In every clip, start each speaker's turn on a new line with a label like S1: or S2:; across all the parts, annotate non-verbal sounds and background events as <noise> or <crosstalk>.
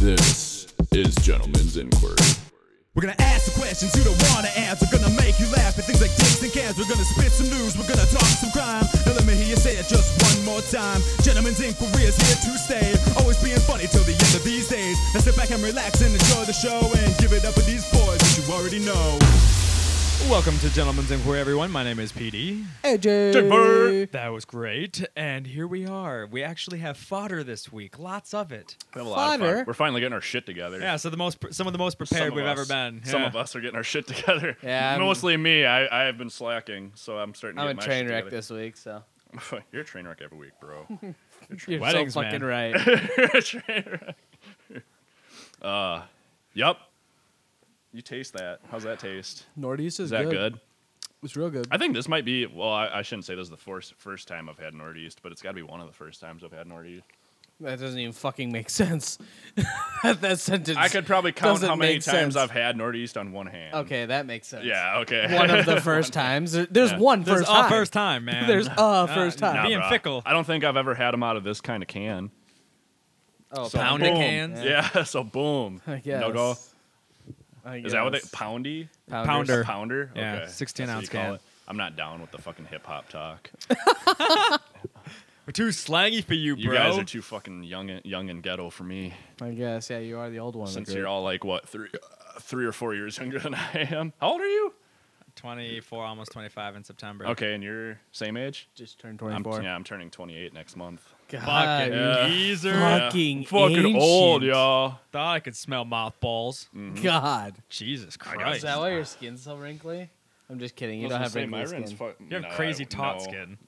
S1: This is Gentleman's Inquiry.
S2: We're gonna ask the questions you don't wanna answer. Gonna make you laugh at things like dicks and cans. We're gonna spit some news. We're gonna talk some crime. Now let me hear you say it just one more time. Gentlemen's Inquiry is here to stay. Always being funny till the end of these days. Now sit back and relax and enjoy the show and give it up for these boys that you already know.
S3: Welcome to Gentlemen's Inquiry, everyone. My name is PD.
S4: AJ.
S3: That was great. And here we are. We actually have fodder this week. Lots of it.
S5: We have a lot of
S4: Fodder.
S5: fun. We're finally getting our shit together.
S3: Yeah, so the most some of the most
S5: Some
S3: prepared
S5: of
S3: we've
S5: us-
S3: ever been.
S5: Some
S3: Yeah.
S5: of us are getting our shit together.
S4: <laughs> Yeah, I'm-
S5: mostly me. I, I have been slacking, so I'm starting. To
S4: I'm a
S5: get my
S4: train
S5: shit
S4: wreck
S5: together.
S4: this week, so
S5: <laughs> You're a train wreck every week,
S4: <laughs>
S5: bro.
S4: you're
S3: Weddings,
S4: so fucking
S3: man.
S4: <laughs> right.
S5: <laughs> You're a train wreck. <laughs> Uh, yep. You taste that? How's that taste?
S4: Northeast
S5: Is that good?
S4: It's real good.
S5: I think this might be. Well, I, I shouldn't say this is the first first time I've had Northeast, but it's got to be one of the first times I've had Northeast.
S4: That doesn't even fucking make <laughs> sense. that sentence.
S5: I could probably
S4: <laughs>
S5: count
S4: Doesn't
S5: how many
S4: make
S5: times
S4: sense.
S5: I've had Northeast on one hand.
S4: Okay, that makes sense.
S5: Yeah. Okay.
S4: One of
S5: <laughs>
S4: the first times. There- There's one
S3: There's
S4: first
S3: a
S4: time.
S3: first
S4: <laughs>
S3: time, man.
S4: There's a
S3: Uh,
S4: first
S3: nah,
S4: time.
S3: being
S5: bruh.
S3: fickle.
S5: I don't think I've ever had them out of this kind of can.
S4: Oh,
S5: So
S3: Pound of
S5: boom.
S3: cans?
S5: Yeah. <laughs> so boom.
S4: I guess.
S5: No go.
S4: I
S5: Is that what they
S4: guess.
S5: poundy?
S4: Pounders.
S3: Pounder.
S5: A pounder?
S3: Yeah,
S5: Okay.
S3: 16
S5: That's what
S3: ounce
S5: you call
S3: can.
S5: it. I'm not down with the fucking hip hop talk.
S3: We're too slangy for you, bro.
S5: You guys are too fucking young and young and ghetto for me.
S4: I guess. Yeah, you are the old one. of the
S5: Since
S4: group.
S5: you're all like what three, uh, three or four years <laughs> younger than I am. How old are you?
S3: 24, almost 25 in September.
S5: Okay, and you're same age.
S4: just turned
S5: I'm,
S4: 24.
S5: yeah, I'm turning 28 next month.
S3: Fucking
S4: God,
S3: geezer.
S4: Yeah. Fucking
S5: fucking old,
S4: ancient.
S5: y'all.
S3: Thought I could smell mothballs.
S5: Mm.
S4: <laughs> God.
S3: Jesus
S4: Is
S3: Christ.
S4: that why your skin's so wrinkly? I'm just kidding. You
S5: I
S4: don't
S5: was
S4: have
S5: gonna
S4: wrinkly
S5: say, my
S4: skin.
S5: rin's fuck-
S3: You have
S5: no, I-
S3: crazy taut
S5: no.
S3: skin.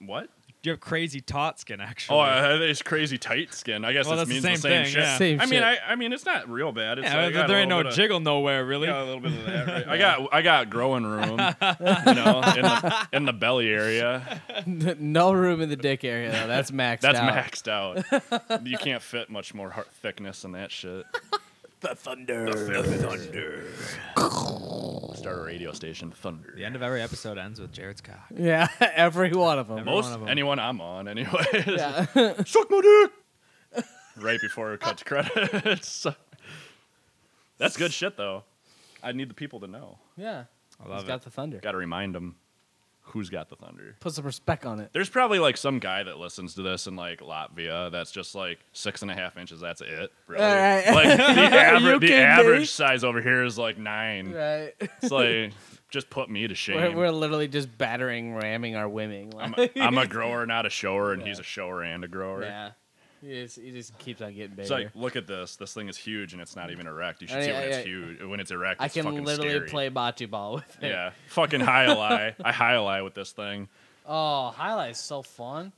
S5: What?
S3: You have crazy taut skin, actually.
S5: Oh, uh, it's crazy tight skin. I guess
S3: Well,
S5: it
S3: that's the
S5: means
S3: same
S5: same
S3: thing,
S5: shit.
S3: yeah.
S4: Same
S5: I mean,
S4: shit.
S5: I, I mean, it's not real bad. It's
S3: yeah,
S5: like, I got
S3: there
S5: a
S3: ain't no
S5: little bit of-
S3: jiggle nowhere, really.
S5: <laughs> got a little bit of that. Right? I got I got growing room, you know, in the, in the
S3: <laughs>
S5: belly area.
S4: <laughs> no room in the dick area though. That's maxed
S5: That's
S4: out.
S5: maxed out. You can't fit much more heart thickness in that shit.
S4: The thunder.
S5: Start a radio station, Thunder.
S3: The end of every episode ends with Jared's cock.
S4: Yeah, <laughs> every one of them.
S5: Most
S3: one of 'em.
S5: anyone I'm on, anyway.
S4: Yeah. <laughs>
S5: Suck my dick. <laughs> Right before it cuts credits. <laughs> That's good shit, though. I need the people to know.
S4: yeah.
S3: I love
S4: He's got
S3: it.
S4: the thunder.
S5: Got to remind them who's got the Thunder.
S4: Put some respect on it.
S5: There's probably like some guy that listens to this in like Latvia that's just like six and a half inches. That's it. Really.
S4: All right.
S5: Like the,
S4: <laughs>
S5: aver- the
S4: kidding me?
S5: average size over here is like nine.
S4: <laughs> Right.
S5: It's like just put me to shame.
S4: We're, we're literally just battering, ramming our women.
S5: I'm,
S4: <laughs> Like,
S5: a, I'm a grower, not a shower, and he's a shower and a grower.
S4: yeah. He just, he just keeps on getting bigger.
S5: It's like, look at this. This thing is huge, and it's not even erect. You should
S4: I-
S5: see when
S4: I-
S5: it's
S4: I-
S5: huge. When it's erect,
S4: I
S5: it's fucking
S4: can literally
S5: scary.
S4: play bocce ball with it.
S5: Yeah, fucking high lie. I high lie with this thing.
S4: Oh, highlight's so fun.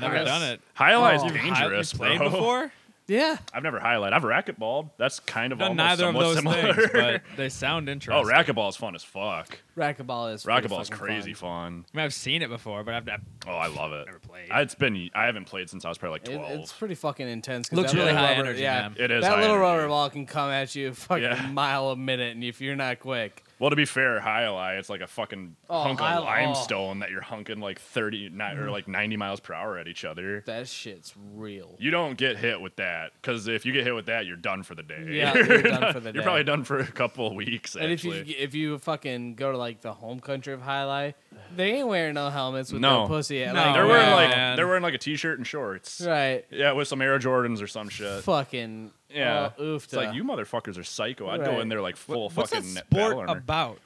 S3: Never
S4: Yes.
S3: done it.
S5: High lie's
S4: <laughs> Oh.
S5: dangerous,
S3: you played
S5: bro.
S3: before?
S4: Yeah.
S5: I've never high lied. I've racquetballed. That's kind of
S3: Done
S5: almost
S3: neither of
S5: somewhat
S3: those
S5: similar. <laughs>
S3: things, but they sound interesting.
S5: Oh, racquetball is fun as fuck.
S4: Racquetball is pretty
S5: Racquetball is
S4: fucking
S5: crazy
S4: fun.
S5: fun.
S3: I mean, I've seen it before, but I've, I've
S5: Oh, I love it.
S3: never played.
S5: I- It's been I haven't played since I was probably like
S4: It-
S5: twelve.
S4: it's pretty fucking intense. 'cause
S3: Looks
S4: that
S3: really
S4: little
S3: high
S4: rubber-
S3: energy,
S4: Yeah.
S3: man.
S5: It is
S4: That
S5: high
S4: little
S5: energy.
S4: rubber ball can come at you <laughs> a fucking
S5: Yeah.
S4: mile a minute, and if you're not quick,
S5: well, to be fair, high lie it's like a fucking
S4: Oh,
S5: hunk
S4: high
S5: of
S4: li- oh.
S5: limestone that you're hunking like thirty ni-
S3: Mm-hmm.
S5: or like ninety miles per hour at each other.
S4: that shit's real.
S5: You don't get hit with that because if you get hit with that, you're done for the day.
S4: Yeah, you're
S5: <laughs>
S4: done for the day.
S5: You're probably done for a couple of weeks.
S4: And if
S5: actually.
S4: you if you fucking go to like the home country of highlight, they ain't wearing no helmets with
S5: No.
S4: no pussy. at,
S3: No.
S4: like,
S5: they're wearing
S3: Oh,
S5: like
S3: man.
S5: they're wearing like a t-shirt and shorts.
S4: right,
S5: Yeah, with some Air Jordans or some shit.
S4: fucking
S5: Yeah.
S4: oh, oof.
S5: It's like you motherfuckers are psycho. I'd go
S4: Right.
S5: in there like full
S3: What's that
S5: fucking
S3: sport
S5: battle armor.
S3: about?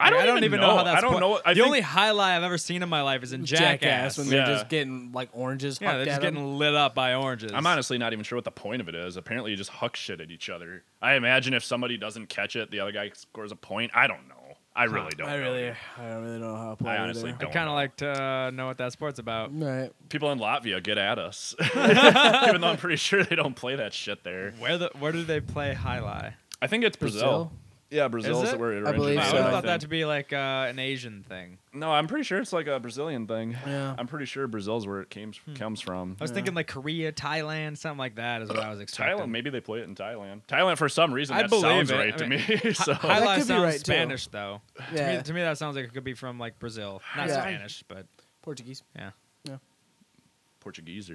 S5: I don't,
S3: Like,
S5: even, know.
S3: how that
S5: I don't
S3: sport-
S5: know. what- I
S3: the
S5: think,
S3: only high lie I've ever seen in my life is in
S4: jackass,
S3: Jackass.
S4: when they're
S5: Yeah.
S4: just getting like oranges.
S3: yeah,
S4: hucked
S3: they're just
S4: at
S3: getting
S4: 'em.
S3: lit up by oranges.
S5: I'm honestly not even sure what the point of it is. Apparently, you just huck shit at each other. I imagine if somebody doesn't catch it, the other guy scores a point. I don't know. I really don't.
S4: I
S3: <laughs>
S5: know.
S4: really, I really don't know how to play.
S5: I
S4: either.
S5: honestly don't.
S3: I'd kind of like to uh, know what that sport's about.
S4: <laughs> Right.
S5: People in Latvia get
S3: <laughs>
S5: at us, <laughs> even though I'm pretty sure they don't play that shit there.
S3: Where the where do they play high lie?
S5: I think it's Brazil.
S4: Brazil?
S5: Yeah, Brazil
S3: Is
S5: is
S3: it?
S5: where it
S4: I believe
S5: originated.
S3: I
S4: so.
S3: always
S4: I
S3: thought that
S5: think.
S3: to be like uh, an Asian thing.
S5: No, I'm pretty sure it's like a Brazilian thing.
S4: Yeah.
S5: I'm pretty sure Brazil's where it came comes from.
S3: Hmm. I was thinking like Korea, Thailand, something like that is what I was expecting. <laughs>
S5: Thailand, maybe they play it in Thailand. Thailand for some reason
S3: I
S5: that
S3: believe
S5: sounds
S3: it.
S5: right
S3: I
S5: to
S3: mean,
S5: me. <laughs> so
S3: High lie
S4: could be
S3: sounds
S4: right, too.
S3: Spanish though. To,
S4: Yeah.
S3: me, to me, that sounds like it could be from like Brazil, not
S4: Yeah.
S3: Spanish, but
S4: Portuguese.
S3: <laughs> yeah.
S5: Portuguese,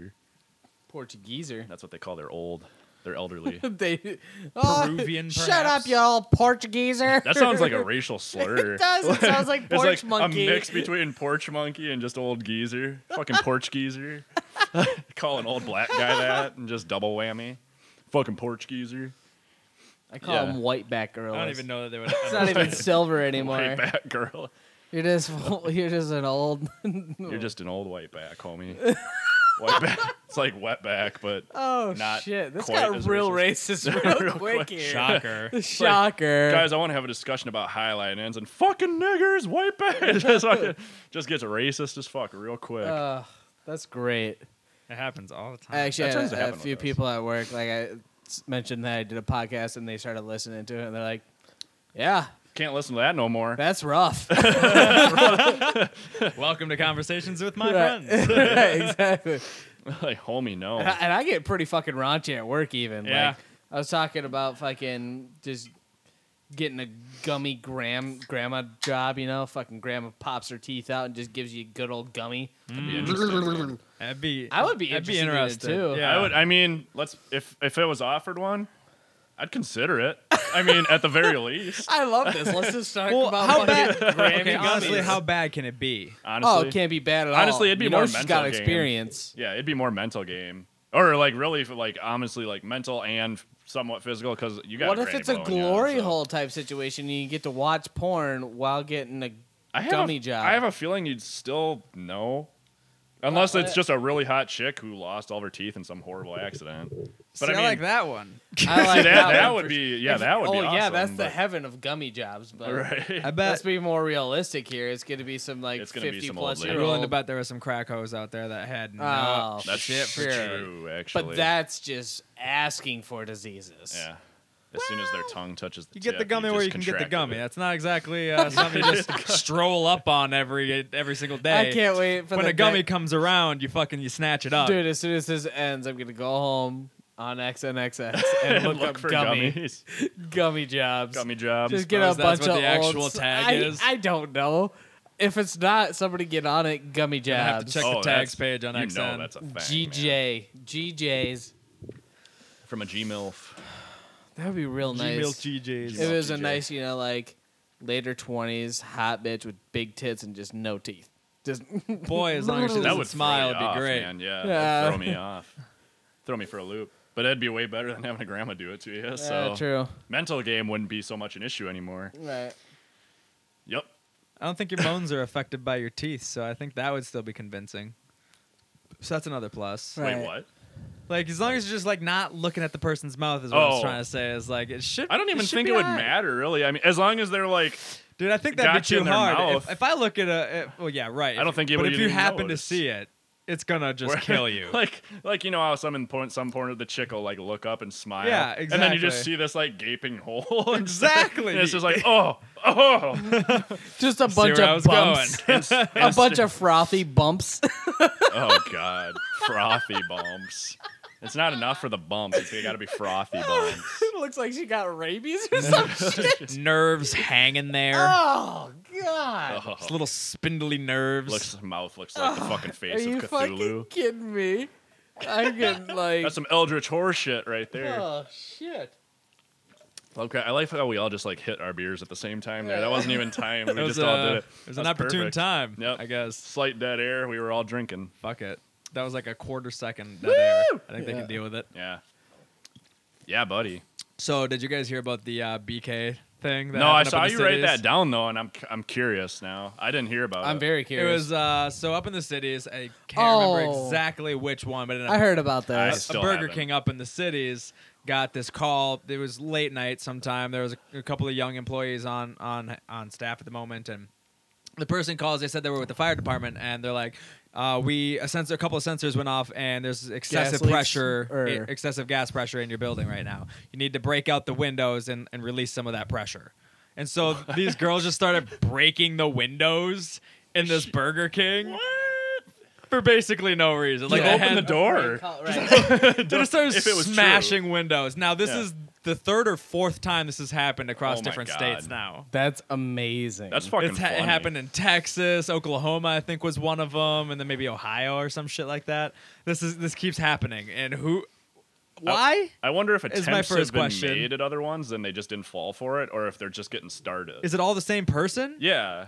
S4: Portugueser.
S5: that's what they call their old. They're
S3: <laughs>
S5: elderly.
S4: <laughs> they, oh,
S3: Peruvian,
S4: Shut up,
S3: perhaps?
S4: y'all Portugueser.
S5: <laughs> That sounds
S4: <laughs>
S5: like
S3: <laughs>
S5: a racial slur.
S4: It does. It sounds like
S5: <laughs> it's
S4: porch
S5: like
S4: monkey.
S5: a mix between porch monkey and just old geezer. Fucking porch
S3: <laughs>
S5: geezer. Call an old black guy that and just double whammy. Fucking porch geezer.
S4: I call
S5: yeah.
S4: them white back girls.
S3: I don't even know that they would.
S4: It's not even silver
S5: White
S4: anymore.
S5: back <laughs> girl.
S4: You're <laughs> just you're just an old.
S5: You're just an old white
S3: <laughs>
S5: back, homie. white back. It's like wet back, but
S4: <laughs> oh
S5: Not
S4: shit! This
S5: quite
S4: got
S5: as
S4: real
S5: racist.
S4: racist real,
S5: <laughs> Real
S4: quick
S3: <laughs>
S5: quick.
S4: here.
S3: Shocker.
S4: Shocker.
S5: guys, I want to have a discussion about highlight ends and fucking niggers, white back. <laughs> just, fucking- just gets racist as fuck real quick.
S4: Ugh, that's great.
S3: It happens all the time.
S4: I actually
S5: That tends
S4: had
S5: to
S4: a,
S5: happen with
S4: few
S5: us.
S4: people at work like I s- mentioned that I did a podcast and they started listening to it and they're like, "Yeah,
S5: Can't listen to that no more.
S4: that's rough."
S3: Welcome to Conversations with My
S4: <laughs> Right.
S3: Friends.
S4: <laughs> Right, exactly.
S5: <laughs> like, homie, no.
S4: And I, and I get pretty fucking raunchy at work even.
S5: Yeah.
S4: Like I was talking about fucking just getting a gummy gram grandma job, you know, fucking grandma pops her teeth out and just gives you good old gummy.
S5: That'd be interesting.
S3: I'd be,
S4: I would be
S3: I'd be
S4: interested
S3: interested
S4: in it, too.
S3: Yeah.
S5: I would. I mean, let's if if it was offered one, I'd consider it. I mean, at the
S4: <laughs>
S5: very least,
S4: I love this. Let's just talk
S3: Well,
S4: about
S3: how
S4: fucking
S3: bad?
S4: <laughs> Grammy
S3: okay, honestly,
S4: gummies.
S3: how bad can it be?
S5: honestly.
S4: Oh, it can't be bad at all.
S5: Honestly, it'd be
S4: You know
S5: more
S4: she's
S5: mental
S4: got
S5: game.
S4: experience.
S5: Yeah, it'd be more mental game, or like really, like honestly, like mental and somewhat physical. Because you got.
S4: What
S5: a
S4: if
S5: granny
S4: it's a
S5: blowing you,
S4: glory
S5: so.
S4: hole type situation and you get to watch porn while
S5: <laughs>
S4: getting a
S5: I have
S4: dummy
S5: a,
S4: job?
S5: I have a feeling you'd still know, unless
S4: Uh,
S5: it's just a really hot chick who lost all of her teeth in some horrible accident. But
S3: See,
S5: I mean,
S3: like that one.
S4: I
S3: <laughs>
S4: like
S5: that, that,
S4: one
S5: would
S4: for
S5: be yeah,
S4: If-
S5: that would
S4: oh,
S5: be.
S4: yeah,
S5: awesome,
S4: that's the
S5: but-
S4: heaven of gummy jobs. But
S5: Right.
S3: I bet.
S4: let's be more realistic here. It's going to be some like
S5: It's gonna be
S4: 50
S5: some
S4: plus
S5: old
S4: year
S5: lady.
S3: I'm willing to
S4: old.
S3: bet there were some crack hoes out there that had no
S4: Oh,
S5: <laughs> That's
S3: shit for
S4: sure.
S5: true, actually.
S4: but that's just asking for diseases.
S5: Yeah. As soon as their tongue touches the
S3: You get
S5: tip,
S3: the gummy
S5: you
S3: where
S5: just
S3: you can get the
S5: contract
S3: gummy.
S5: it.
S3: That's not exactly
S4: <laughs>
S3: uh, something you just stroll up on every every single day.
S4: I can't wait for
S3: When
S4: the
S3: a gummy
S4: day-
S3: comes around, you fucking you snatch it up.
S4: Dude, as soon as this ends, I'm going to go home on XNXX
S5: <laughs>
S4: and look,
S5: Look
S4: up
S5: for
S4: gummy
S5: gummies.
S4: <laughs> gummy jobs.
S5: Gummy jobs. Oh,
S4: Just get a
S3: Suppose
S4: bunch
S3: that's
S4: of
S3: what the actual
S4: old-
S3: tag
S4: I,
S3: is?
S4: I don't know. If it's not, somebody get on it. Gummy
S3: I have to
S4: jabs.
S3: check the
S5: Oh,
S3: tags
S5: that's-
S3: page on
S5: you
S3: XN.
S5: know that's a fact. man.
S4: GJ, GJ's.
S5: From a G-MILF.
S4: That would be real nice.
S3: Gmail GJs.
S4: If it was a
S5: GJ.
S4: nice, you know, like later twenties hot bitch with big tits and just no teeth. Just <laughs>
S3: Boy, as long as she
S5: That
S3: doesn't
S5: would
S3: smile, it'd
S5: throw me
S3: be
S5: off,
S3: great.
S5: Man. Yeah,
S4: Yeah.
S5: that'd
S3: <laughs>
S5: throw me off. Throw me for a loop. But that'd be way better than having a grandma do it to you. So
S4: Yeah, true.
S5: mental game wouldn't be so much an issue anymore.
S4: Right.
S5: Yep.
S3: I don't think your bones are affected by your teeth, so I think that would still be convincing. So that's another plus.
S4: Right.
S5: Wait, what?
S3: Like as long as you're just like not looking at the person's mouth is what I was
S5: Oh.
S3: trying to say. Is like it should.
S5: I don't even
S3: should
S5: think
S3: be
S5: it would
S3: alright.
S5: matter, really. I mean, as long as they're like,
S3: Dude, I think that'd
S5: Got you
S3: be
S5: in
S3: too
S5: their
S3: hard.
S5: mouth.
S3: If, if I look at a, if- well, yeah, right.
S5: I don't think you
S3: But
S5: would
S3: if you
S5: even
S3: happen
S5: notice.
S3: to see it, it's gonna just
S5: where-
S3: kill you.
S5: <laughs> like, like you know how some in porn, some porn of the chick will like look up and smile.
S3: Yeah,
S5: And then you just
S3: exactly.
S5: see this like gaping hole. <laughs> and stuff.
S3: Exactly.
S5: and it's just like, oh, oh.
S4: Just a bunch
S3: where I
S4: of
S3: was
S4: bumps. <laughs>
S5: And-
S4: A
S5: and-
S4: bunch of frothy bumps. <laughs>
S5: Oh God, frothy bumps. It's not enough for the bumps. It's got to be frothy
S3: <laughs>
S5: bumps.
S4: it looks like she got rabies <laughs> or some shit.
S3: nerves hanging there.
S4: Oh god.
S5: Oh,
S3: Just little spindly nerves.
S5: looks mouth looks like the fucking
S4: Are
S5: face
S4: you
S5: of
S4: fucking
S5: Cthulhu.
S4: kidding me? I'm <laughs> getting like
S5: That's some Eldritch horror shit right there.
S4: Oh shit.
S5: Okay, I like how we all just like hit our beers at the same time there. That
S4: <laughs>
S5: wasn't even time. We
S3: It was,
S5: just all
S3: uh,
S5: did it.
S3: it was
S5: That
S3: an opportune
S5: perfect.
S3: time.
S5: Yep.
S3: I guess.
S5: Slight dead air. We were all drinking.
S3: Fuck it. That was like a quarter second. That air. I think they
S4: Yeah.
S3: can deal with it.
S5: Yeah. Yeah, buddy.
S3: So, did you guys hear about the uh, BK thing? That
S5: no, I
S3: happened up
S5: saw
S3: in
S5: you
S3: the
S5: write that
S3: cities?
S5: down though, and I'm I'm curious now. I didn't hear about it.
S4: I'm very
S3: It
S4: curious.
S3: was uh, so up in the cities. I can't
S4: Oh.
S3: remember exactly which one, but in a
S4: I heard about
S5: I
S4: this.
S5: still
S3: a Burger
S5: haven't.
S3: King up in the cities got this call. It was late night sometime. There was a, a couple of young employees on on on staff at the moment, and the person calls. They said they were with the fire department, and they're like. Uh, we a sensor, a couple of sensors went off, and there's excessive
S4: leaks
S3: pressure,
S4: or-
S3: e- excessive gas pressure in your building right now. You need to break out the windows and, and release some of that pressure. And so these girls just started breaking the windows in this Burger King for basically no reason. Like
S5: Like
S3: they
S5: open
S3: had-
S5: the door.
S4: Right.
S3: they just started
S5: If it was true.
S3: smashing windows. Now this
S5: Yeah.
S3: is the third or fourth time this has happened across
S5: Oh my
S3: different
S5: God.
S3: states now.
S4: <laughs> That's amazing.
S5: That's fucking
S3: It's ha- it
S5: funny.
S3: happened in Texas, Oklahoma, I think was one of
S5: Uh,
S3: them, and then maybe Ohio or some shit like that. This is this keeps happening, and who? Why?
S5: I wonder if
S3: Is
S5: attempts
S3: my first
S5: have been
S3: question.
S5: made at other ones and they just didn't fall for it, or if they're just getting started.
S3: Is it all the same person?
S5: yeah.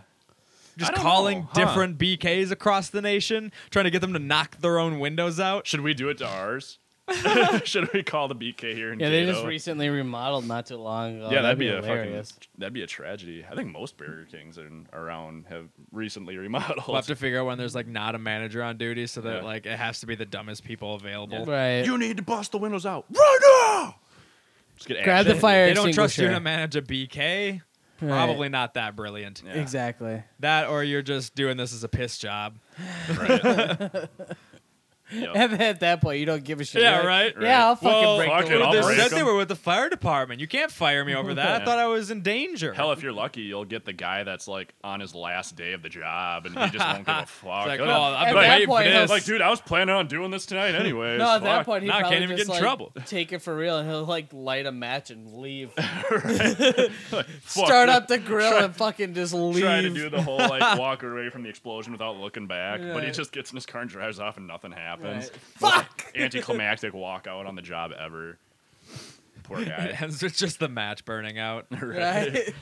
S3: Just
S5: I don't
S3: calling
S5: know, huh.
S3: different BKs across the nation, trying to get them to knock their own windows out.
S5: Should we do it to ours? <laughs> Should we call the BK here in
S4: Yeah, they just
S5: Kato?
S4: recently remodeled not too long ago.
S5: yeah, that'd, be, a
S4: hilarious.
S5: fucking that'd be a tragedy. I think most Burger Kings in, around have recently remodeled. <laughs>
S3: We'll have to figure out when there's like not a manager on duty, so that
S5: Yeah.
S3: like it has to be the dumbest people available.
S4: Right.
S5: you need to bust the windows out right now. Just get
S4: Grab the
S5: action.
S4: fire
S3: They don't trust you to
S4: extinguisher.
S3: manage a BK.
S4: Right.
S3: Probably not that brilliant.
S5: Yeah.
S4: Exactly.
S3: That or you're just doing this as a piss job.
S5: Right.
S4: <laughs>
S5: Yep.
S4: At, at that point, you don't give a shit.
S3: Yeah,
S4: You're like,
S3: right,
S5: right.
S4: Yeah, I'll fucking
S3: Well,
S4: break
S5: fuck
S4: the
S5: it, I'll
S3: They
S4: windows. <laughs>
S5: break
S3: said
S5: 'em.
S3: they were with the fire department. You can't fire me over that. I <laughs>
S5: Yeah.
S3: thought I was in danger.
S5: Hell, if you're lucky, you'll get the guy that's like on his last day of the job, and he just
S4: <laughs>
S5: won't give a fuck.
S3: like,
S5: He'll-
S3: oh, I've
S4: been
S5: like,
S4: waiting for this.
S3: <laughs>
S5: Like, dude, I was planning on doing this tonight anyway.
S4: No, at that point, he
S3: Nah, I
S4: probably
S3: can't even
S4: just,
S3: get in
S4: like,
S3: trouble.
S4: Take it for real, and he'll like light a match and
S3: <laughs>
S4: leave. <laughs>
S5: Fuck.
S4: Start up the grill and fucking just leave.
S5: Trying to do the whole
S4: <laughs>
S5: like walk away from the explosion without looking back, but
S4: Yeah.
S5: he just gets in his car and drives off, and nothing happens.
S4: Right. <laughs> Fuck.
S5: Anticlimactic walkout on the job ever.
S4: <laughs>
S5: Poor
S3: It
S5: guy.
S3: ends with just the match burning <laughs> out.
S4: Right?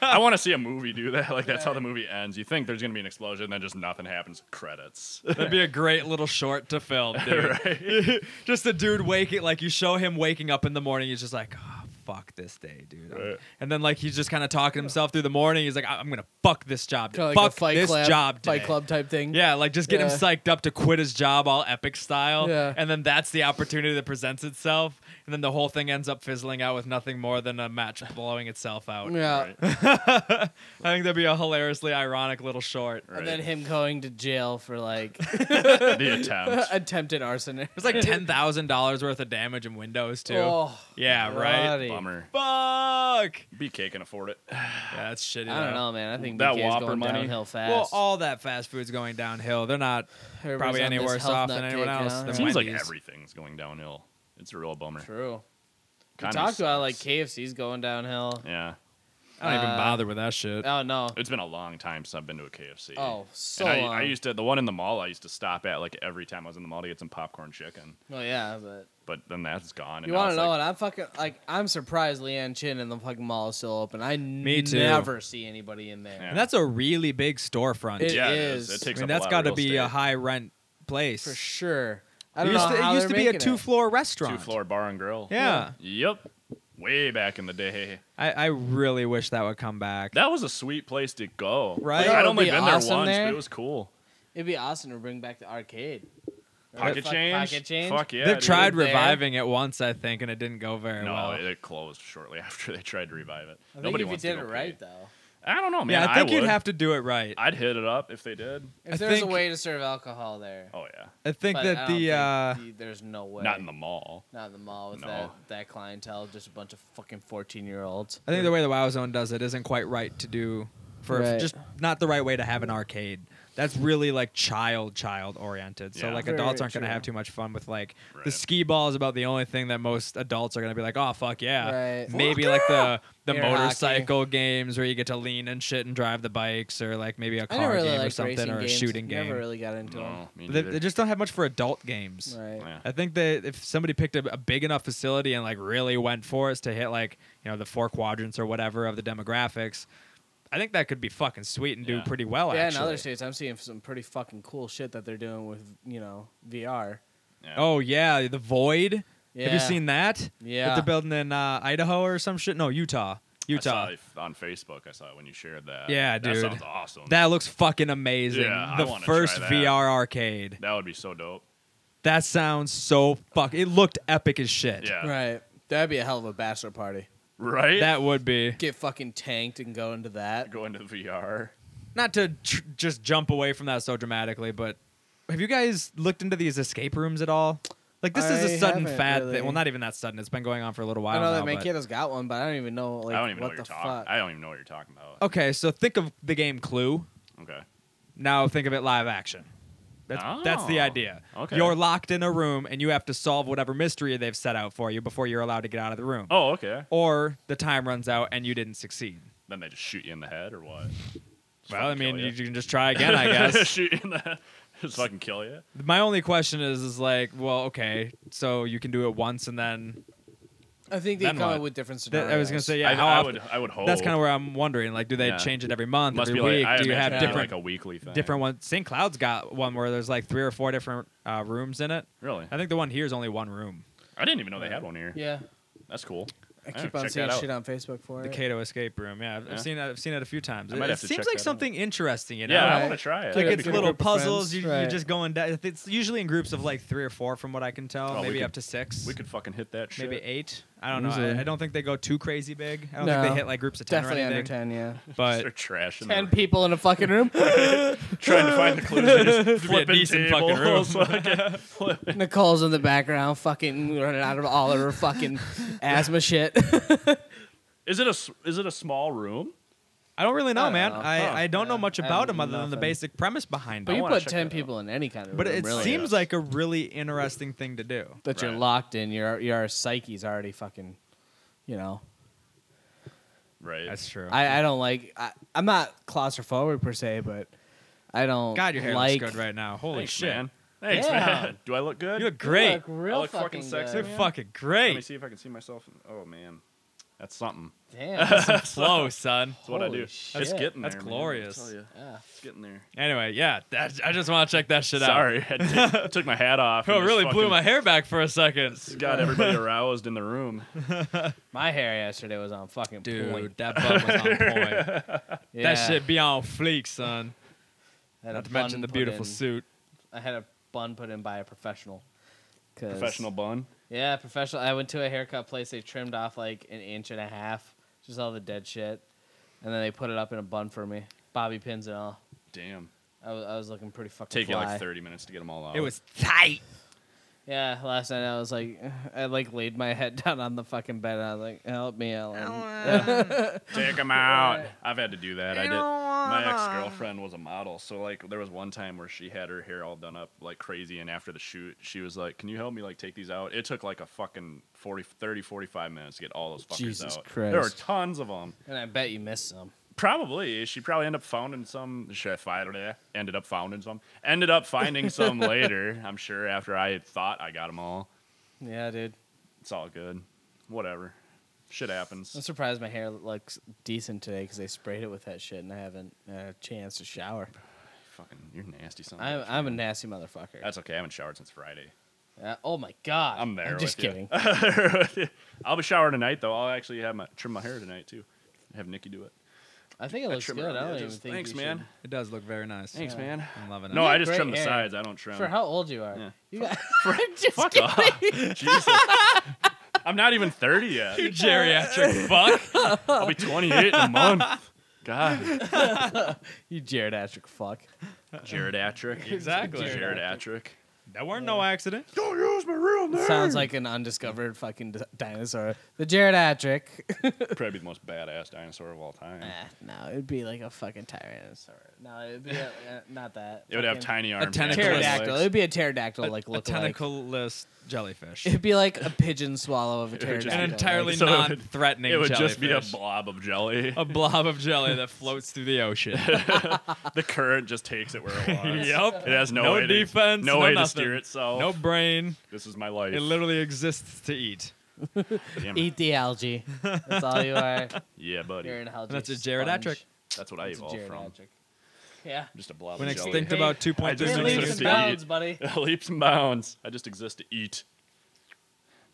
S5: I want to see a movie do that. Like that's how the movie ends. You think there's gonna be an explosion, then just nothing happens. Credits.
S4: <laughs>
S3: That'd be a great little short to <laughs> film, dude. just the dude waking, like you show him waking up in the morning. He's just like, oh, fuck this day, dude.
S5: Right.
S3: And then like he's just kind of talking to himself through the morning. He's like, I- I'm gonna fuck this job.
S4: Kinda
S3: Today.
S4: like a
S3: fuck
S4: fight
S3: this
S4: club,
S3: job. Today.
S4: fight club type thing.
S3: Yeah, like just get him
S4: Yeah.
S3: psyched up to quit his job all epic style.
S4: Yeah.
S3: And then that's the opportunity that presents itself. And then the whole thing ends up fizzling out with nothing more than a match blowing itself out.
S4: Yeah.
S5: Right.
S3: I think that'd be a hilariously ironic little short.
S4: And then him going to jail
S3: <laughs>
S4: for like
S5: the attempt.
S4: <laughs> attempted arson. It <laughs>
S3: It's like $10,000 worth of damage in Windows, too.
S4: Oh,
S3: yeah, right?
S4: bloody.
S5: Bummer.
S3: Fuck!
S5: BK can afford it.
S3: Yeah, that's shitty.
S4: I don't
S3: though.
S4: know, man. I think
S5: That
S4: BK is
S5: Whopper
S4: going
S5: money.
S4: downhill fast.
S3: Well, all that fast food's going downhill. They're not
S4: Everybody's
S3: probably
S4: on
S3: any
S4: this
S3: worse
S4: health
S3: off
S4: nut
S3: than anyone
S4: kick,
S3: else.
S4: you know?
S3: They're
S5: Seems like
S3: Wendy's.
S5: everything's going downhill. It's a real bummer.
S4: True. We
S5: Kinda
S4: talked about like
S5: sucks.
S4: KFC's going downhill.
S5: Yeah,
S3: I don't even
S4: uh,
S3: bother with that shit.
S4: Oh no.
S5: it's been a long time since I've been to a KFC.
S4: Oh, so
S5: and I,
S4: long.
S5: I used to the one in the mall. I used to stop at like every time I was in the mall to get some popcorn chicken.
S4: oh yeah, but
S5: But then that's gone. And
S4: you
S5: now
S4: want to
S5: it's
S4: know
S5: like-
S4: what? I'm fucking like I'm surprised Leanne Chin in the fucking mall is still open. I
S3: Me too.
S4: never see anybody in there.
S5: Yeah.
S3: and that's a really big storefront.
S4: It
S5: yeah, it is.
S4: is.
S5: It takes
S3: I mean,
S5: up a
S3: that's
S5: lot
S3: got to
S5: of
S3: be
S5: real
S3: a
S5: estate.
S3: high rent place.
S4: For sure. I don't
S3: it used
S4: know
S3: to,
S4: how
S3: it used to
S4: they're
S3: be a
S4: making it.
S3: two floor restaurant.
S5: two floor bar and grill.
S3: Yeah.
S5: Yep. Way back in the day,
S3: I, I really wish that would come back.
S5: that was a sweet place to go.
S3: Right?
S5: Like,
S3: It
S5: I'd
S3: would
S5: only
S4: be
S5: been
S4: awesome
S5: there once,
S4: there.
S5: but it was cool.
S4: It'd be awesome to bring back the arcade. Remember
S5: Pocket
S4: fuck-
S5: change.
S4: Pocket change.
S5: Fuck yeah.
S3: They've
S5: dude.
S3: tried
S4: There.
S3: reviving it once, I think, and it didn't go very
S5: No,
S3: well.
S5: it closed shortly <laughs> after they tried to revive it.
S4: I think
S5: Nobody
S4: if you
S5: wants
S4: did
S5: to
S4: it
S5: go
S4: right
S5: pay.
S4: though.
S5: I don't know, man.
S3: yeah, I think
S5: would.
S3: you'd have to do it right.
S5: I'd hit it up if they did.
S4: If
S3: I
S4: there's
S3: think-
S4: a way to serve alcohol there.
S5: Oh yeah,
S3: I think
S4: But
S3: that
S4: I don't
S3: the uh,
S4: think the- there's no way.
S5: not in the mall.
S4: not in the mall with
S5: No.
S4: that that clientele, just a bunch of fucking fourteen year olds.
S3: I think the way the WoW Zone does it isn't quite right to do for
S4: Right.
S3: just not the right way to have an arcade. That's really like child child oriented. So
S5: Yeah.
S3: like
S4: Very
S3: adults aren't going to
S4: true.
S3: have too much fun with like the
S5: Right.
S3: skee ball is about the only thing that most adults are going to be like, "Oh fuck yeah."
S4: Right.
S3: Maybe like the the
S4: Air
S3: motorcycle games where you get to lean and shit and drive the bikes or like maybe a
S4: I never
S3: car
S4: really
S3: game or
S4: liked
S3: something
S4: racing
S3: or a
S4: games.
S3: shooting game.
S4: Never really got into
S5: No, me
S3: they,
S5: neither.
S3: they just don't have much for adult games.
S4: them. Right.
S5: Yeah.
S3: I think that if somebody picked a, a big enough facility and like really went for us to hit like you know the four quadrants or whatever of the demographics, I think that could be fucking sweet and do
S5: Yeah.
S3: pretty well.
S4: yeah,
S3: actually.
S4: in other states, I'm seeing some pretty fucking cool shit that they're doing with you know VR.
S5: Yeah.
S3: Oh yeah, the void. Have
S4: Yeah.
S3: you seen that? that
S4: Yeah.
S3: they're building in uh, Idaho or some shit. No, Utah. Utah.
S5: I saw it on Facebook. I saw it when you shared that.
S3: Yeah,
S5: that
S3: dude.
S5: sounds awesome.
S3: That looks fucking amazing.
S5: Yeah, I
S3: the
S5: wanna try
S3: first
S5: that.
S3: VR arcade.
S5: that would be so dope.
S3: That sounds so fuck. It looked epic as shit.
S5: Yeah,
S4: Right. That'd be a hell of a bachelor party.
S5: right.
S3: That would be.
S4: Get fucking tanked and go into that.
S5: go into VR.
S3: not to tr- just jump away from that so dramatically, but have you guys looked into these escape rooms at all? Like this is
S4: I
S3: a sudden
S4: haven't
S3: fad
S4: really.
S3: thing. Well, not even that sudden. It's been going on for a little
S4: I,
S3: while
S4: know
S3: now.
S4: that
S3: but-
S4: Mankato's got one, but I don't even know. Like,
S5: I don't even know
S4: what
S5: what you're
S4: the
S5: talking.
S4: fuck.
S5: I don't even know what you're talking about.
S3: okay, so think of the game Clue.
S5: Okay.
S3: Now think of it live action. That's, that's the
S5: Oh,
S3: idea.
S5: okay.
S3: You're locked in a room and you have to solve whatever mystery they've set out for you before you're allowed to get out of the room.
S5: Oh, okay.
S3: Or the time runs out and you didn't succeed.
S5: Then they just shoot you in the head or what? Just
S3: Well, I
S5: fucking kill
S3: mean,
S5: ya. <laughs>
S4: <laughs>
S3: you. can just try again, I guess.
S5: shoot you in the <laughs> head. just fucking kill you.
S3: My only question is, is like, well, okay, so you can do it once and then.
S4: I think they
S3: Then
S4: come up
S3: what?
S4: with different
S3: That-
S4: scenarios.
S3: I was gonna say, yeah,
S5: I,
S3: how
S5: I
S3: often-
S5: would. I would hope
S3: That's kind of where I'm wondering. Like, do they
S5: Yeah.
S3: change it every month,
S5: must
S3: every
S5: be
S3: week?
S5: like. I
S3: do you have
S5: imagine it'd be
S3: different
S5: like a weekly thing?
S3: different ones? St. Cloud's got one where there's like three or four different uh, rooms in it.
S5: Really?
S3: I think the one here is only one room.
S5: I didn't even know they had one here.
S4: Yeah,
S5: That's cool.
S4: I
S5: Yeah,
S4: keep on
S5: check
S4: seeing
S5: that out.
S4: shit on Facebook for
S3: The
S4: it.
S3: Cato escape room. Yeah, I've,
S5: Yeah.
S3: I've seen that. I've seen it a few times.
S5: I
S3: It,
S5: might
S3: it
S5: have to
S3: seems
S5: check
S3: like
S5: that out.
S3: something interesting. You know,
S5: Yeah,
S4: Right.
S5: I want to try it.
S4: Like, it's
S5: I think
S3: it's
S5: we
S4: Good
S3: little
S4: group of
S3: puzzles.
S4: friends.
S3: You,
S4: Right.
S3: You're just going down. It's usually in groups of like three or four, from what I can tell.
S5: Oh, we
S3: maybe
S5: could-
S3: up to six.
S5: We could fucking hit that shit.
S3: maybe eight. I don't know.
S4: Easily.
S3: I, I don't think they go too crazy big. I don't
S4: No.
S3: think they hit like groups of ten
S4: Definitely
S3: or
S4: under
S3: anything.
S4: ten. Yeah,
S5: They're
S3: But
S5: trashing.
S4: ten
S5: the- <laughs>
S4: people in a fucking room.
S5: trying to find the clues. They just
S3: <laughs> It'd be a
S5: flipping
S3: decent fucking room.
S5: tables. <laughs> Like,
S4: Nicole's in the background, fucking running out of all of
S3: <laughs>
S4: her fucking asthma shit.
S5: is it a s- is it a small room?
S3: I don't really know,
S4: don't
S3: man.
S4: know.
S3: I,
S5: Huh.
S3: I don't know
S4: Yeah.
S3: much
S4: I
S3: about
S4: don't
S3: him other than the
S4: nothing.
S3: basic premise behind
S4: but
S3: him.
S4: you
S5: wanna
S4: put
S5: check
S4: ten
S5: that
S4: people in any kind of
S3: But
S4: room.
S3: it
S4: really.
S3: seems like a really interesting thing to do.
S4: that you're
S5: Right.
S4: locked in. Your your psyche's already fucking, you know.
S5: Right.
S3: That's true.
S4: I, I don't like. I, I'm not claustrophobic per se, but I don't.
S3: God, your hair
S4: like,
S3: looks good right now. Holy
S5: Thanks,
S3: shit.
S5: man. Thanks,
S4: Yeah.
S5: man. <laughs> Do I look good?
S3: You look great.
S4: You look real
S5: I look
S4: fucking,
S5: fucking
S4: good.
S5: sexy. <laughs>
S3: You're
S5: man.
S3: fucking
S5: Let
S3: <laughs>
S5: me
S3: great.
S5: see if I can see myself. Oh man, that's something.
S4: Damn.
S5: That's
S3: Flow, son.
S5: what I
S4: Holy
S5: do.
S4: shit.
S5: It's getting
S3: That's
S5: there, man.
S3: glorious.
S5: I tell ya.
S4: Yeah.
S5: It's getting there.
S3: Anyway, yeah, that, I just want to check that shit out.
S5: Sorry, <laughs> I t- took my hat off.
S3: Oh, <laughs>
S5: and
S3: it
S5: just
S3: really blew
S5: fucking
S3: my hair back for a <laughs> second.
S5: <laughs> Got everybody aroused in the room.
S4: My hair yesterday was on fucking
S3: Dude,
S4: point.
S3: that bum was on <laughs> point.
S4: Yeah.
S3: That shit be on fleek, son.
S4: I had a
S3: Not to mention
S4: bun
S3: the
S4: put
S3: beautiful
S4: in-
S3: suit.
S4: I had a bun put in by a professional. 'Cause-
S5: Professional bun.
S4: Yeah, professional. I went to a haircut place. They trimmed off like an inch and a half, just all the dead shit, and then they put it up in a bun for me, bobby pins and all.
S5: Damn.
S4: I was, I was looking pretty fucking.
S5: Take you
S4: fly.
S5: like 30 minutes to get them all out.
S3: It was tight.
S4: Yeah, last night I was like, <laughs> I like laid my head <laughs> down on the fucking bed and I was like, help me, Ellen. <laughs>
S5: Take them out. I've had to do that. I did. My ex girlfriend was a model, so like there was one time where she had her hair all done up like crazy, and after the shoot, she was like, "Can you help me like take these out?" It took like a fucking 40, 30, 45 minutes to get all those fuckers
S4: Jesus
S5: out. There were
S4: Christ.
S5: tons of them.
S4: And I bet you missed some.
S5: Probably she probably ended up finding some. She fi- ended up finding some. Ended up
S4: <laughs>
S5: finding some later. I'm sure after I had thought I got them all.
S4: Yeah, dude.
S5: It's all good. Whatever. Shit happens.
S4: I'm surprised my hair looks decent today because they sprayed it with that shit and I haven't had a chance to shower.
S5: Fucking, you're nasty. Son of
S4: I'm,
S5: a bitch,
S4: I'm a
S5: man.
S4: nasty motherfucker.
S5: That's okay. I haven't showered since Friday.
S4: Uh, oh my god.
S5: I'm there
S4: I'm just
S5: with you. <laughs>
S4: kidding.
S5: I'll be showering tonight though. I'll actually have my trim my hair tonight too. Have Nikki do it.
S4: I think it looks
S5: trim
S4: good.
S5: her
S4: I
S5: up. Yeah,
S4: don't even
S5: just-
S4: think.
S5: thanks,
S4: you
S5: man.
S3: It does look very nice.
S5: Thanks, man.
S3: I'm loving it.
S5: No, I just
S4: great
S5: trim the
S4: hair.
S5: sides. I don't trim.
S4: should.
S5: <laughs>
S4: For how old you are.
S5: Yeah.
S4: You got. <laughs> just
S5: Fuck
S4: kidding.
S5: off. Jesus. I'm not even 30 yet.
S3: You <laughs> geriatric fuck.
S5: I'll be 28 in a month. God.
S4: You geriatric fuck.
S5: Jared Atrick.
S3: Exactly.
S5: Jared Atrick.
S3: That weren't no accident.
S5: Don't use my real name.
S4: Sounds like an undiscovered fucking d- dinosaur. The geriatric.
S5: probably the most badass dinosaur of all time.
S4: Ah, <laughs> no, it'd be like a fucking tyrannosaurus. No, it'd be a, uh, not that.
S5: It would have
S4: Fucking
S5: tiny arms. and
S3: tentacle.
S4: pterodactyl. It'd
S5: legs.
S4: be a pterodactyl like
S3: a
S4: look
S3: tentacless jellyfish. <laughs>
S4: It'd be like a pigeon swallow
S5: <laughs>
S4: of a
S5: would just be
S4: pterodactyl.
S3: An entirely
S5: So it would-
S3: non-threatening
S5: It would just be a
S3: jellyfish.
S5: blob of jelly.
S3: a blob of jelly that floats through the ocean.
S5: <laughs> The current just takes it where
S3: <laughs>
S5: it wants.
S3: yep.
S5: It has no,
S3: No
S5: way to-
S3: defense,
S5: no,
S3: no
S5: way to
S3: nothing.
S5: steer itself.
S3: No brain.
S5: This is my life.
S3: It literally exists to eat.
S5: Damn.
S4: Eat the algae. That's all you
S5: <laughs>
S4: are.
S5: Yeah, buddy.
S4: You're an algae.
S3: That's a
S4: sponge.
S3: geriatric.
S5: That's what I
S4: That's a
S5: evolved from.
S4: geriatric. Yeah.
S5: Just a blob
S3: Went
S5: of jelly. <laughs>
S3: extinct
S4: Hey,
S3: about
S5: I
S3: 2.3
S5: just
S4: It
S5: Doesn't
S4: leaves
S5: exist
S4: and
S5: to
S4: bounds,
S5: eat.
S4: buddy.
S5: Leaps and bounds. I just exist to eat.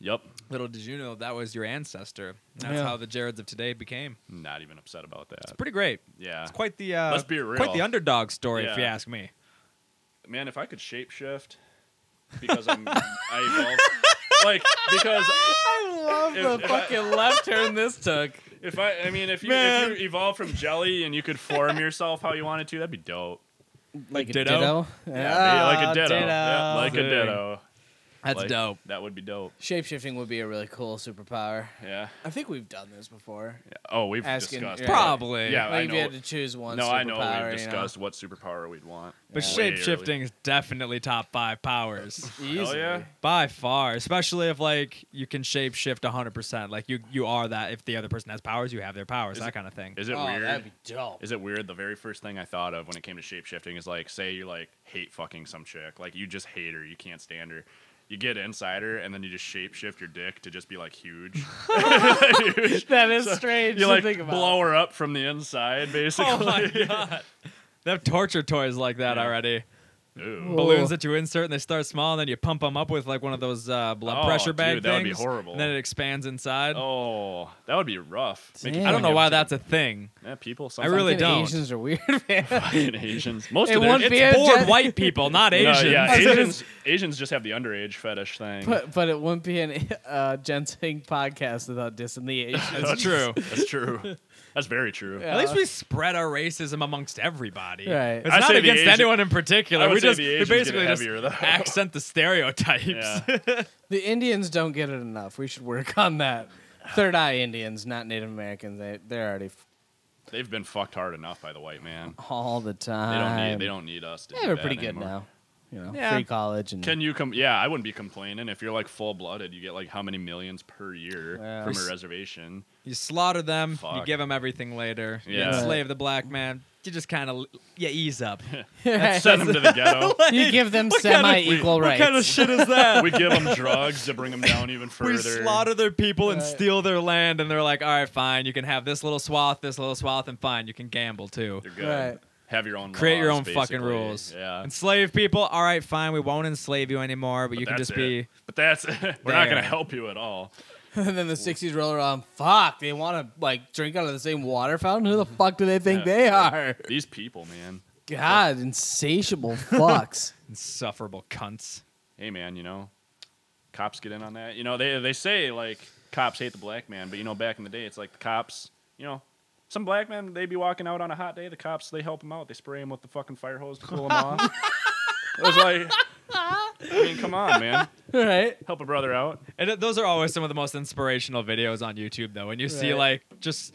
S5: Yep.
S3: Little did you know that was your ancestor. That's
S4: Yeah.
S3: how the Jareds of today became.
S5: Not even upset about that.
S3: It's pretty great.
S5: yeah.
S3: It's quite the uh,
S5: Let's be real.
S3: quite the underdog story, if you
S5: Yeah.
S3: ask me.
S5: Man, if I could shapeshift because I'm
S3: <laughs>
S5: I evolved like because
S4: I love
S5: If- the if <laughs> I- fucking
S4: left turn this took.
S5: if I I mean if you
S3: Man.
S5: if you evolved from jelly and you could form yourself how you wanted to, that'd be dope.
S4: Like a
S3: Ditto?
S4: ditto.
S5: Yeah, be like
S4: Oh,
S5: a ditto. Yeah, like a
S3: Dang.
S5: ditto.
S3: Ah, That's
S5: Like,
S3: dope.
S5: That would be dope.
S4: Shapeshifting would be a really cool superpower.
S5: Yeah.
S4: I think we've done this before.
S5: Oh, we've
S4: Asking-
S5: discussed.
S4: yeah.
S5: that.
S3: Probably.
S5: Yeah,
S4: Like
S5: I
S4: if
S5: know.
S4: you had to choose one.
S5: no, I know
S4: superpower, you
S5: we've discussed what superpower we'd want.
S3: But
S5: Way
S3: shape
S5: early.
S3: shifting is definitely top five powers
S5: Hell yeah.
S3: by far, especially if like you can shape shift 100%. Like you you are that if the other person has powers, you have their powers,
S5: Is
S3: that
S5: it-
S3: kind of thing.
S5: Is it
S4: Oh,
S5: weird?
S4: that'd be dope.
S5: Is it weird? The very first thing I thought of when it came to shape shifting is like, say you like hate fucking some chick, like you just hate her, you can't stand her. You get inside her, and then you just shape shift your dick to just be like huge. <laughs> Huge.
S4: That
S5: <laughs>
S4: is strange
S5: You
S4: to
S5: like
S4: think about.
S5: blow her up from the inside, <laughs>
S3: <laughs>
S5: basically.
S3: Oh my
S5: <laughs>
S3: god. They have torture toys like that
S5: Yeah.
S3: already.
S5: Ooh.
S3: Balloons that you insert and they start small, and then you pump them up with like one of those uh, blood
S5: Oh,
S3: pressure bag
S5: dude,
S3: things.
S5: that would be horrible.
S3: And then it expands inside.
S5: Oh, that would be rough. Make you
S4: Damn.
S3: I don't know
S5: fucking
S3: why
S5: upset.
S3: that's a thing.
S5: Yeah, people.
S3: I
S4: <laughs>
S3: really
S4: Fucking
S3: don't.
S4: Asians are weird, <laughs> man.
S5: <laughs> fucking Asians. Most
S4: It
S5: of their
S4: won't
S5: it's
S4: be a-
S5: bo-
S3: Bored
S4: gen-
S3: white people, not
S5: No,
S3: Asians. <laughs>
S5: <laughs> yeah,
S4: Asians.
S5: Asians. Asians just have the underage fetish thing.
S4: But, but it wouldn't be an <laughs> uh, Ginseng podcast without dissing the
S5: <laughs>
S4: Asians.
S3: That's true.
S5: That's true. <laughs> That's very true.
S4: Yeah.
S3: At least we spread our racism amongst everybody.
S4: Right.
S3: It's
S5: I'd
S3: not
S5: say the
S3: against
S5: Asian-
S3: anyone in particular.
S5: I would
S3: we
S5: say
S3: just
S5: the
S3: we
S5: Asians get
S3: basically just
S5: heavier, though.
S3: accent the stereotypes. <laughs>
S5: Yeah.
S4: The Indians don't get it enough. We should work on that. Third eye Indians, not Native Americans. They they're already f-
S5: They've been fucked hard enough by the white man.
S4: all the
S5: They don't
S4: time.
S5: need. They don't need us. To do
S4: are
S5: that
S4: pretty good
S5: anymore.
S4: now. You know,
S3: Yeah.
S4: free college and <laughs>
S5: Can you come? Yeah, I wouldn't be complaining if you're like full blooded. You get like how many millions per year
S4: Yeah.
S5: from
S3: Pers- <laughs>
S5: a reservation?
S3: You slaughter them. You
S5: Fuck.
S3: give them everything later. You
S5: Yeah.
S3: enslave the black man. You just kind of you ease <laughs>
S5: <laughs>
S3: up.
S5: Send them to
S3: <laughs>
S5: the ghetto.
S4: you give them
S3: kind of-
S4: semi-equal
S3: what
S4: rights.
S3: kind of shit is
S5: <laughs>
S3: that?
S5: we give them drugs to bring them down even
S3: <laughs>
S5: further.
S3: we slaughter their people and
S4: Right.
S3: steal their land, and they're like, "All right, fine. You can have this little swath, this little swath, and fine, you can gamble too.
S5: You're good.
S4: Right.
S5: Have your own.
S3: Create your
S5: laws,
S3: own fucking
S5: basically.
S3: rules.
S5: Yeah.
S3: Enslave people. All right, fine. We won't enslave you anymore, but, you can
S5: That's
S3: just
S5: it.
S3: be."
S5: But that's <laughs> we're not
S3: there.
S5: gonna help you at all.
S4: <laughs> and then the '60s roll around. Fuck, they want to like drink out of the same water fountain. Who the fuck do they think
S5: Yeah.
S3: <laughs>
S4: they are? <laughs>
S5: These people, man.
S4: God, insatiable
S3: <laughs>
S4: fucks.
S3: insufferable cunts.
S5: hey man, you know, cops get in on that. You know, they they say like cops hate the black man, but you know, back in the day, it's like the cops. You know, some black men they be walking out on a hot day. The cops they help them out. They spray them with the fucking fire hose to cool
S4: <laughs>
S5: them off. It was like, I mean, come on, man,
S4: right?
S5: help a brother out.
S3: And it- those are always some of the most inspirational videos on YouTube, though. When you see
S4: Right.
S3: like just,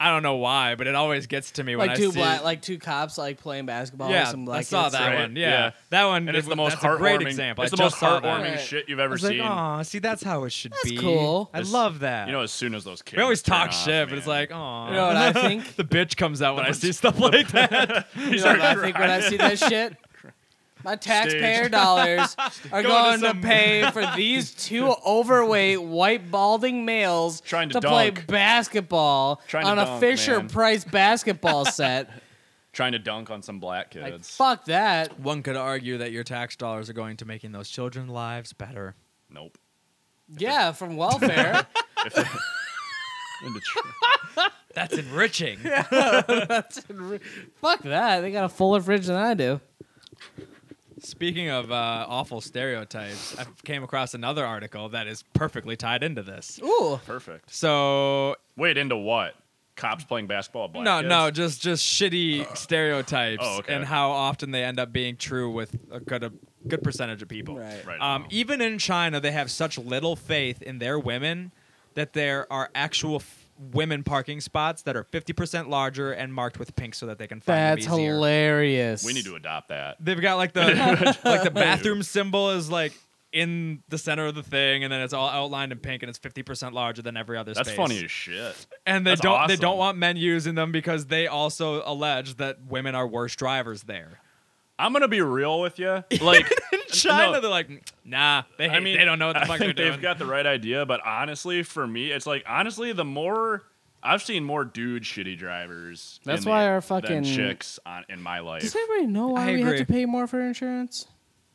S3: I don't know why, but it always gets to me when
S4: Like
S3: I
S4: two
S3: see.
S4: black, like two cops, like playing basketball. with
S3: yeah,
S4: some black
S3: I saw
S4: kids.
S3: that
S5: Right,
S3: one. Yeah.
S5: yeah.
S3: that one.
S5: And it's
S3: it-
S5: the most
S3: that's a great
S5: heartwarming
S3: example.
S5: It's
S3: I
S5: the most
S3: just saw that.
S5: heartwarming
S4: Right.
S5: shit you've
S3: I
S5: ever
S3: was like,
S5: seen.
S3: oh, see, that's how it should
S4: That's
S3: be.
S4: cool.
S3: I
S5: It's-
S3: love that.
S5: you know, as soon as those kids.
S3: we always
S5: turn
S3: talk
S5: off,
S3: shit, but it's
S5: man. <laughs>
S3: like, <laughs> oh,
S4: You know what I <laughs> think?
S3: the bitch comes out when I
S5: That's-
S3: see stuff like that.
S4: You know what I think when I
S3: <laughs>
S4: see that shit? My taxpayer dollars
S3: Going
S4: are
S3: to
S4: going, to,
S3: some- <laughs>
S4: pay for these two overweight, white, balding males
S5: Trying to
S4: play
S5: dunk.
S4: basketball
S5: Trying to
S4: on a
S5: dunk,
S4: Fisher
S5: man.
S3: <laughs>
S4: Price basketball set.
S5: <laughs> trying to dunk on some black
S4: like,
S5: kids.
S4: fuck that.
S3: One could argue that your tax dollars are going to making those children's lives better.
S5: Nope.
S4: Yeah, from <laughs> welfare.
S5: If they- And it's-
S3: That's enriching.
S4: fuck that. They got a fuller fridge than I do.
S3: Speaking of uh, awful stereotypes, I came across another article that is perfectly tied into this.
S4: Ooh.
S5: Perfect.
S3: So
S5: Wait, into what? Cops playing basketball? Black
S3: no,
S5: kids? Uh,
S3: no, just just shitty stereotypes
S5: Oh, okay.
S3: and how often they end up being true with a good a good percentage of people.
S4: Right.
S5: Right.
S3: Um, even in China, they have such little faith in their women that there are actual f- women parking spots that are 50% larger and marked with pink so that they can find
S4: That's
S3: them easier.
S4: hilarious.
S5: we need to adopt that.
S3: They've got like
S4: <laughs>
S3: the like the bathroom symbol is like in the center of the thing, and then it's all outlined in pink, and it's fifty percent larger than every other
S5: That's
S3: space.
S5: funny as shit.
S3: And they
S5: That's
S3: don't they
S5: awesome.
S3: don't want men using them because they also allege that women are worse drivers there.
S5: I'm gonna be real with you.
S3: <laughs>
S5: Like
S3: In China,
S5: no.
S3: they're like, nah, they hate,
S5: I mean,
S3: they don't know what the
S5: I
S3: fuck
S5: think
S3: they're doing.
S5: They've got the right idea, but honestly, for me, it's like honestly, the more I've seen more dude shitty drivers. in
S4: That's
S5: the-
S4: why our
S5: than
S4: fucking-
S5: chicks on, in my life.
S4: Does anybody know why
S3: I
S4: we
S3: agree.
S4: have to pay more for insurance?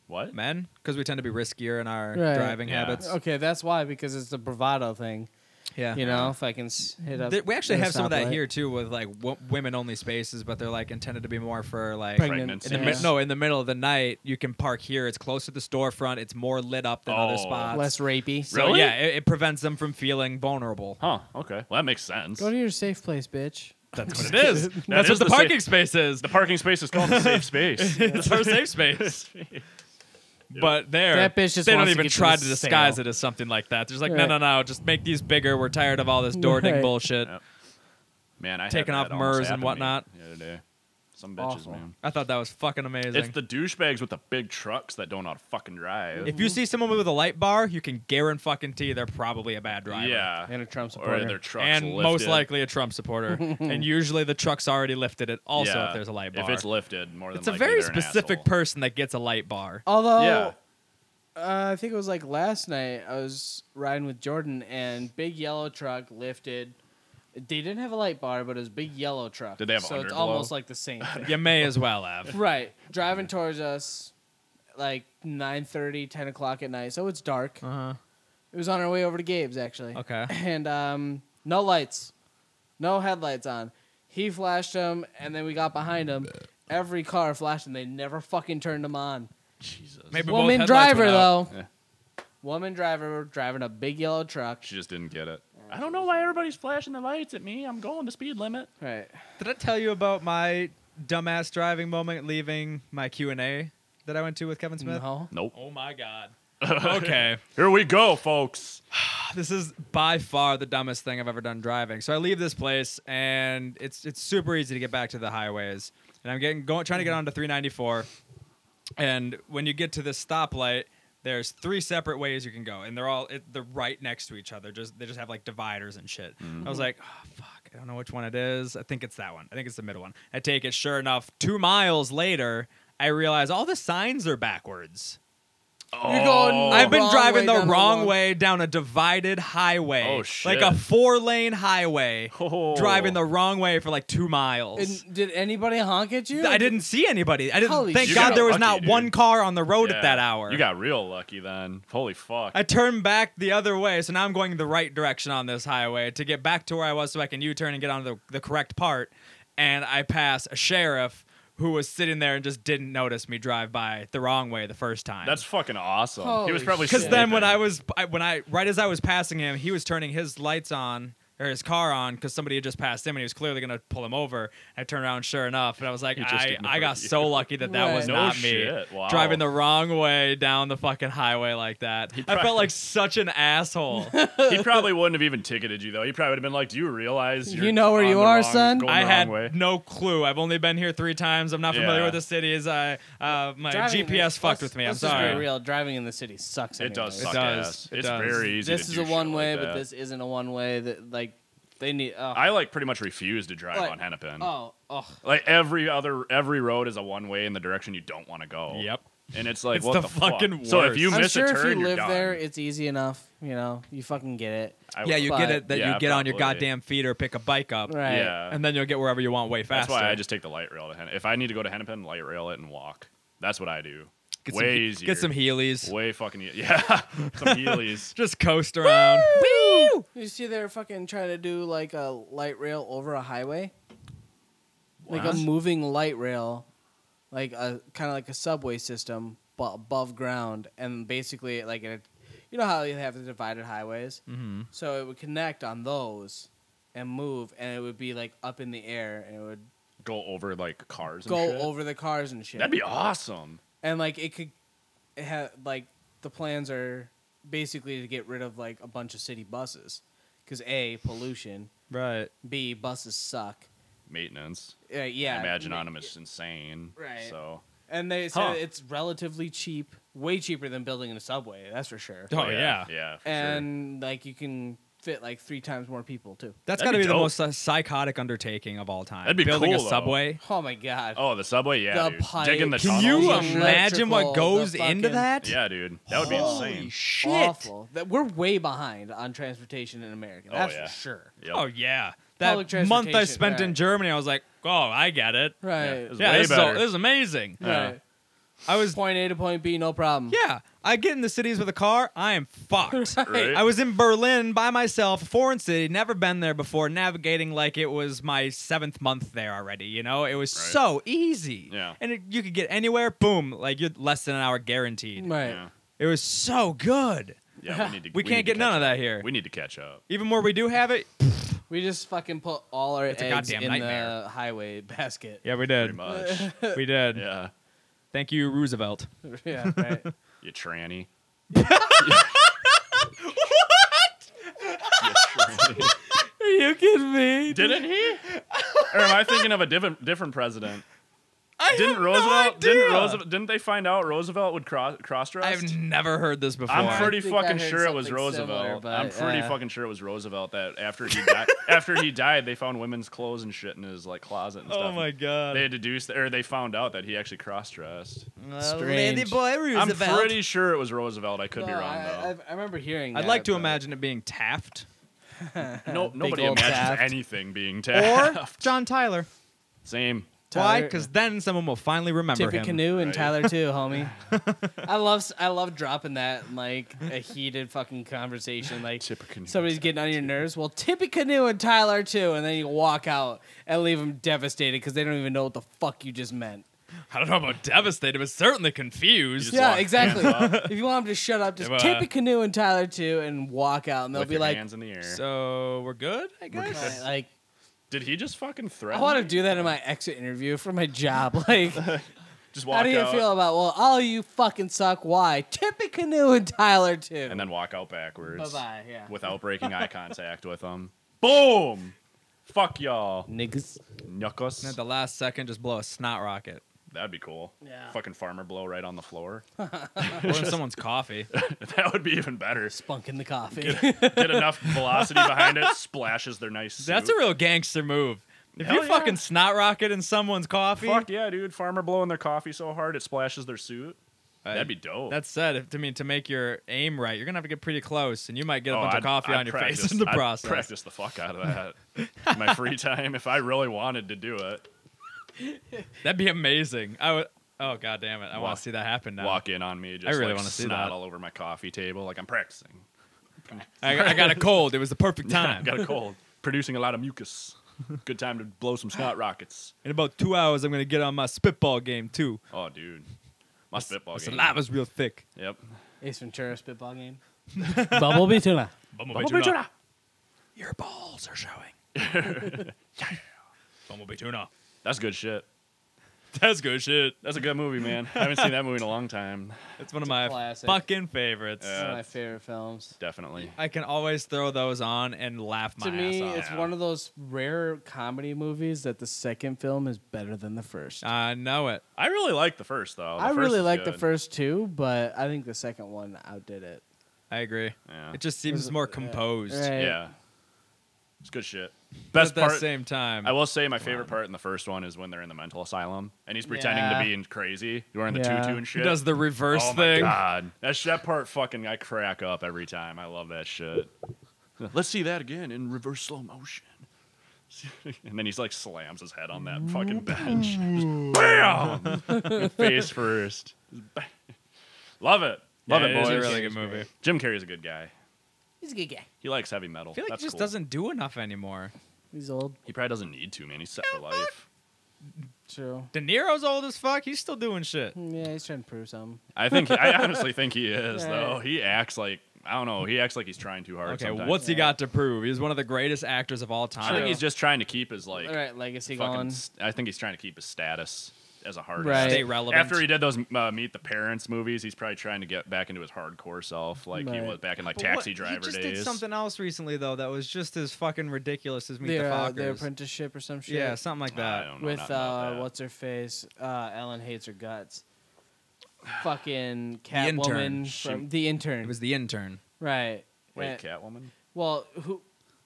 S5: What?
S3: men because we tend to be riskier in our
S4: Right.
S3: driving
S5: Yeah.
S3: habits.
S4: Okay, that's why because it's the bravado thing.
S3: Yeah,
S4: You know, if I can s- hit up.
S3: There- we actually
S4: hit a
S3: have some of that
S4: stoplight.
S3: here too with like w- women only spaces, but they're like intended to be more for like
S4: Pregnant.
S5: Pregnancy.
S3: In the
S4: Yeah.
S3: mi- no, in the middle of the night, you can park here. It's close to the storefront. It's more lit up than other
S5: Oh.
S3: spots.
S4: Less rapey.
S3: so
S5: Really?
S3: yeah, it, it prevents them from feeling vulnerable.
S5: Huh? Okay. Well, that makes sense.
S4: Go to your safe place, bitch.
S3: <laughs>
S5: That's what
S3: It is. That's what
S5: is
S3: the,
S5: the
S3: parking space is.
S4: <laughs>
S5: The parking space is called the safe space.
S3: It's our safe space. <laughs> But there,
S4: That bitch just
S3: they don't
S4: wants to
S3: even
S4: get to
S3: try
S4: the
S3: to disguise
S4: sale.
S3: it as something like that. They're just like, no,
S4: Right.
S3: no, no, just make these bigger. We're tired of all this door ding
S4: Right.
S3: bullshit.
S5: Yep. Man, I had
S3: Taking
S5: that
S3: off
S5: almost
S3: MERS and
S5: happen to me
S3: whatnot.
S5: The other day, some bitches,
S4: Awful.
S5: man.
S3: I thought that was fucking amazing.
S5: It's the douchebags with the big trucks that don't know how to fucking drive.
S3: if you see someone with a light bar, you can guarantee fucking tea they're probably a bad driver.
S5: yeah,
S4: And a Trump
S5: or
S4: supporter.
S5: their trucks
S3: and
S5: lifted.
S3: most likely a Trump <laughs> supporter. and usually the truck's already lifted it. Also,
S5: Yeah,
S3: if there's a light bar,
S5: If it's lifted, more than
S3: It's a
S5: likely
S3: very
S5: they're an
S3: specific Oh.
S5: asshole.
S3: person that gets a light bar.
S4: Although,
S5: Yeah.
S4: uh, I think it was like last night. I was riding with Jordan, and big yellow truck lifted. They didn't have a light bar, but it was a big yellow truck.
S5: Did they have
S4: So it's
S5: underglow?
S4: almost like the same. thing. <laughs>
S3: You may as well <laughs> have.
S4: right, driving towards us, like 9.30, 10 o'clock at night. So it's dark.
S5: Uh.
S3: Uh-huh.
S4: It was on our way over to Gabe's actually.
S3: Okay.
S4: <laughs> And um, no lights, no headlights on. He flashed them, and then we got behind him. Every car flashed, and they never fucking turned them on.
S5: Jesus,
S3: Maybe both
S4: Woman
S3: headlights
S4: driver
S3: went out.
S4: though.
S5: Yeah.
S4: Woman driver driving a big yellow truck.
S5: she just didn't get it. I don't know why everybody's flashing their lights at me. I'm going the speed limit.
S4: Right.
S3: Did I tell you about my dumbass driving moment leaving my Q and A that I went to with Kevin Smith?
S4: No.
S5: Nope.
S3: Oh my <laughs> god. okay.
S5: Here we go, folks.
S3: <sighs> This is by far the dumbest thing I've ever done driving. So I leave this place and it's it's super easy to get back to the highways. And I'm getting going trying to get onto 394. And when you get to this stoplight, there's three separate ways you can go, and they're all it, they're right next to each other. Just they just have like dividers and shit. I was like, oh, fuck, I don't know which one it is. I think it's that one. I think it's the middle one. I take it. Sure enough, two miles later, I realize all the signs are backwards.
S4: You're going.
S5: Oh,
S3: I've been
S4: wrong
S3: driving
S4: way
S3: the
S4: down
S3: wrong way down a divided highway.
S5: Oh, shit.
S3: Like a four lane highway.
S5: Oh.
S3: Driving the wrong way for like two miles.
S4: And did anybody honk at you?
S3: I didn't see anybody. I didn't.
S4: Holy
S3: thank
S4: shit.
S3: God
S5: You
S3: there was
S5: got
S3: not
S5: lucky, dude.
S3: one car on the road at that
S5: Yeah.
S3: hour.
S5: You got real lucky then. Holy fuck.
S3: I turned back the other way, so now I'm going the right direction on this highway to get back to where I was so I can U turn and get onto the, the correct part. And I pass a sheriff who was sitting there and just didn't notice me drive by the wrong way the first time.
S5: That's fucking awesome. he was
S4: Holy
S5: probably
S3: Because then when
S5: sleeping.
S3: I was I, when I right as I was passing him, he was turning his lights on or his car on because somebody had just passed him and he was clearly gonna pull him over. I turned around, sure enough, and I was like,
S5: He just
S3: I, I
S5: ignored
S3: got
S5: you.
S3: so lucky that that was
S4: Right.
S5: No
S3: not me
S5: shit. Wow.
S3: driving the wrong way down the fucking highway like that. I
S5: probably-
S3: felt like such an asshole.
S5: <laughs> he probably wouldn't have even ticketed you though. He probably would have been like, "Do you realize
S4: You
S5: you're
S4: know where
S5: on
S4: you
S5: the
S4: are,
S5: wrong-
S4: son?"
S5: Going
S3: I
S5: the
S3: had
S5: wrong way.
S3: no clue. I've only been here three times. I'm not familiar
S5: Yeah.
S3: with the cities. I uh, my
S4: Driving in
S3: GPS
S4: the-
S3: fucked
S4: let's-
S3: with me. I'm
S4: let's just
S3: sorry.
S4: Be real. Driving in the city sucks.
S5: It does
S4: anyways.
S5: suck
S3: does.
S5: ass.
S3: It
S5: it's
S3: does.
S5: very easy.
S4: This
S5: to
S4: is
S5: do
S4: a
S5: shit
S4: one way,
S5: like
S4: but
S5: that.
S4: this isn't a one way. That like they need. Oh,
S5: I like pretty much refuse to drive
S4: Like-
S5: on Hennepin.
S4: oh, oh.
S5: Like every other every road is a one way in the direction you don't want to go.
S3: Yep.
S5: And it's like
S3: It's
S5: what
S3: the
S5: the, fuck?
S3: fucking
S5: So if
S3: worst.
S5: you
S4: I'm
S5: miss
S4: sure
S5: a turn,
S4: if you live
S5: are
S4: there, it's easy enough. You know, you fucking get it.
S3: Yeah, you
S4: But-
S3: get it that
S5: Yeah,
S3: you get on your
S5: probably.
S3: goddamn feet or pick a bike up.
S4: Right.
S5: Yeah.
S3: and then you'll get wherever you want way
S5: That's
S3: faster.
S5: why I just take the light rail to Hennepin. If I need to go to Hennepin, light rail it and walk. That's what I do.
S3: get some,
S5: way
S3: he-
S5: easier.
S3: get some Heelys,
S5: Way fucking e- <laughs> yeah. some Heelys.
S3: just coast around.
S4: You see, they're fucking trying to do like a light rail over a highway, like
S5: What?
S4: a moving light rail, like a kind of like a subway system, but above ground, and basically like it, you know how you have the divided highways, mm-hmm. so it would connect on those, and move, and it would be like up in the air, and it would
S5: Go over like cars. And
S4: go
S5: shit.
S4: over the cars and shit.
S5: That'd be awesome.
S4: and like it could it ha like the plans are basically to get rid of like a bunch of city buses because a pollution
S3: right.
S4: b buses suck
S5: Maintenance.
S4: uh, yeah
S5: I imagine
S4: ma-
S5: on them is insane.
S4: Right.
S5: So
S4: and they said
S5: Huh.
S4: it's relatively cheap way cheaper than building a subway that's for sure
S3: Oh, yeah.
S5: Yeah. for sure.
S4: and like you can fit like three times more people too
S3: That's
S5: That'd
S3: got to
S5: be
S3: be, the
S5: dope.
S3: most uh, psychotic undertaking of all time.
S5: That'd be
S3: building
S5: cool,
S3: a
S5: though.
S3: subway.
S4: oh my god
S5: Oh, the subway, yeah,
S4: The
S5: dude.
S4: pipe.
S5: Digging the
S4: Can
S3: Can
S5: tunnels
S3: you
S5: and shit.
S3: imagine
S4: Electrical,
S3: what goes
S4: the
S3: into
S4: fucking-
S3: that?
S5: Yeah, dude, that would be insane.
S3: Shit.
S4: awful that we're way behind on transportation in america
S5: Oh,
S4: that's
S5: yeah.
S4: for sure
S5: Yep.
S3: Oh yeah.
S4: Public
S3: That month I
S4: transportation,
S3: spent in
S4: right.
S3: Germany, I was like, oh, I get it.
S4: right
S5: it's
S3: Yeah,
S5: Way
S3: this is, all,
S5: better.
S3: this is amazing.
S4: right
S3: I was
S4: point a to point b no problem
S3: yeah. I get in the cities with a car, I am fucked.
S5: <laughs> Right?
S3: I was in Berlin by myself, a foreign city, never been there before, navigating like it was my seventh month there already. You know, it was
S5: Right.
S3: so easy.
S5: Yeah.
S3: And it, you could get anywhere, boom, like you're less than an hour guaranteed.
S4: right
S5: yeah.
S3: It was so good.
S5: yeah, we need to.
S3: <laughs> We,
S5: need
S3: can't
S5: to
S3: get none
S5: catch
S3: of
S5: up.
S3: that here.
S5: We need to catch up.
S3: Even where we do have
S5: <laughs>
S3: it.
S4: We just fucking put all our
S3: a
S4: eggs
S3: goddamn
S4: in
S3: nightmare.
S4: the highway basket.
S3: Yeah, we <laughs>
S5: Pretty
S3: did.
S5: much.
S3: We did.
S5: yeah.
S3: Thank you, Roosevelt.
S4: <laughs>
S5: <laughs>
S4: yeah, right.
S5: You tranny.
S4: Are you kidding me?
S5: Didn't he? Or am I thinking of a different
S3: <laughs>
S5: different president? didn't Roosevelt? didn't Roosevelt? Didn't they find out Roosevelt would cross cross dress?
S3: I've never heard this before.
S5: I'm pretty
S4: think I
S5: fucking
S4: heard
S5: sure it was
S4: something
S5: Roosevelt.
S4: similar, but,
S5: I'm pretty
S4: yeah.
S5: fucking sure it was Roosevelt that after he died, <laughs> after he died, they found women's clothes and shit in his like closet and stuff.
S3: Oh my god.
S5: They deduced or they found out that he actually cross dressed.
S3: Lady
S4: Strange.
S3: boy
S5: I'm
S3: Roosevelt.
S5: pretty sure it was Roosevelt. I could be
S4: No,
S5: wrong
S4: I,
S5: though.
S4: I- I remember hearing.
S3: I'd
S4: that,
S3: like to
S4: but-
S3: imagine it being <laughs> Taft
S5: no, nobody
S4: old
S5: imagines
S4: Taft.
S5: anything being
S3: or
S5: tapped.
S3: John Tyler.
S5: <laughs> Same.
S3: Why?
S4: Tyler-
S3: Because then someone will finally remember
S4: Tippy
S3: him.
S4: Canoe and
S5: Right.
S4: Tyler too, homie.
S5: <laughs>
S4: I love s- I love dropping that in like a heated fucking conversation. Like
S5: Tippecanoe.
S4: somebody's getting on your nerves. Well, Tippy Canoe and Tyler too, and then you walk out and leave them devastated because they don't even know what the fuck you just meant.
S3: I don't know about devastated, but certainly confused.
S5: You just
S4: yeah,
S5: walk-
S4: exactly.
S5: hands
S4: if you want them to shut up, just
S3: Yeah, but-
S4: Tippy Canoe and Tyler too, and walk out, and they'll
S5: With
S4: be
S5: your
S4: like,
S5: hands in the air.
S3: So we're good, I
S4: "All
S3: guess.
S4: right," like
S5: Did he just fucking
S4: I
S5: threaten?
S4: want to
S5: me?
S4: do that in my exit interview for my job. <laughs> Like,
S5: Just walk
S4: how do you
S5: out
S4: feel about? Well, all you fucking suck. Why? Tippy Canoe and Tyler too.
S5: and then walk out backwards.
S4: Bye-bye, yeah.
S5: Without
S4: <laughs>
S5: breaking eye contact with them. Boom. Fuck y'all,
S4: niggas.
S5: knuckles.
S3: And at the last second, just blow a snot <laughs> rocket
S5: That'd be cool.
S4: Yeah.
S5: Fucking farmer blow right on
S4: <laughs>
S5: the floor. <laughs>
S3: or in someone's coffee.
S5: that would be
S4: <laughs>
S5: even better.
S4: Spunk in the coffee. <laughs>
S5: Get enough velocity behind it, splashes their nice. Suit.
S3: That's a real gangster move. If
S5: Hell
S3: you
S5: yeah.
S3: fucking snot rocket in someone's coffee,
S5: Fuck yeah, dude! Farmer blowing their coffee so hard it splashes their suit. That'd be dope.
S3: That said, if, to mean to make your aim right, you're gonna have to get pretty close, and you might get a
S5: Oh,
S3: bunch
S5: I'd-
S3: of coffee
S5: I'd
S3: on your face
S5: practice-
S3: in the
S5: I'd
S3: process.
S5: practice the fuck out of that. in my free time, if I really wanted to do it,
S3: That'd be amazing. I would. Oh god damn it! I
S5: Walk-
S3: want to see that happen now.
S5: walk in on me, just
S3: really
S5: like,
S3: wanna see
S5: snot
S3: that.
S5: all over my coffee table, like I'm practicing.
S3: I, I got a cold. It was the
S5: <laughs>
S3: perfect <laughs> time.
S5: Got a cold, producing a lot of mucus. Good time to blow some snot rockets.
S3: in about two hours, I'm gonna get on my spitball game too.
S5: Oh, dude, my spitball
S3: My
S5: game.
S3: saliva's real thick.
S5: Yep.
S4: Ace Ventura spitball game. <laughs> Bumblebee tuna.
S3: Bumblebee,
S5: Bumblebee
S3: tuna.
S5: tuna.
S3: Your balls are
S5: <laughs>
S3: showing. Bumblebee tuna.
S5: That's good shit.
S3: That's good shit.
S5: That's a good movie, man. I haven't seen that movie in a long time.
S3: That's one of my
S4: classic.
S3: fucking favorites.
S4: One of
S5: Yeah.
S4: my favorite films.
S3: <laughs>
S5: Definitely.
S3: I can always throw those on and laugh my
S4: to me,
S3: ass off.
S4: it's one of those rare comedy movies that the second film is better than the first.
S3: I know it.
S5: I really like the first though. The
S4: I
S5: first
S4: really
S5: is
S4: like the
S5: good.
S4: first two, but I think the second one outdid it.
S3: I agree.
S5: Yeah.
S3: It just seems more composed.
S4: uh, Right.
S5: Yeah. It's good shit.
S3: But
S5: Best
S3: at the
S5: part.
S3: same time.
S5: I will say my favorite part in the first one is when they're in the mental asylum and he's pretending
S3: Yeah.
S5: to be in crazy, wearing the
S4: Yeah.
S5: tutu and
S3: He
S5: shit.
S3: does the reverse
S5: oh
S3: thing.
S5: my god, that sh- that part fucking I crack up every time. I love that shit. Let's see that again in reverse slow motion. <laughs> and then he's like slams his head on that fucking bench.
S3: <laughs>
S5: Just bam, <laughs> face first. Just bam. Love it, love
S3: Yeah,
S5: it,
S3: it
S5: boys.
S3: is a really good movie. I
S5: Jim Carrey's a good guy.
S4: He's a good guy.
S5: He likes heavy metal.
S3: feel like
S5: That's
S3: he just
S5: cool.
S3: doesn't do enough anymore.
S4: He's old.
S5: He probably doesn't need to, man. He's set for life.
S4: True.
S3: De Niro's old as fuck. He's still doing shit.
S4: Yeah, he's trying to prove something.
S5: I think. I honestly think he is
S4: Right.
S5: though. He acts like I don't know. He acts like he's trying too hard.
S3: Okay,
S5: sometimes.
S3: what's he got to prove? He's one of the greatest actors of all
S5: I
S3: time.
S5: think he's just trying to keep his like.
S4: All right, legacy
S5: fucking,
S4: going.
S5: st- I think he's trying to keep his status as a hard.
S4: Right.
S3: stay relevant.
S5: After he did those uh, Meet the Parents movies, he's probably trying to get back into his hardcore self, like he
S4: Right.
S5: was back in like
S3: But what-
S5: Taxi Driver
S3: He just
S5: days.
S3: did something else recently though that was just as fucking ridiculous as Meet
S4: Their,
S3: the
S4: uh,
S3: Fockers.
S4: their apprenticeship or some shit.
S3: yeah, something like
S5: I
S3: that.
S5: don't know,
S4: with
S5: not- not
S4: uh,
S5: that.
S4: what's her face? Uh, Ellen hates her guts. Fucking
S3: intern.
S4: Catwoman
S5: She-
S4: from the intern.
S3: It was the intern.
S4: right.
S5: Wait,
S4: Uh,
S5: Catwoman.
S4: Well, who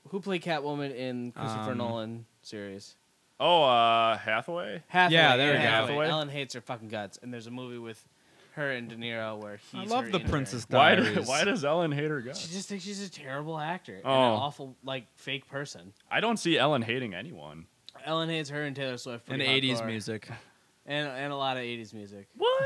S4: who played Catwoman in Christopher
S3: Um,
S4: Nolan series?
S5: Oh, uh, Hathaway.
S4: Hathaway.
S3: yeah, there we go.
S5: Hathaway?
S4: Ellen hates her fucking guts, and there's a movie with her and De Niro where he's.
S3: I love
S4: her
S3: the
S4: intern.
S3: Princess
S5: Why?
S3: Diaries.
S5: Do, <laughs> why does Ellen hate her
S4: She
S5: guts?
S4: just thinks she's a terrible actor and
S5: Oh.
S4: an awful like fake person.
S5: I don't see Ellen hating anyone.
S4: Ellen hates her and Taylor Swift.
S3: and
S4: pretty
S3: 80s
S4: hardcore.
S3: music.
S4: and and a lot of 80s music.
S5: What?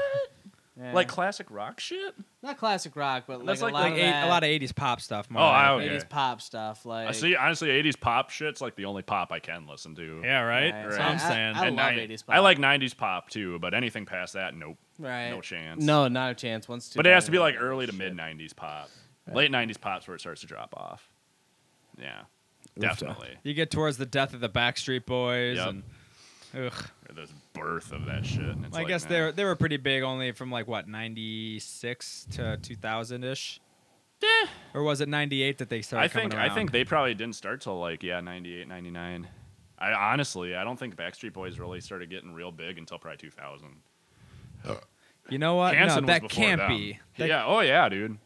S4: Yeah.
S5: Like classic rock shit?
S4: not classic rock, but
S5: That's
S4: like,
S3: Like
S4: a lot
S5: like-
S4: of
S3: eight,
S4: that.
S3: a lot of 80s pop stuff. More
S5: Oh,
S3: than
S5: I-
S3: anything.
S5: okay.
S4: 80s pop stuff. Like
S5: I see. Honestly, '80s pop shit's like the only pop I can listen to.
S3: Yeah, right.
S4: Right.
S3: That's what I'm
S4: I- I-
S3: saying.
S4: I
S5: And
S4: love
S5: 90
S4: 80s pop.
S5: I like '90s pop too, but anything past that, nope,
S4: right.
S5: no chance.
S4: No, not a chance. Once,
S5: but it has
S4: 2000,
S5: to be like
S4: that
S5: early to
S4: shit.
S5: mid '90s pop. Late '90s pop's where it starts to drop off. Yeah, definitely.
S3: you get towards the death of the Backstreet Boys
S5: Yep.
S3: and Ugh.
S5: or this birth of that shit. And it's
S3: I
S5: like,
S3: guess
S5: man,
S3: they were, they were pretty big only from like what 96 to 2000 ish. Or was it 98 that they started
S5: Eh, I think
S3: coming around?
S5: I think they probably didn't start till like yeah 98, 99. I honestly I don't think Backstreet Boys really started getting real big until probably two thousand.
S3: You know what?
S5: Hanson
S3: Uh, no,
S5: was
S3: that
S5: before
S3: can't
S5: them.
S3: be. That-
S5: yeah. Oh yeah, dude.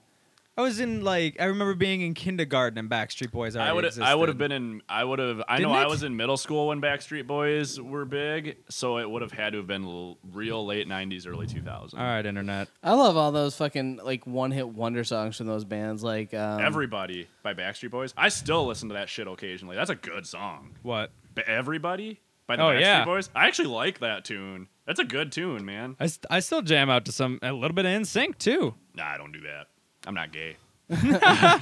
S3: I was in like I remember being in kindergarten and Backstreet Boys already
S5: I would
S3: existed.
S5: I would have been in I would have I know
S3: Didn't
S5: I
S3: it?
S5: was in middle school when Backstreet Boys were big, so it would have had to have been l- real late '90s, early 2000s.
S3: All right, internet.
S4: I love all those fucking like one hit wonder songs from those bands. Like um,
S5: Everybody by Backstreet Boys. I still listen to that shit occasionally. That's a good song.
S3: What?
S5: Ba- Everybody by the
S3: Oh,
S5: Backstreet
S3: yeah.
S5: Boys. I actually like that tune. That's a good tune, man.
S3: I, st- I still jam out to some a little bit of NSYNC too.
S5: Nah, I don't do that. I'm not gay.
S3: Well,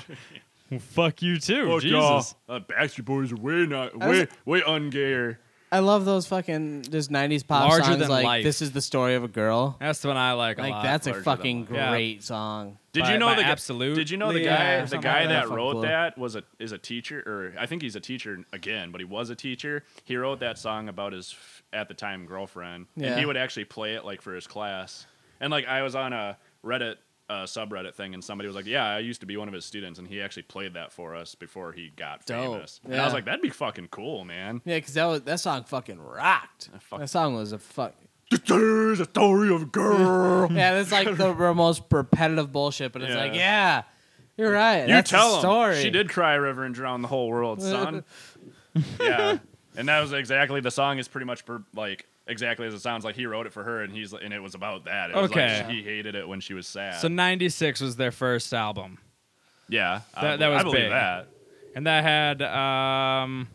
S3: fuck you too. Oh, Jesus.
S5: Uh, Backstreet Boys are way not
S4: I was-
S5: way way ungayer.
S4: I love those fucking just '90s pop
S3: Larger
S4: songs.
S3: Than
S4: Like
S3: Life.
S4: this is the story of a girl.
S3: That's the one I like. a
S4: Like
S3: lot.
S4: that's a
S5: Larger Than
S4: fucking
S5: Life.
S3: Yeah.
S4: great song.
S5: Did
S3: By-
S5: you know
S3: by
S5: the guy-
S3: Absolute?
S5: Did you know the
S3: Yeah,
S5: guy?
S3: or
S5: the
S3: something
S5: guy
S3: like
S5: that
S4: that.
S5: wrote
S4: Fuck, Blue.
S5: that was a is a teacher, or I think he's a teacher again, but he was a teacher. He wrote that song about his f- at the time girlfriend, and
S4: Yeah.
S5: he would actually play it like for his class. And like I was on a Reddit uh, subreddit thing, and somebody was like, "Yeah, I used to be one of his students," and he actually played that for us before he got
S4: Dope.
S5: famous. And I was
S4: Yeah.
S5: like, "That'd be fucking cool, man."
S4: Yeah, because that was that song fucking rocked.
S5: fuck-
S4: That song was a fuck.
S5: There's a story of
S3: <laughs>
S5: a girl.
S4: Yeah, that's like
S5: <laughs>
S4: the most repetitive bullshit. But it's
S5: Yeah.
S4: like, yeah, you're right.
S5: You
S4: that's
S5: tell
S4: the
S5: 'em.
S4: story.
S5: She did cry river and drown the whole
S3: <laughs>
S5: world, son. yeah, and that was exactly the song. Is pretty much per, like exactly as it sounds. Like he wrote it for her, and he's and it was about that. It was
S3: Okay.
S5: like, he hated it when she was sad.
S3: So '96 was their first album,
S5: yeah, I,
S3: That- that was
S5: I believe
S3: big.
S5: that.
S3: and that had um.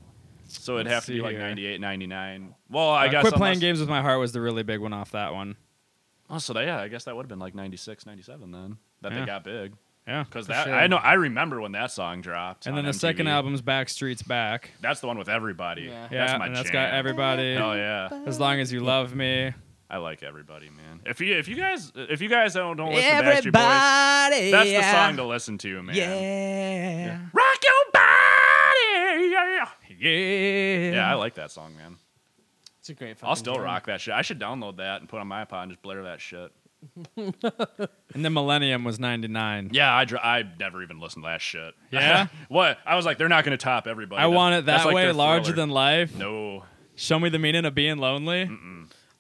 S5: So it'd
S3: Let's
S5: have to be
S3: see
S5: like
S3: here.
S5: 98, 99. Well, I
S3: uh,
S5: guess
S3: quit playing
S5: unless-
S3: games with my heart was the really big one off that one.
S5: Oh, so that, yeah, I guess that would have been like 96, 97 then that
S3: Yeah.
S5: they got big
S3: Yeah,
S5: because
S3: for
S5: that
S3: sure.
S5: I know I remember when that song dropped.
S3: And
S5: on
S3: then the second
S5: MTV.
S3: album's Backstreet's Back.
S5: That's the one with everybody.
S4: Yeah.
S3: Yeah,
S5: that's my
S3: and that's
S5: jam.
S3: got everybody.
S5: Oh yeah.
S3: As long as you love me.
S5: I like everybody, man. If you if you guys if you guys don't don't listen to Backstreet Boys, that's the song to listen to, man.
S3: Yeah.
S5: Rock your body. Yeah.
S3: Yeah.
S5: Yeah, I like that song, man.
S4: It's a great.
S5: I'll
S4: fucking
S5: still
S4: song.
S5: rock that shit. I should download that and put on my iPod and just blare that shit.
S3: And then Millennium was 99.
S5: Yeah, I dr- I never even listened to that shit. <laughs>
S3: Yeah?
S5: what? I was like, they're not gonna top everybody.
S3: I
S5: That-
S3: want it
S5: that's
S3: that
S5: like
S3: way,
S5: their
S3: larger
S5: Thriller.
S3: than life.
S5: No.
S3: Show me the meaning of being lonely.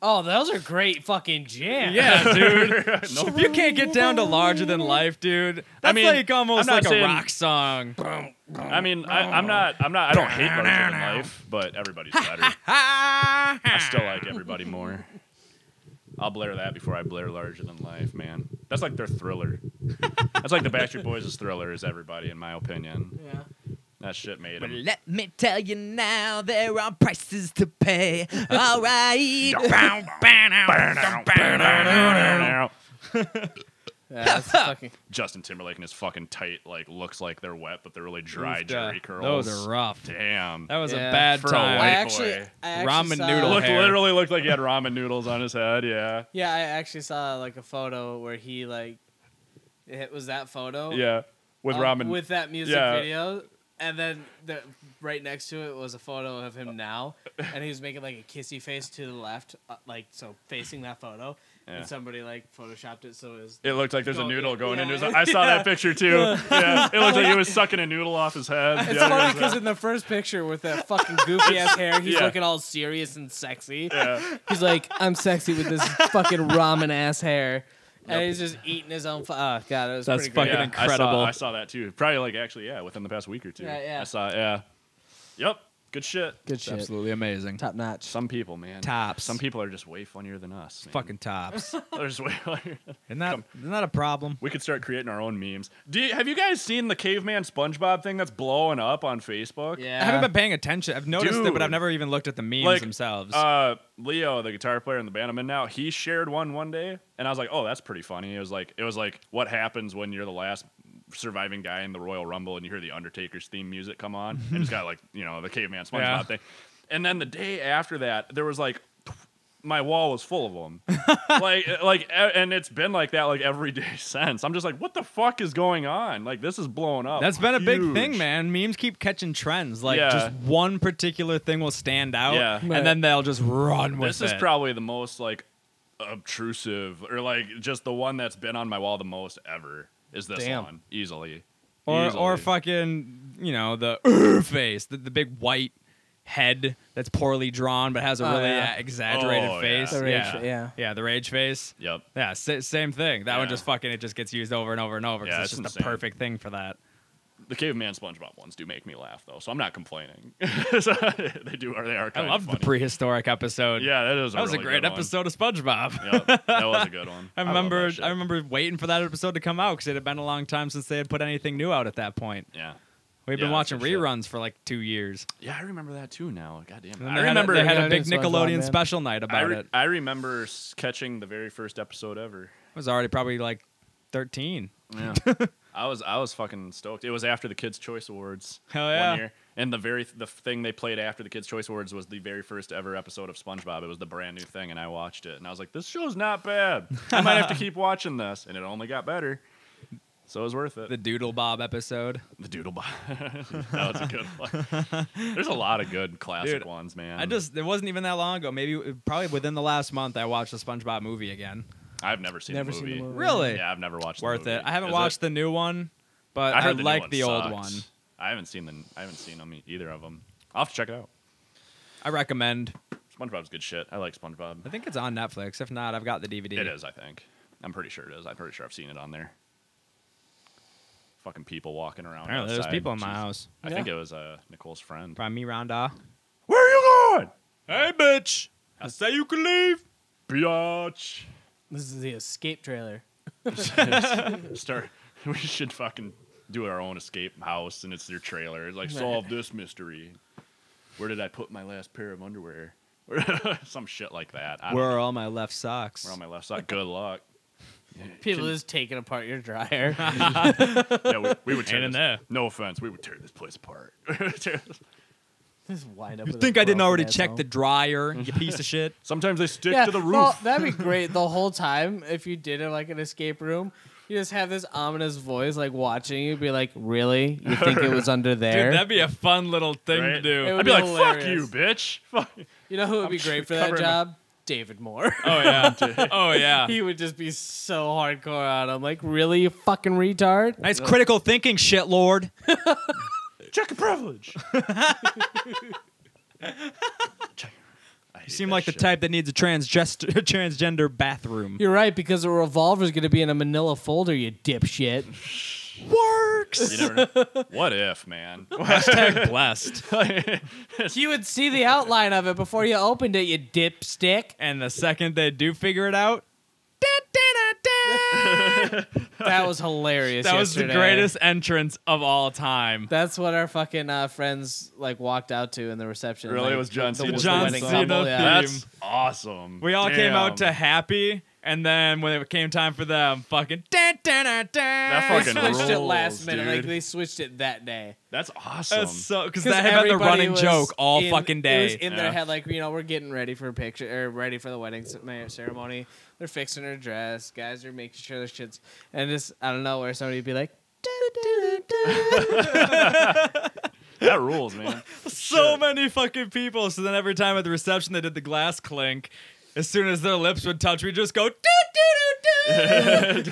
S4: Oh, those are great fucking jams.
S3: Yeah, dude. If you can't get down to larger than life, dude, that's
S5: mean,
S3: like
S5: I'm
S3: almost
S5: not
S3: like
S5: saying-
S3: a rock song.
S5: I mean, I, I'm not. I'm not. I don't hate larger than life, but
S6: <laughs>
S5: everybody's better. I still like everybody more. I'll blare that before I blare larger than life, man. That's like their thriller. That's like the Backstreet Boys' thriller is everybody, in my opinion.
S4: Yeah.
S5: That shit made
S6: But
S5: them.
S6: let me tell you now, there are prices to pay. All right.
S4: Yeah, <laughs> that's fucking.
S5: Justin Timberlake and his fucking tight, like looks like they're wet, but they're really dry
S3: Oof,
S5: jerry
S3: duh.
S5: curls.
S3: Those are rough.
S5: Damn.
S3: That was
S4: Yeah.
S3: a bad
S5: For a
S3: time.
S5: white
S4: I actually,
S5: boy.
S4: I actually
S3: Ramen
S4: saw,
S3: noodle
S5: looked
S3: hair.
S5: literally looked like he had ramen noodles on his head. Yeah.
S4: Yeah, I actually saw like a photo where he like, it was that photo.
S5: Yeah. With
S4: uh,
S5: ramen.
S4: With that music
S5: Yeah.
S4: video, and then the, right next to it was a photo of him now, and he was making like a kissy face to the left, uh, like so facing that photo,
S5: Yeah.
S4: and somebody like photoshopped it so it was.
S5: It looked like there's a
S4: Oh,
S5: noodle
S4: yeah,
S5: going into his.
S4: yeah.
S5: I saw
S4: <laughs>
S5: that picture too. Yeah, it looked like he was sucking a noodle off his head.
S4: It's
S5: Yeah,
S4: funny
S5: it was-
S4: because in the first picture with that fucking goofy ass hair, he's
S5: yeah.
S4: looking all serious and sexy.
S5: yeah.
S4: He's like, I'm sexy with
S5: <laughs>
S4: this fucking ramen ass hair. And he's just eating his own. Fu- oh, God, it was
S3: That's
S4: pretty
S3: fucking
S4: great.
S5: Yeah,
S3: incredible.
S5: I saw, I saw that too. Probably like actually, yeah, within the past week or two.
S4: Yeah, yeah.
S5: I saw, yeah. Yep. Good shit.
S4: Good shit.
S3: Absolutely amazing.
S4: Top notch.
S5: Some people, man.
S3: Tops.
S5: Some people are just way funnier than us. man.
S3: Fucking <laughs> tops.
S5: <laughs> They're just way funnier.
S3: Isn't that, isn't that a problem?
S5: We could start creating our own memes. Do you, have you guys seen the caveman SpongeBob thing that's blowing up on Facebook?
S4: Yeah.
S3: I haven't been paying attention. I've noticed it, but I've
S5: Dude.
S3: never even looked at the memes
S5: Like,
S3: themselves.
S5: Uh, Leo, the guitar player in the band I'm in now, he shared one one day, and I was like, "Oh, that's pretty funny." It was like, it was like, what happens when you're the last surviving guy in the Royal Rumble, and you hear the Undertaker's theme music come on, <laughs> and it's got like, you know, the caveman SpongeBob
S3: Yeah.
S5: thing. And then the day after that, there was like my wall was full of them.
S3: <laughs>
S5: like like e- and it's been like that like every day <laughs> since. I'm just like, what the fuck is going on? Like this is blowing up.
S3: That's been a big
S5: huge.
S3: thing, man. Memes keep catching trends. Like
S5: Yeah.
S3: just one particular thing will stand out,
S5: Yeah.
S3: and then they'll just run with
S5: This is
S3: it.
S5: probably the most like obtrusive or like just the one that's been on my wall the most ever is this
S4: Damn.
S5: one easily.
S3: or or
S5: Easily.
S3: fucking you know the "Ugh" face, the, the big white head that's poorly drawn but has a
S4: Oh,
S3: really
S4: yeah.
S3: uh, exaggerated
S5: Oh, yeah.
S3: face.
S5: The
S4: rage-
S3: yeah.
S4: yeah.
S3: the rage face.
S5: Yep.
S3: Yeah, sa- same thing. That one
S5: Yeah.
S3: just fucking it just gets used over and over and over. 'cause
S5: Yeah,
S3: it's
S5: it's
S3: just the
S5: insane.
S3: perfect thing for that.
S5: The caveman SpongeBob ones do make me laugh though, so I'm not complaining. <laughs> So, they do are they are.
S3: I
S5: kinda
S3: love the
S5: funny.
S3: prehistoric episode.
S5: Yeah, that is.
S3: that was
S5: really
S3: a great
S5: good one.
S3: episode of SpongeBob.
S5: Yep, that
S3: <laughs>
S5: was a good one.
S3: I
S5: love
S3: remember
S5: that shit.
S3: I remember waiting for that episode to come out because it had been a long time since they had put anything new out at that point.
S5: Yeah.
S3: We've
S5: Yeah,
S3: been watching
S5: for sure.
S3: reruns for like two years.
S5: Yeah, I remember that too now. God damn it.
S3: And
S5: I
S3: they had a-
S5: remember
S3: they had
S4: Yeah,
S3: a big
S4: it is SpongeBob,
S3: Nickelodeon
S4: man.
S3: special night
S5: I,
S3: about
S5: re-
S3: it.
S5: I remember s- catching the very first episode ever.
S3: I was already probably like 13. <laughs>
S5: Yeah. I was I was fucking stoked. It was after the Kids Choice Awards.
S3: Hell
S5: One
S3: yeah.
S5: year. And the very the thing they played after the Kids Choice Awards was the very first ever episode of SpongeBob. It was the brand new thing, and I watched it, and I was like, "This show's not bad. I might have to keep watching this." And it only got better, so it was worth it.
S3: The Doodle Bob episode.
S5: The Doodle Bob. <laughs> that was a good one.
S3: <laughs>
S5: There's a lot of good classic
S3: Dude,
S5: ones, man.
S3: I just, it wasn't even that long ago. Maybe, probably within the last month, I watched the SpongeBob movie again.
S5: I've never seen
S4: Never
S5: the
S4: seen
S5: movie.
S4: the movie.
S3: Really?
S5: Yeah, I've never watched. the
S3: Worth
S5: movie.
S3: it. I haven't
S5: Is
S3: watched
S5: it?
S3: the new one, but
S5: I,
S3: I,
S5: heard the new
S3: like
S5: one
S3: the old
S5: sucks.
S3: one.
S5: I haven't seen the. I haven't seen them either of them. I'll have to check it out.
S3: I recommend.
S5: SpongeBob's good shit. I like SpongeBob.
S3: I think it's on Netflix. If not, I've got the DVD.
S5: It is. I think. I'm pretty sure it is. I'm pretty sure I've seen it on there. Fucking people walking around.
S3: Apparently, there's
S5: outside.
S3: people in my
S5: Jesus.
S3: house.
S5: I think it was uh, Nicole's friend.
S3: From me, Ronda.
S5: Where are you going?
S3: Hey, bitch.
S5: I say you can leave, biatch.
S4: This is the escape trailer.
S5: start <laughs> we should fucking do our own escape house and it's their trailer It's like solve this mystery where did i put my last pair of underwear <laughs> some shit like that I don't
S3: Where
S5: know.
S3: are all my left socks?
S5: We're on my left side good luck
S4: People just taking apart your
S5: <laughs>
S4: dryer. <laughs>
S5: yeah we, we would tear
S3: Ain't in
S5: this,
S3: there.
S5: no offense we would tear this place apart <laughs> Tear this-
S4: just wind up.
S3: You think I didn't already check the dryer, <laughs> you piece of shit?
S5: sometimes they stick
S4: yeah,
S5: to the roof
S4: well,
S5: <laughs>
S4: that'd be great the whole time if you did it like an escape room. You just have this ominous voice like watching you, be like, "Really? You think it
S5: <laughs>
S4: was under there?"
S3: be a fun little thing <laughs>
S5: right?
S4: It
S5: i'd
S4: would
S5: be,
S4: be
S5: like fuck you
S4: hilarious.
S5: bitch Fuck.
S4: you know who would be
S5: sure
S4: great for that
S5: covering my-
S4: job? David Moore.
S3: Oh yeah. Oh yeah.
S4: <laughs> he would just be so hardcore on him. Like, really, you fucking retard?
S3: Nice critical thinking shit, Lord.
S5: <laughs> check your <laughs> privilege
S3: You seem like the type that needs a transgest- <laughs> transgender bathroom.
S4: You're right because the revolver's gonna be in a Manila folder. You
S3: <laughs>
S4: dipshit.
S5: you never know. what if <laughs> man
S3: <laughs> Hashtag blessed.
S4: you would see the outline of it before you opened it. You dipstick.
S3: And the second they do figure it out,
S4: That was
S3: <laughs>
S4: hilarious.
S3: that was the
S4: yesterday.
S3: greatest entrance of all time.
S4: That's what our fucking uh, friends like walked out to in the reception.
S5: Really?
S4: like,
S5: It was John
S4: the-
S5: Cena.
S4: the
S3: John
S4: wedding
S3: Cena
S4: couple, yeah.
S3: theme.
S5: that's awesome
S3: We all came out to
S5: Damn.
S3: happy, and then when it came time for them, fucking. That
S4: They
S5: fucking
S4: switched it
S5: rules,
S4: last minute. Like
S5: dude.
S4: they switched it that day.
S5: That's awesome.
S3: That's so because
S4: 'Cause
S3: that had been the
S4: everybody
S3: running
S4: was
S3: joke all
S4: in-
S3: fucking
S4: It
S3: day.
S4: was in their
S5: Yeah.
S4: head, like you know, we're getting ready for a picture or ready for the wedding c- ma- ceremony. They're fixing her dress. Guys are making sure their shits. And just I don't know where somebody would be like,
S3: <laughs>
S5: that rules, man.
S3: so many fucking people. So then every time at the reception they did the glass clink, as soon as their lips would touch, we would just go doo doo doo doo.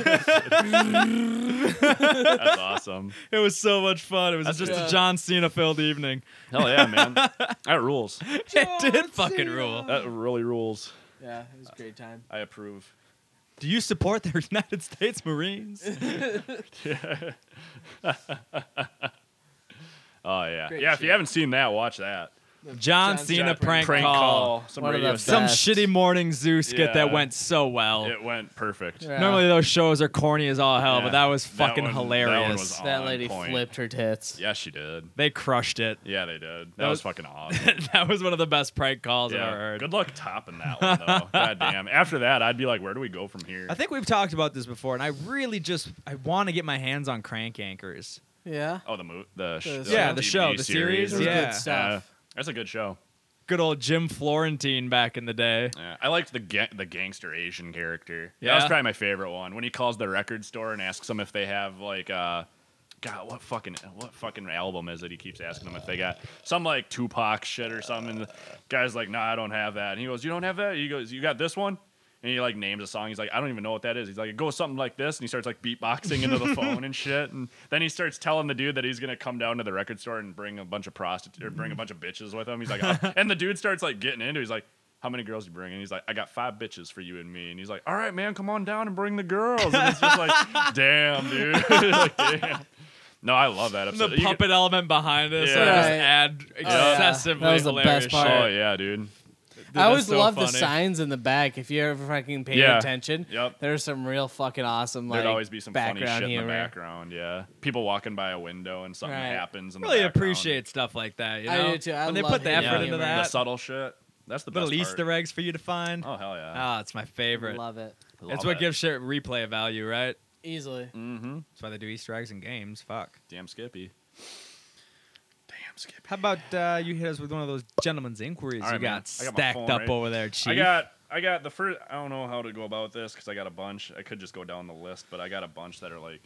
S5: That's awesome.
S3: it was so much fun. It was just
S4: good.
S3: a John Cena filled evening.
S5: Hell
S3: <laughs>
S5: yeah, man. That rules.
S3: it did fucking rule.
S5: That really rules.
S4: yeah, it was a great time.
S5: I approve.
S3: Do you support the <laughs> United States Marines?
S5: Oh yeah,
S4: Great
S5: yeah. If
S4: shit.
S5: you haven't seen that, watch that.
S3: John, Cena
S5: Jonathan,
S3: prank, call.
S5: Some
S4: One of
S5: radio
S4: the
S5: station.
S3: Some
S4: Best.
S3: shitty morning zoo skit that
S5: Yeah.
S3: went so well.
S5: It went perfect.
S4: Yeah.
S3: Normally those shows are corny as all hell,
S5: Yeah.
S3: but that was
S5: That
S3: fucking
S5: one- that one
S3: hilarious.
S5: was
S4: That
S5: on
S4: lady
S5: point.
S4: flipped her tits.
S5: Yeah, she did.
S3: They crushed it. <laughs>
S5: Yeah, they did. That
S3: That
S5: was
S3: was- <laughs>
S5: fucking awesome.
S3: that was one of the best prank calls I've ever
S5: yeah.
S3: heard.
S5: Good luck topping that one
S3: <laughs>
S5: though. God damn. After that, I'd be like, where do we go from here?
S3: I think we've talked about this before, and I really just I want to get my hands on crank anchors.
S4: Yeah.
S5: oh, the movie, the, sh-
S4: The
S5: the
S4: show? Yeah,
S3: the
S5: DVD
S3: show, the series,
S4: It was
S3: Yeah.
S4: good
S5: Yeah.
S4: stuff.
S5: That's a good show.
S3: good old Jim Florentine back in the day.
S5: Yeah, I liked the ga- the gangster Asian character. Yeah, that was
S3: Yeah?
S5: probably my favorite one. When he calls the record store and asks them if they have like, uh, God, what fucking what fucking album is it? He keeps asking them if they got some like Tupac shit or something. And the guy's like, Nah, I don't have that. And he goes, You don't have that? He goes, You got this one? And he like names a song. He's like, I don't even know what that is. He's like, it goes something like this, and he starts like beatboxing into the phone and shit. And then he starts telling the dude that he's gonna come down to the record store and bring a bunch of prostitutes or bring a bunch of bitches with him. He's like, "Uh," and the dude starts like getting into. it. He's like, how many girls you bring? And he's like, I got five bitches for you and me. And he's like, all right, man, come on down and bring the girls. And it's just like, damn, dude, <laughs> like, damn. No, I love that
S3: The
S5: episode. You
S3: puppet element behind this,
S5: Yeah.
S3: Oh, yeah. just
S4: Right.
S3: add
S4: yeah.
S3: excessively
S4: That was the best
S3: hilarious
S5: get-
S4: part.
S3: shit.
S5: oh yeah, dude.
S3: Dude,
S4: I
S3: that's
S4: always
S3: so
S4: love the
S3: funny.
S4: signs in the back. If you ever fucking paid
S5: Yeah.
S4: attention,
S5: Yep.
S4: there's some real fucking awesome. Like,
S5: There'd always be some funny
S4: background
S5: shit in the
S4: humor.
S5: background. Yeah, people walking by a window and something
S4: Right.
S5: happens. In the
S3: Really
S5: background.
S3: appreciate stuff like that. You
S4: I
S3: know,
S4: do too. I
S3: when they
S4: love
S3: put the
S4: hidden
S3: effort
S5: Yeah.
S3: into
S4: humor.
S5: the
S3: that,
S5: subtle shit. That's the
S3: little
S5: best
S3: Easter
S5: part.
S3: eggs for you to find.
S5: Oh hell yeah.
S3: Ah, it's my favorite.
S4: Love it
S3: It's what
S5: it.
S3: gives shit replay value, right?
S4: easily.
S3: Mm.
S5: Mm-hmm.
S3: That's why they do Easter eggs in games. Fuck.
S5: Damn Skippy. Damn Skippy.
S3: How about uh, you hit us with one of those gentleman's inquiries
S5: All right,
S3: you
S5: man.
S3: got
S5: I got my
S3: stacked
S5: phone
S3: up
S5: right-
S3: over there, Chief?
S5: I got I got the first. I don't know how to go about this because I got a bunch. I could just go down the list, but I got a bunch that are like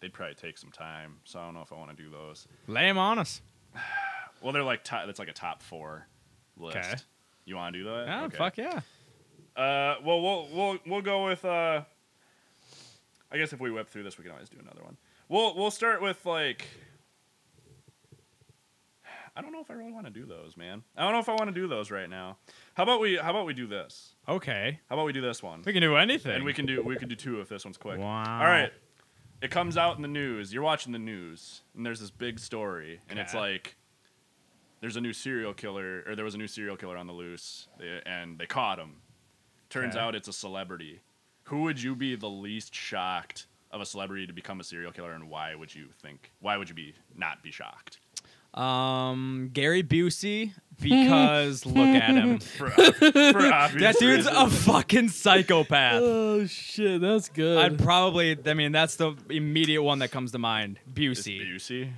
S5: they'd probably take some time, so I don't know if I want to do those.
S3: lay 'em on us.
S5: Well, they're like top, that's like a top four list.
S3: 'Kay.
S5: You want to do that?
S3: Oh,
S5: Okay.
S3: fuck yeah.
S5: Uh, well, we'll we'll we'll go with. Uh, I guess if we whip through this, we can always do another one. We'll we'll start with like. I don't know if I really want to do those, man. I don't know if I want to do those right now. How about we? How about we do this?
S3: Okay,
S5: How about we do this one?
S3: we can do anything.
S5: And we can do we can do two if this one's quick.
S3: Wow.
S5: All right. It comes out in the news. You're watching the news, and there's this big story, and it's
S3: Okay.
S5: like there's a new serial killer, or there was a new serial killer on the loose, they- and they caught him. Turns
S3: Okay.
S5: out it's a celebrity. Who would you be the least shocked of a celebrity to become a serial killer, and why would you think? Why would you be not be shocked?
S3: Um, Gary Busey, because look at him.
S5: For, ob- <laughs> for obvious
S3: That dude's
S5: reasons.
S3: a fucking psychopath.
S4: Oh shit, that's good.
S3: I'd probably, I mean, that's the immediate one that comes to mind.
S5: It's
S3: Busey.
S5: Busey.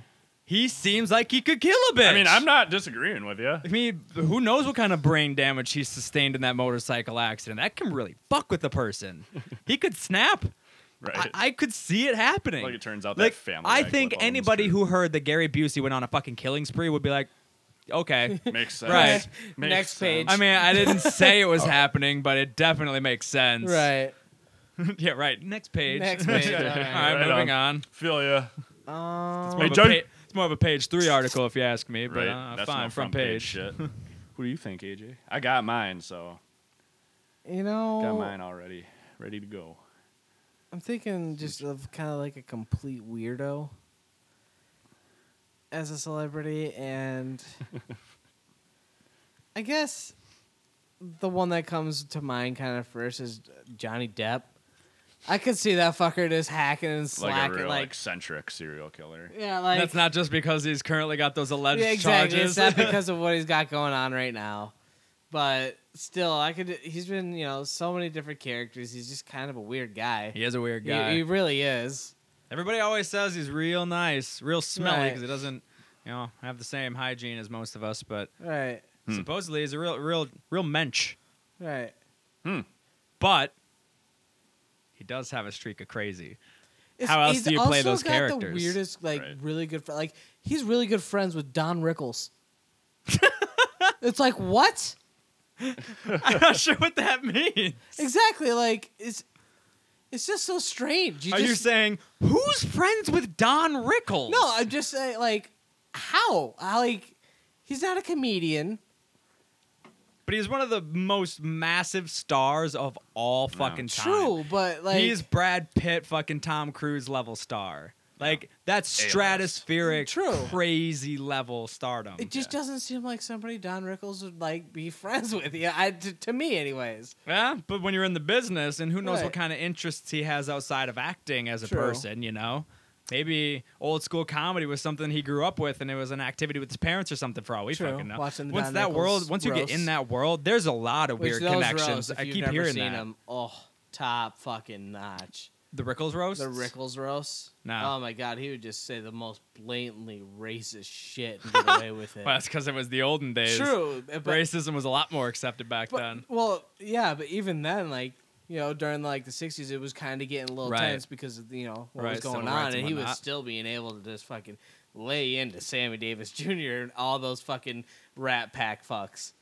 S3: He seems like he could kill a bitch.
S5: I mean, I'm not disagreeing with you.
S3: I mean, who knows what kind of brain damage he sustained in that motorcycle accident? That can really fuck with a
S5: <laughs>
S3: person. he could snap.
S5: Right. <laughs>
S3: I, I could see it happening.
S5: Like it turns out
S3: Like,
S5: that family.
S3: I
S5: guy
S3: think
S5: clip owns
S3: anybody
S5: Drew.
S3: who heard that Gary Busey went on a fucking killing spree would be like,
S4: <laughs>
S3: okay.
S5: Makes sense.
S3: Right.
S5: Makes
S4: Next page.
S3: I mean, I didn't say it
S5: <laughs> Oh.
S3: was happening, but it definitely makes sense.
S4: right.
S3: <laughs> yeah, right. Next page. <laughs>
S4: Next page.
S3: All
S4: all
S3: right,
S4: right.
S5: Right
S3: moving
S5: on.
S3: on.
S5: Feel ya.
S3: It's
S4: Um,
S5: Hey,
S3: more, of a
S5: John.
S3: pa- it's more of a page three article, if you ask me, but uh,
S5: That's
S3: fine,
S5: no
S3: front page. <laughs>
S5: shit. Who do you think, AJ? I got mine, so
S4: You
S5: got
S4: know,
S5: mine already, ready to go.
S4: I'm thinking just of kind of like a complete weirdo as a celebrity,
S5: <laughs>
S4: and I guess the one that comes to mind kind of first is Johnny Depp. I could see that fucker just hacking and
S5: Like a
S4: slacking, like,
S5: real eccentric serial killer.
S4: yeah, like
S3: That's not just because he's currently got those alleged
S4: yeah, exactly.
S3: charges.
S4: It's not
S5: <laughs>
S4: because of what he's got going on right now, but still, I could. He's been you know so many different characters. He's just kind of a weird guy.
S3: <laughs> he is a weird
S4: He-
S3: guy.
S4: he really is.
S3: Everybody always says he's real nice, real smelly
S4: Right.
S3: because he doesn't, you know, have the same hygiene as most of us. But
S4: Right,
S3: supposedly he's a real, real, real mensch.
S4: right.
S3: But he does have a streak of crazy. <laughs>
S4: It's-
S3: How else
S4: he's
S3: do you play
S4: also
S3: those
S4: got The
S3: characters?
S4: weirdest, like
S5: Right.
S4: really good, fr- like he's really good friends with Don Rickles. <laughs> it's like what
S3: I'm
S4: <laughs>
S3: not sure what that means.
S4: exactly? Like it's it's just so strange. You
S3: Are
S4: just,
S3: you saying who's friends with Don Rickles?
S4: no? I'm just saying, like how? I, like he's not a comedian.
S3: but he's one of the most massive stars of all fucking time.
S4: True, but like
S3: he's Brad Pitt, fucking Tom Cruise level star. Like that's
S5: A-list.
S3: stratospheric,
S4: True.
S3: crazy level stardom.
S4: it just doesn't seem like somebody Don Rickles would like be <laughs> friends with. Yeah, I to, to me, anyways.
S3: Yeah, but when you're in the business, and who knows what
S4: Right.
S3: kind of interests he has outside of acting as a
S4: True.
S3: person, you know? Maybe old school comedy was something he grew up with, and it was an activity with his parents or something. For all we
S4: True.
S3: fucking know.
S4: Watching the
S3: once
S4: Don
S3: that
S4: Rickles
S3: world, once you get
S4: roasts.
S3: in that world, there's a lot of
S4: Which
S3: weird
S4: those
S3: connections.
S4: roasts, if
S3: I
S4: you've
S3: keep
S4: never
S3: hearing
S4: seen
S3: that.
S4: them, oh, top fucking notch.
S3: The Rickles roast.
S4: The Rickles roast.
S3: No.
S4: Oh my god, he would just say the most blatantly racist shit and get
S3: <laughs>
S4: away with it.
S3: Well, that's because it was the olden days.
S4: True. But,
S3: Racism was a lot more accepted back
S4: but-
S3: then.
S4: Well, yeah, but even then, like you know, during like the '60s, it was kind of getting a little
S3: Right.
S4: tense because of, you know what
S3: Right,
S4: was going
S3: civil
S4: on,
S3: rights
S4: and,
S3: and
S4: he was
S3: whatnot.
S4: still being able to just fucking lay into Sammy Davis Jr. and all those fucking Rat Pack fucks.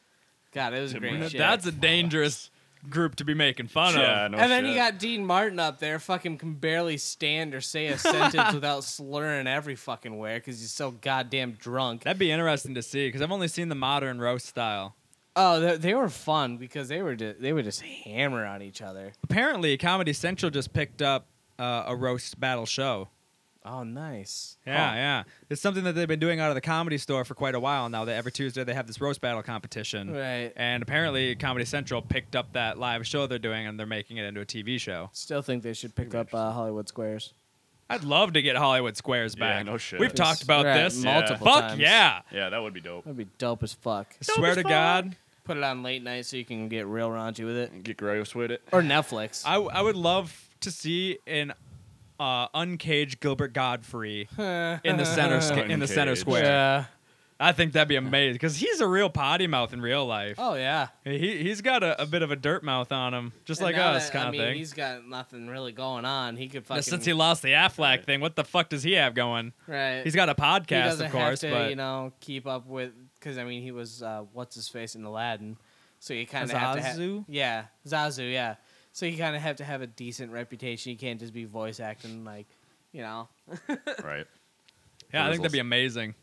S4: God, it was
S5: Tim
S4: great
S5: Rat
S4: shit.
S3: That's a dangerous group to be making fun
S5: Yeah,
S3: of.
S5: no
S4: and then you
S5: shit.
S4: got Dean Martin up there, fucking can barely stand or
S3: <laughs>
S4: say a sentence without slurring every fucking where because he's so goddamn drunk.
S3: That'd be interesting to see because I've only seen the modern roast style.
S4: Oh, they, they were fun because they were just, they would just hammer on each other.
S3: Apparently, Comedy Central just picked up uh, a roast battle show.
S4: Oh, nice. Oh,
S3: Yeah,
S4: Huh.
S3: yeah. It's something that they've been doing out of the comedy store for quite a while now. That every Tuesday they have this roast battle competition.
S4: Right.
S3: And apparently Comedy Central picked up that live show they're doing and they're making it into a TV show.
S4: Still think they should pick up uh, Hollywood Squares.
S3: I'd love to get Hollywood Squares
S5: Yeah,
S3: back.
S5: no shit.
S3: We've
S5: It's-
S3: talked about
S4: right,
S3: this.
S4: multiple
S3: Fuck
S4: times.
S3: yeah.
S5: Yeah, that would be dope.
S4: That'd be dope as
S3: <laughs>
S4: fuck.
S3: Swear to God.
S4: Put it on late night so you can get real raunchy with it.
S5: Get gross with it.
S3: <laughs>
S4: Or Netflix.
S3: I, w- I would love to see an uh, uncaged Gilbert Godfrey in the center sca- in the center
S5: Uncaged.
S3: square.
S4: Yeah.
S3: I think that'd be amazing because he's a real potty mouth in real life.
S4: Oh yeah.
S3: He he's got a, a bit of a dirt mouth on him, just
S4: And
S3: like
S4: now
S3: us,
S4: that-
S3: kind
S4: I
S3: of
S4: mean,
S3: thing.
S4: He's got nothing really going on. He could
S3: Now,
S4: fucking.
S3: since he lost the Affleck thing, what the fuck does he have going?
S4: right.
S3: He's got a
S4: he
S3: podcast,
S4: doesn't
S3: of course,
S4: have to,
S3: but
S4: you know, keep up with because I mean he was uh, what's his face in Aladdin, so you kind of have to ha-
S3: Zazu?
S4: yeah, Zazu, yeah. So you kind of have to have a decent reputation. You can't just be voice acting like, you know,
S5: Right.
S3: yeah, I think that'd be
S5: Frizzles.
S3: amazing.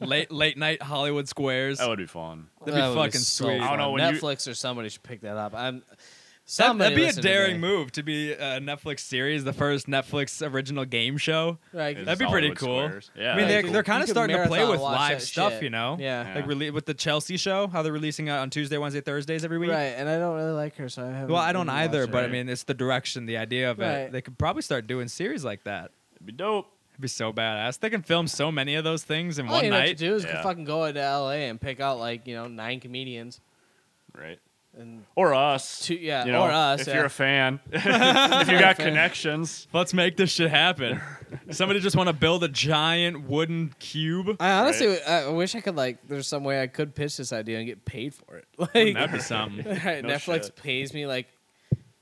S3: late late night Hollywood squares.
S5: That would be fun.
S3: That'd be
S4: would
S3: fucking
S4: so
S3: sweet.
S5: I don't know,
S4: fun.
S5: when you-
S4: Netflix or somebody should pick that up. I'm
S3: That,
S4: somebody
S3: that'd be a
S4: listen to
S3: daring
S4: me.
S3: move to be a Netflix series, the first Netflix original game show.
S4: Like,
S5: It's
S3: That'd be pretty
S5: Hollywood
S3: cool.
S5: Squares. Yeah.
S3: I mean,
S5: that'd
S3: they're,
S5: be
S3: they're
S5: cool.
S3: kind
S4: You
S3: of
S4: could
S3: starting to play
S4: marathon
S3: with
S4: watch
S3: live
S4: that
S3: stuff,
S4: shit.
S3: you know?
S4: Yeah.
S3: Like rele- with the Chelsea show, how they're releasing uh, on Tuesday, Wednesday, Thursdays every week.
S4: right, and I don't really like her, so I haven't.
S3: Well, I don't
S4: really
S3: either,
S4: watched
S3: but I
S4: it.
S3: mean, it's the direction, the idea of it.
S4: Right.
S3: They could probably start doing series like that.
S5: It'd be dope.
S3: It'd be so badass. They can film so many of those things in
S4: all
S3: one
S4: you have
S3: night.
S4: to do is
S5: Yeah.
S4: fucking go to L.A. and pick out like you know nine comedians
S5: Right.
S4: and
S5: Or us.
S4: Two- yeah,
S5: You know,
S4: or us,
S5: If
S4: yeah.
S5: you're
S3: <laughs>
S5: a fan, <laughs> if you got
S4: fan.
S5: connections,
S3: Let's make this shit
S4: <laughs>
S3: happen. Somebody just want to build a giant wooden cube.
S4: I honestly, I I wish I could like. There's some way I could pitch this idea and get paid for it. <laughs> Like,
S3: That'd be
S4: <laughs>
S5: <laughs>
S3: something.
S4: alright,
S5: No
S4: Netflix
S5: shit.
S4: pays me like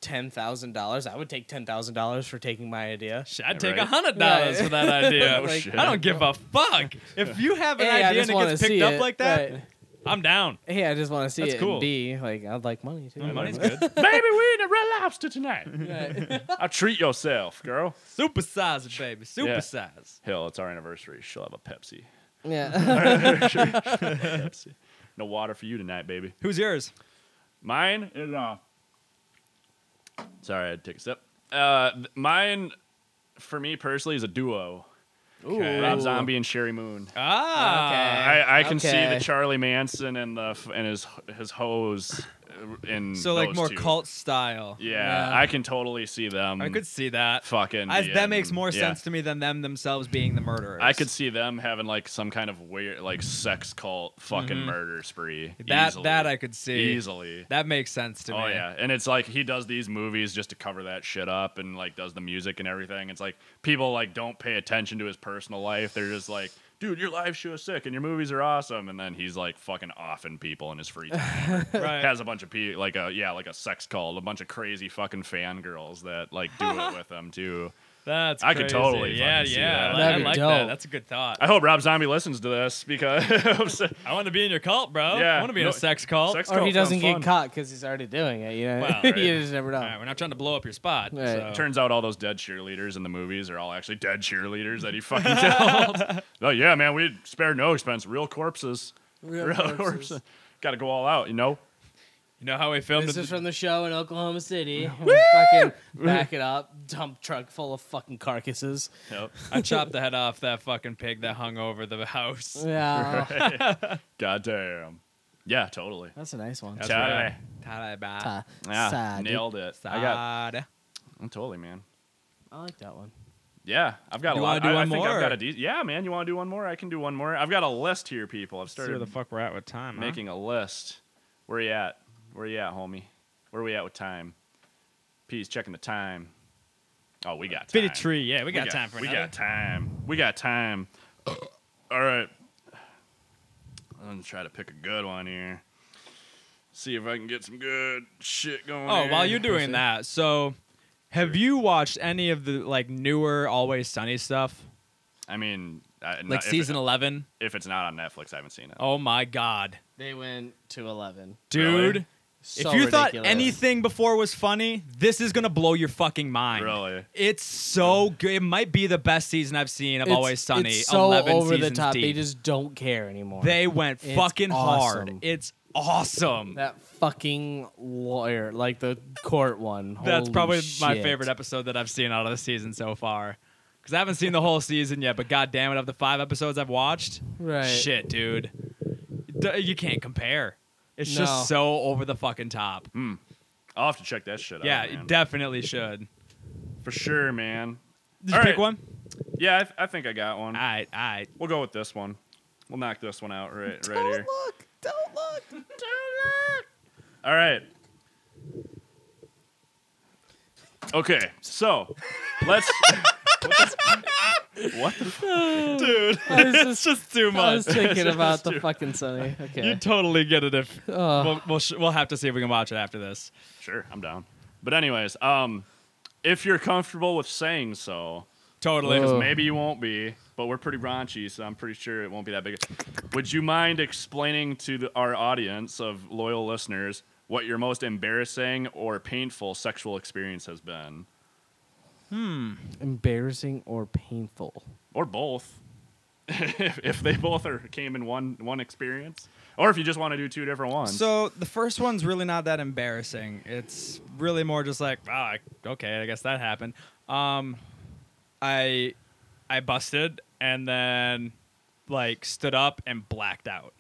S4: ten thousand dollars. I would take ten thousand dollars for taking my idea.
S3: Shit, I'd take a
S5: Right.
S3: hundred dollars
S4: Right.
S3: for that
S4: <laughs>
S3: idea.
S5: No
S4: Like,
S5: shit.
S3: I don't give a fuck. If you have an
S4: Hey, I
S3: idea
S4: just
S3: and it
S4: want to
S3: gets
S4: see
S3: picked up
S4: it.
S3: like that,
S4: Right.
S3: I'm down.
S4: Hey, I just want to see
S3: That's
S4: it.
S3: cool.
S4: And B, like I'd like money too.
S3: Money's <laughs> good.
S5: baby, we in a red lobster tonight.
S3: <laughs>
S4: Right. <laughs>
S5: I'll treat yourself, girl.
S3: Supersize it, baby. Supersize.
S5: Hell, it's our anniversary. She'll have a Pepsi.
S4: yeah.
S3: <laughs>
S5: Pepsi. No water for you tonight, baby.
S3: Who's yours?
S5: Mine is uh. Sorry, I had to take a sip. Uh, th- mine, for me personally, is a duo. Rob Zombie and Sherry Moon.
S3: Ah.
S5: I, I can see
S4: okay.
S5: the Charlie Manson and the f- and his his hose uh, in
S3: So like
S5: those
S3: more
S5: two.
S3: cult style.
S5: Yeah, I can totally see them.
S3: I could see that.
S5: fucking.
S3: I,
S5: being-
S3: that makes more
S5: yeah.
S3: sense to me than them themselves being the murderers.
S5: I could see them having like some kind of weird like sex cult fucking murder spree.
S3: Mm-hmm. that
S5: easily.
S3: that I could see.
S5: easily.
S3: That makes sense to me.
S5: Oh yeah, and it's like he does these movies just to cover that shit up, and like does the music and everything. It's like people like don't pay attention to his personal life. They're just like, dude, your live show is sick, and your movies are awesome. And then he's like fucking offing people in his
S3: <laughs>
S5: free time.
S3: <laughs> Right.
S5: Has a bunch of people like a yeah like a sex cult, a bunch of crazy fucking fangirls that like do
S3: <laughs>
S5: it with them too.
S3: That's
S5: I could
S3: crazy.
S5: totally
S3: yeah
S5: fucking see
S3: yeah.
S5: that.
S3: I-
S4: That'd
S3: I
S4: be
S3: like that.
S4: dope.
S3: That's a good thought.
S5: I hope Rob Zombie listens to
S3: <laughs>
S5: this because
S3: I want to be in your cult, bro.
S5: Yeah.
S3: I want to be in a
S5: No-
S3: sex cult.
S4: <laughs>
S5: sex
S4: Or he
S5: cult
S4: doesn't
S5: sounds
S4: get
S5: fun.
S4: caught because he's already doing it. You know, <laughs>
S3: Wow,
S5: right.
S4: you just never know.
S3: All right, we're not trying to blow up your spot.
S4: Right.
S3: so-
S5: Turns out all those dead cheerleaders in the movies are all actually dead
S3: <laughs>
S5: cheerleaders that he fucking killed. <laughs> oh yeah, man, we spared no expense. Real corpses.
S4: Real corpses.
S5: Got to go all out, you know.
S3: You know how we filmed
S4: This
S3: it?
S4: is from the show in Oklahoma
S3: <laughs>
S4: City. fucking back it up. Dump truck full of fucking carcasses.
S3: I chopped the head off that fucking pig that hung over the
S4: <laughs>
S3: house. <laughs>
S4: Yeah.
S5: God damn. Yeah, totally.
S4: That's a nice one.
S3: That's
S5: Totally.
S3: right. Totally bad.
S4: Ta-
S5: Yeah,
S4: sad.
S5: nailed it. I got.
S3: Sad.
S5: I'm totally man.
S4: I like that one.
S5: Yeah, I've got
S3: You
S5: a
S3: wanna
S5: lot.
S3: do
S5: I,
S3: one
S5: I think
S3: more?
S5: I've got a de- Yeah, man, you want to do one more? I can do one more. I've got a list here, people. I've
S3: See where
S5: started
S3: the fuck we're at with time. huh?
S5: making a list. Where you at? Where you at, homie? Where we at with time? Peace. Checking the time. Oh, we got time.
S7: Bit of tree. Yeah, we got, time for
S5: We
S7: another.
S5: got time. We got time. <coughs> All right. I'm gonna try to pick a good one here. See if I can get some good shit going.
S3: Oh, while
S5: here.
S3: you're doing that, so have you watched any of the like newer Always Sunny stuff,
S5: I mean, I,
S3: like
S5: if it-
S3: season eleven?
S5: If it's not on Netflix, I haven't seen it.
S3: Oh my god,
S4: They went to eleven.
S5: Really?
S3: dude!
S4: So
S3: if you thought
S4: ridiculous.
S3: anything before was funny, this is gonna blow your fucking mind.
S5: Really?
S3: It's so good. It might be the best season I've seen of
S4: It's-
S3: Always Sunny.
S4: it's so
S3: 11
S4: over the
S3: seasons
S4: top. They
S3: deep.
S4: just don't care anymore.
S3: They went
S4: It's
S3: fucking hard.
S4: awesome.
S3: It's awesome.
S4: that fucking lawyer, like the court one.
S3: That's
S4: Holy
S3: probably my
S4: shit.
S3: favorite episode that I've seen out of the season so far. Because I haven't seen the whole season yet, but god damn it, of the five episodes I've watched,
S4: Right.
S3: shit, dude. D- you can't compare. It's
S4: No.
S3: just so over the fucking top.
S5: I'll have to check that shit
S3: yeah,
S5: out.
S3: you
S5: oh, man.
S3: definitely should.
S5: for sure, man.
S3: Did you
S5: All
S3: pick
S5: right.
S3: one?
S5: Yeah, I, th- I think I got one.
S3: All right, all right.
S5: We'll go with this one. We'll knock this one out right, right here.
S4: Look, don't look.
S5: All right. Okay, so let's. <laughs> what the
S4: <laughs>
S5: <laughs>
S4: I was just,
S3: Just too
S4: I
S3: much. <laughs>
S4: was thinking about the fucking Sunny.
S3: You
S4: Okay.
S3: totally get it if
S4: Ugh.
S3: we'll we'll, sh- we'll have to see if we can watch it after this.
S5: Sure, I'm down. But anyways, um, if you're comfortable with saying so,
S3: Totally.
S4: Whoa.
S5: maybe you won't be, but we're pretty raunchy, so I'm pretty sure it won't be that big. a- Would you mind explaining to the, our audience of loyal listeners what your most embarrassing or painful sexual experience has been,
S4: Embarrassing or painful?
S5: or both? <laughs> if, if they both are came in one one experience, or if you just want to do two different ones.
S3: So the first one's really not that embarrassing. It's really more just like, ah, okay, I guess that happened. Um, I I busted and then like stood up and blacked out.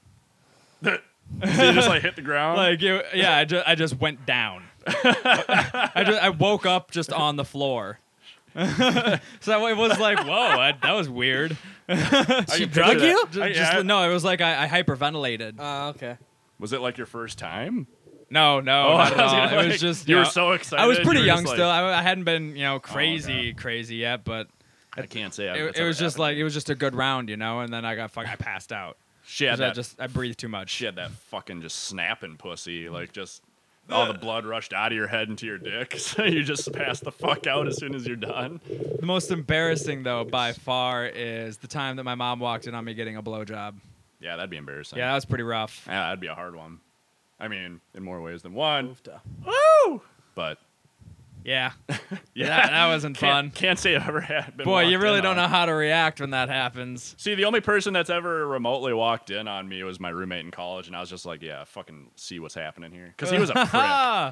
S5: So you just like hit the ground.
S3: Like it, yeah, I just I just went down. <laughs> I just I woke up just on the floor. <laughs> so it was like, whoa, I, that was weird.
S5: I can
S4: drug
S5: picture
S4: you?
S5: that. I-
S3: Just,
S5: yeah, I-
S3: no, it was like I, I hyperventilated.
S4: Uh, okay.
S5: was it like your first time?
S3: No, no,
S5: Oh,
S3: not at
S5: I was
S3: all.
S5: gonna,
S3: it was
S5: like,
S3: just
S5: you were
S3: know,
S5: so excited.
S3: I was
S5: you
S3: pretty
S5: were
S3: young
S5: just like,
S3: still. I, I hadn't been, you know, crazy, crazy yet, but
S5: I can't say. I've-
S3: it,
S5: that's
S3: it
S5: ever
S3: was just
S5: happened.
S3: like it was just a good round, you know. And then I got fuck, I passed out.
S5: she had
S3: 'Cause I
S5: that.
S3: just I breathed too much.
S5: she had that fucking just snapping pussy, like just all the blood rushed out of your head into your dick, <laughs> so you just pass the fuck out as soon as you're done.
S3: The most embarrassing though, by far, is the time that my mom walked in on me getting a blowjob.
S5: Yeah, that'd be embarrassing.
S3: Yeah, that was pretty rough.
S5: yeah, that'd be a hard one. I mean, in more ways than one. Woo! But
S3: Yeah,
S5: yeah,
S3: that, that wasn't fun.
S5: can't, can't say I've ever had. Been
S3: Boy, you
S5: <laughs> walked
S3: really
S5: in
S3: don't
S5: on.
S3: know how to react when that happens.
S5: See, the only person that's ever remotely walked in on me was my roommate in college, and I was just like, "Yeah, fucking see what's happening here," because he was
S3: <laughs>
S5: a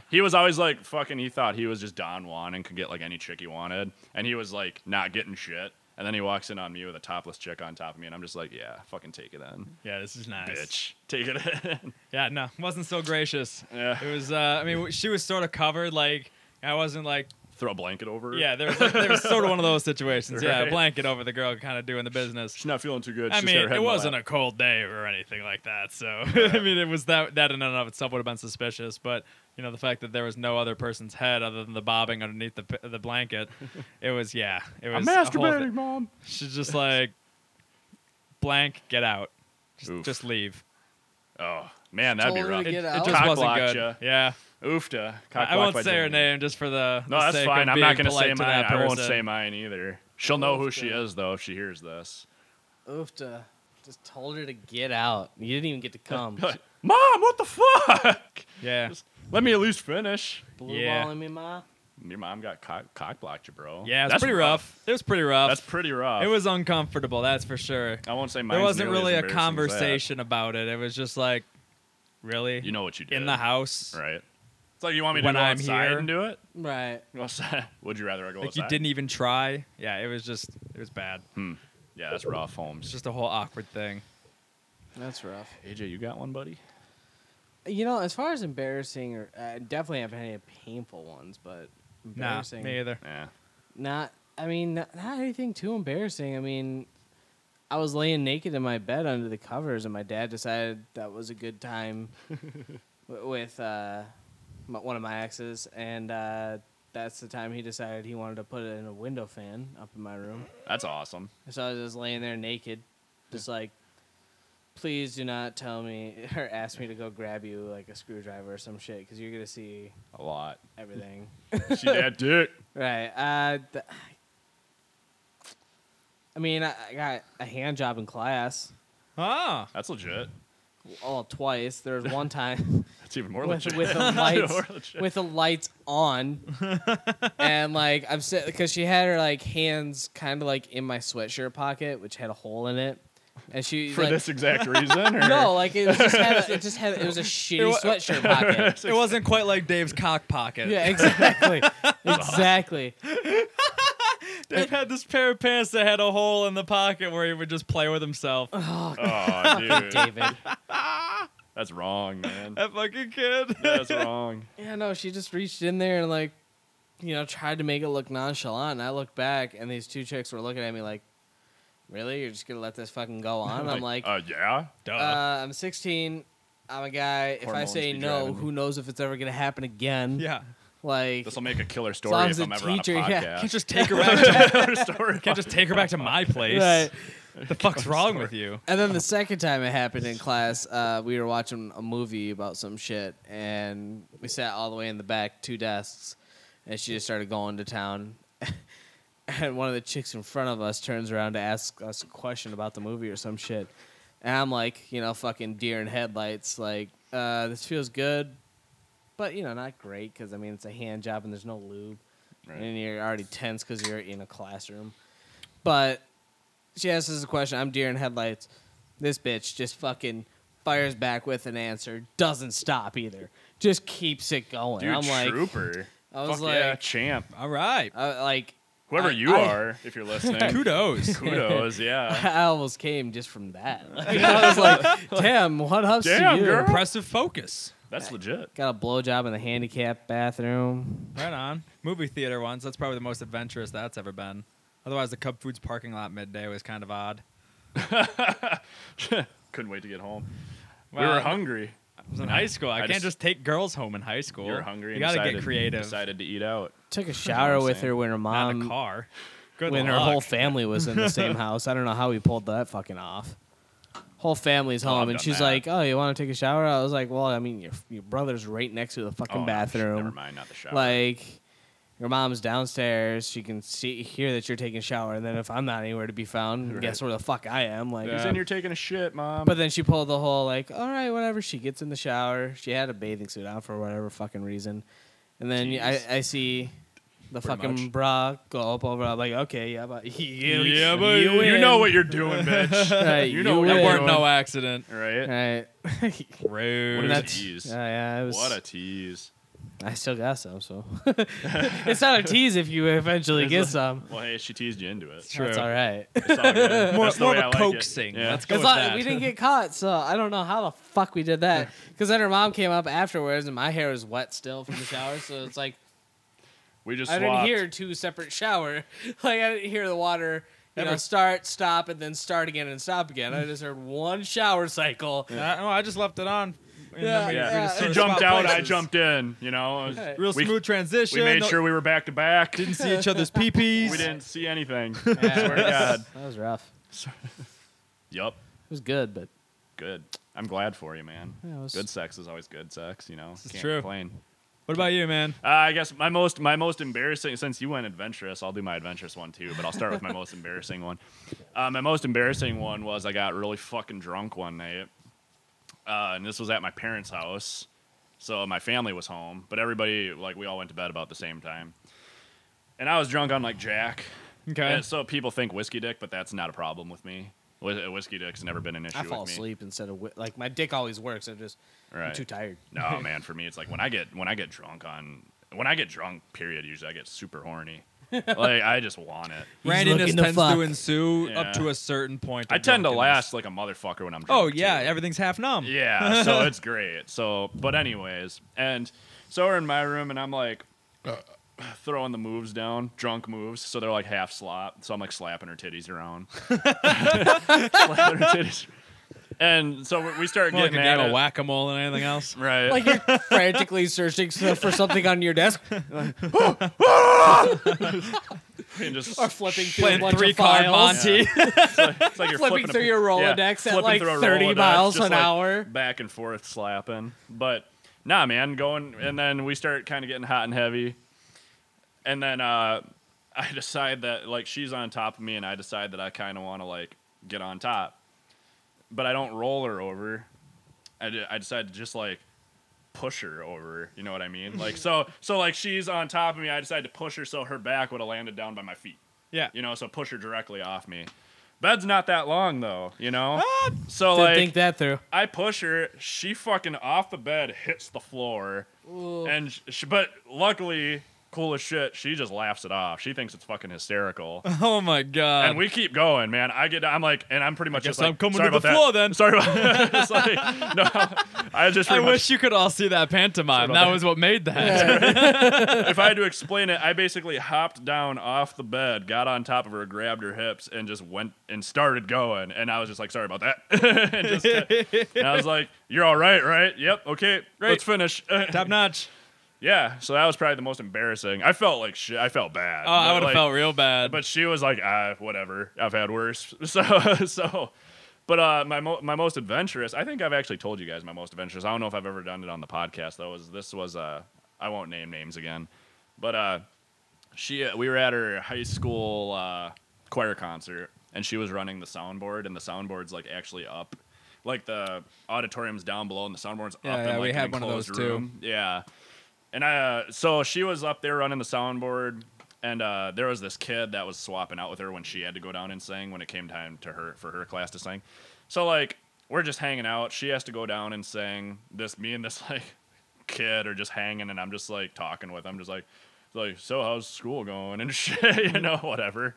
S5: prick. He was always like, "Fucking," he thought he was just Don Juan and could get like any chick he wanted, and he was like not getting shit. And then he walks in on me with a topless chick on top of me, and I'm just like, "Yeah, fucking take it in,
S3: Yeah, this is nice.
S5: bitch, <laughs> take it in."
S3: Yeah, no, <laughs> wasn't so gracious.
S5: Yeah.
S3: It was. Uh, I mean, she was sort of covered. Like I wasn't like
S5: Throw a blanket over. her.
S3: Yeah, there was, like, there was sort of one of those situations. Yeah, a
S5: Right.
S3: blanket over the girl kind of doing the business.
S5: she's not feeling too good.
S3: I
S5: She's got her
S3: mean,
S5: head
S3: it
S5: in my
S3: wasn't a
S5: lap.
S3: cold day or anything like that. So, <laughs> I mean, it was that, that in and of itself would have been suspicious. But, you know, the fact that there was no other person's head other than the bobbing underneath the, p- the
S5: <laughs>
S3: blanket, it was, yeah. It was
S5: I'm
S3: a whole thi-
S5: masturbating, mom.
S3: She's just like, blank, get out. Just,
S5: Oof.
S3: just leave.
S5: Oh man, that'd be
S4: Told her
S5: rough.
S4: to Get
S3: it,
S4: out.
S3: it just
S5: Cock
S3: wasn't
S5: blocked
S3: good.
S5: ya.
S3: Yeah.
S5: Oofta. Cock
S3: I, I won't
S5: blocked by
S3: say her
S5: Jamie.
S3: name just for the.
S5: No,
S3: the
S5: that's
S3: sake
S5: fine.
S3: Of
S5: I'm
S3: being
S5: not going
S3: polite
S5: say
S3: to
S5: mine.
S3: that
S5: I won't
S3: person.
S5: say mine either. She'll know who she is though if she
S3: <laughs>
S5: hears this.
S4: Oofta. Just told her to get out. You didn't even get
S3: <laughs>
S4: to come.
S5: <laughs> Mom, what the fuck? <laughs>
S3: Yeah.
S5: Let me at least finish.
S4: Blue
S3: Yeah.
S4: balling me, ma.
S5: Your mom got cock, cock blocked, you bro.
S3: Yeah, it's
S5: That's
S3: pretty rough. It was pretty rough.
S5: That's pretty rough.
S3: It was uncomfortable, that's for sure.
S5: I won't say mine.
S3: There wasn't really a conversation about it. It was just like, really?
S5: You know what you did
S3: in the house?
S5: right? It's like you want me to
S3: When
S5: go
S3: I'm
S5: outside
S3: here.
S5: and do it. <laughs>
S4: Right.
S5: Go outside. Would you rather I go
S3: Like,
S5: outside?
S3: you didn't even try? Yeah, it was just, it was bad.
S5: Hmm. Yeah, that's rough,
S3: It's
S5: Holmes.
S3: just a whole awkward thing.
S4: That's rough.
S5: AJ, you got one, buddy?
S4: You know, as far as embarrassing, or uh, I definitely haven't had any painful ones, but
S3: Nah,
S4: embarrassing.
S3: me either.
S5: Yeah.
S4: Not, I mean, not, not anything too embarrassing. I mean, I was laying naked in my bed under the covers, and my dad decided that was a
S3: <laughs>
S4: good time w- with uh, m one of my exes, and uh, that's the time he decided he wanted to put in a window fan up in my room.
S5: That's awesome.
S4: So I was just laying there naked, just like, please do not tell me <laughs> or ask me to go grab you like a screwdriver or some shit because you're gonna see
S3: <laughs>
S5: A lot.
S4: everything. <laughs>
S5: She that dick.
S4: right. Uh, th- I mean, I, I got a hand job in class.
S3: Ah,
S5: That's legit.
S4: Oh, twice. There was one
S5: <laughs>
S4: time
S5: That's even more
S4: with,
S5: legit. <laughs>
S4: with the
S5: Even more
S4: lights
S5: legit.
S4: with the lights on, and like I'm sitting because she had her like hands kind of like in my sweatshirt pocket, which had a hole in it, and she
S5: for
S4: like,
S5: this exact reason. Or?
S4: No, like it was just had a, it just had it
S5: <laughs>
S4: was a shitty sweatshirt pocket.
S3: it wasn't quite like Dave's cock pocket.
S4: Yeah,
S5: <laughs>
S4: exactly, exactly.
S3: <laughs> Dave had this pair of pants that had a hole in the pocket where he would just play with
S4: <laughs>
S3: himself.
S5: Oh, dude,
S4: David.
S5: that's
S3: <laughs>
S5: wrong, man.
S3: that fucking kid.
S5: That's wrong.
S4: Yeah, no, she just reached in there and like, you know, tried to make it look nonchalant. And I looked back, and these two chicks were looking at me like, "Really? You're just gonna let this fucking go on?" I'm like,
S5: uh, yeah.
S3: <laughs> Duh.
S4: uh, "I'm 16. I'm a guy. If I
S5: Hormones
S4: say
S5: be
S4: no,
S5: driving me.
S4: who knows if it's ever gonna happen again?"
S3: yeah.
S4: like
S5: This will make a killer
S4: long
S5: story
S4: as
S5: if
S4: the
S5: I'm ever
S4: teacher-
S5: on a
S4: yeah.
S5: podcast. <laughs>
S3: Can't just
S4: <laughs>
S3: take her back. To,
S5: Killer story.
S3: can't just take her back to my place.
S4: Right.
S3: The fuck's wrong with you?
S4: And then the second time it happened in class, uh, we were watching a movie about some shit, and we sat all the way in the back, two desks, and she just started going to town. <laughs> and one of the chicks in front of us turns around to ask us a question about the movie or some shit. And I'm like, you know, fucking deer in headlights, like, uh, this feels good, but, you know, not great, because, I mean, it's a hand job and there's no lube. And you're already tense because you're in a classroom. But she asks us a question. I'm deer in headlights. This bitch just fucking fires back with an answer. Doesn't stop either. Just keeps it going.
S5: Dude,
S4: I'm like,
S5: trooper.
S4: I was
S5: Fuck yeah,
S4: like-
S5: champ.
S3: All right.
S4: I- like
S5: Whoever
S4: I-
S5: you
S4: I-
S5: are,
S4: <laughs>
S5: if you're listening,
S3: Kudos.
S5: kudos. Yeah.
S4: I almost came just from
S5: <laughs>
S4: that. Like, I was like, damn, what ups
S5: Damn,
S4: to you?
S5: girl.
S3: Impressive focus.
S5: That's legit.
S4: Got a blowjob in the handicap bathroom.
S3: Right on. Movie theater ones. That's probably the most adventurous that's ever been. Otherwise, the Cub Foods parking lot midday was kind of odd.
S5: Couldn't wait to get home. we
S3: Well,
S5: were hungry.
S3: I was in high school. I,
S5: I
S3: can't
S5: just-
S3: just, take girls home in high school.
S5: You were hungry.
S3: You
S5: and
S3: gotta
S5: decided,
S3: get creative.
S5: Decided to eat out.
S4: <laughs> Took a shower
S5: I'm
S4: with
S5: saying.
S4: her when her
S3: Not
S4: mom,
S3: a car. Good
S4: when her
S3: luck.
S4: Um, whole family was in the
S5: <laughs>
S4: same house. I don't know how we pulled that fucking off. Whole family's
S5: I've
S4: home, and
S5: done
S4: she's
S5: that.
S4: like, "Oh, you want to take a shower?" I was like, "Well, I mean, your your brother's right next to the
S5: Oh,
S4: fucking
S5: no,
S4: bathroom.
S5: Never mind. Not the shower.
S4: Like, your mom's downstairs. She can see hear that you're taking a shower, and then if I'm not anywhere to be
S5: <laughs>
S4: found, guess where the fuck I am. Like,
S5: He's in here taking a shit, mom.
S4: Um, But then she pulled the whole like, all right, whatever. She gets in the shower. She had a bathing suit on for whatever fucking reason, and then I, I see the fucking
S5: much.
S4: bra go up over. I'm like, okay, yeah, but <laughs> you,
S5: yeah, but you,
S4: win.
S5: know what you're doing, bitch.
S4: Right,
S5: you know what
S3: That
S5: you're
S3: weren't
S5: doing.
S3: no accident.
S5: right?
S4: Right.
S5: What a
S3: Rude.
S5: That's-
S4: That's,
S5: tease.
S4: yeah, yeah, it was,
S5: What a tease.
S4: I still got some,
S5: <laughs>
S4: so it's not a tease if you eventually get some.
S5: Well, hey, she teased you into it.
S4: That's all right.
S5: It's all good.
S3: more
S5: That's the
S3: more
S5: way I
S3: of a
S5: like it.
S3: coaxing.
S5: Yeah.
S3: Let's go
S4: It's
S3: with
S4: like,
S3: that.
S4: we didn't get caught, so I don't know how the fuck we did that. Because then her mom came up afterwards, and my hair was wet still from the shower, so it's like
S5: We just
S4: I didn't
S5: swapped.
S4: hear two separate shower. <laughs> Like I didn't hear the water. You know, start, stop, and then start again and stop again. I just heard one shower cycle. <laughs>
S3: I, Uh, no, I just left it on. And
S4: Yeah,
S3: then we- we
S5: Yeah.
S4: yeah.
S3: just
S5: She
S3: sort of
S5: jumped
S3: swapped
S5: out, I
S3: places.
S5: jumped in. You know, It was-
S4: Right.
S3: Real
S5: We-
S3: smooth transition.
S5: we made
S3: No-
S5: sure we were back to back. We
S3: didn't see each <laughs> other's peepees.
S5: didn't see anything.
S4: Yeah,
S5: <laughs> Swear to
S4: that
S5: God.
S4: was- that was rough.
S5: Yup.
S4: It was good, but
S5: Good. I'm glad for you, man.
S4: Yeah, it was-
S5: Good sex is always good sex. You know,
S3: is
S5: can't
S3: true.
S5: complain.
S3: What about you, man?
S5: Uh, I guess my most my most embarrassing since you went adventurous, I'll do my adventurous one too. But I'll start with my most embarrassing one. Uh, my most embarrassing one was I got really fucking drunk one night, uh, and this was at my parents' house. So my family was home, but everybody like we all went to bed about the same time, and I was drunk on like Jack.
S3: Okay.
S5: And so people think whiskey dick, but that's not a problem with me. Whis- Whiskey dick's never been an issue
S4: I fall
S5: with me.
S4: asleep instead of wi- like my dick always works. I just I'm
S5: Right.
S4: too tired.
S3: <laughs>
S5: No, man, for me it's like when I get when I get drunk on when I get drunk, period, usually I get super horny. like I just
S3: <laughs>
S5: want it.
S3: Randiness
S4: looking to
S3: tends
S4: fuck.
S3: to ensue up
S5: Yeah.
S3: to a certain point. of
S5: I tend to
S3: drunkenness.
S5: last like a motherfucker when I'm drunk.
S3: Oh yeah,
S5: too.
S3: everything's half numb. <laughs>
S5: Yeah, so it's great. So, but anyways, and so we're in my room, and I'm like uh, throwing the moves down, drunk moves. So they're
S3: <laughs>
S5: like half slop. So I'm like slapping her titties around. slapping her titties. And so we- we started
S3: More like a
S5: getting
S3: game
S5: at
S3: of
S5: it.
S3: whack a mole than anything else.
S5: Right.
S4: Like you're <laughs> frantically searching stuff for something on your desk,
S5: <laughs> and
S4: <laughs>
S5: just
S4: or flipping through a
S3: Playing
S4: bunch
S3: three
S4: of files.
S3: card Monty.
S5: it's like you're
S4: flipping
S5: a
S4: through your
S5: pa- yeah,
S4: Rolodex at,
S5: flipping
S4: like,
S5: through a
S4: 30
S5: Rolodex,
S4: miles
S5: just,
S4: an
S5: like,
S4: hour.
S5: back and forth slapping. But nah, man, going and then we start kind of getting hot and heavy, and then uh, I decide that like she's on top of me, and I decide that I kind of want to like get on top, but I don't roll her over. I, d- I decide to just like push her over. You know what I mean? Like so so like she's on top of me. I decide to push her so her back would have landed down by my feet.
S3: <laughs> yeah.
S5: You know, so push her directly off me. Bed's not that long though, you know.
S3: Ah,
S5: So
S4: Didn't
S5: like
S4: think that through.
S5: I push her, she fucking off the bed hits the floor, and sh sh but luckily, cool as shit, she just laughs it off. She thinks it's
S3: <laughs>
S5: fucking hysterical.
S3: <laughs> Oh my god.
S5: And we keep going, man. I get, I'm like, and I'm pretty much
S3: guess
S5: just like,
S3: I'm coming
S5: sorry
S3: to the
S5: about that.
S3: floor then.
S5: Sorry about <laughs> It's like, no, I just
S3: I
S5: pretty much-
S3: wish you could all see that pantomime.
S5: Sorry
S3: That
S5: about
S3: was what made <laughs> that.
S5: if I had to explain it, I basically hopped down off the bed, got on top of her, grabbed her hips, and just went and started going. And I was just like, sorry about that. <laughs> and, just, and I was like, you're all right, right? Yep. Okay. Let's finish. <laughs>
S3: Top notch.
S5: yeah. So that was probably the most embarrassing. I felt like shit. I felt bad.
S3: Oh, I would have
S5: like,
S3: felt real bad.
S5: But she was like, ah, whatever. I've had worse. <laughs> So, so. But uh, my mo- my most adventurous, I think I've actually told you guys my most adventurous. I don't know if I've ever done it on the podcast though. Is this was uh, I won't name names again, but uh, she uh, we were at her high school uh, choir concert and she was running the soundboard and the soundboard's like actually up, like the auditorium's down below and the soundboard's
S3: Yeah,
S5: up. in,
S3: yeah,
S5: like,
S3: we
S5: an
S3: had one of
S5: enclosed
S3: those, too.
S5: room. Yeah, and I, uh, so she was up there running the soundboard, and uh, there was this kid that was swapping out with her when she had to go down and sing when it came time to her for her class to sing. So like we're just hanging out. She has to go down and sing. This me and this <laughs> like kid are just hanging, and I'm just like talking with. him. just like like so how's school going and <laughs> shit, you know whatever.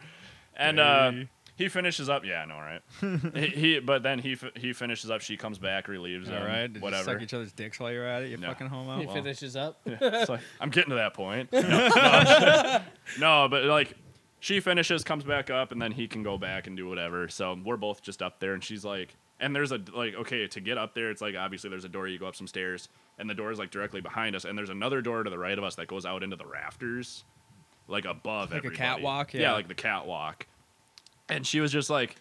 S5: And uh, he finishes up. Yeah, I know,
S3: <laughs>
S5: right? he, he but then he f- he finishes up. She comes back, relieves him.
S3: all right. Did you
S5: whatever.
S3: Suck each other's dicks while you're at it. You
S5: No.
S3: fucking homo.
S4: It finishes up.
S5: It's like, I'm getting to that point. No, no, but like she finishes, comes back up, and then he can go back and do whatever. So we're both just up there, and she's like, and there's a like, okay, to get up there, it's like obviously there's a door. You go up some stairs, and the door is like directly behind us, and there's another door to the right of us that goes out into the rafters, like above
S3: Like a
S5: everybody.
S3: catwalk, yeah.
S5: yeah, like the catwalk. And she was just like,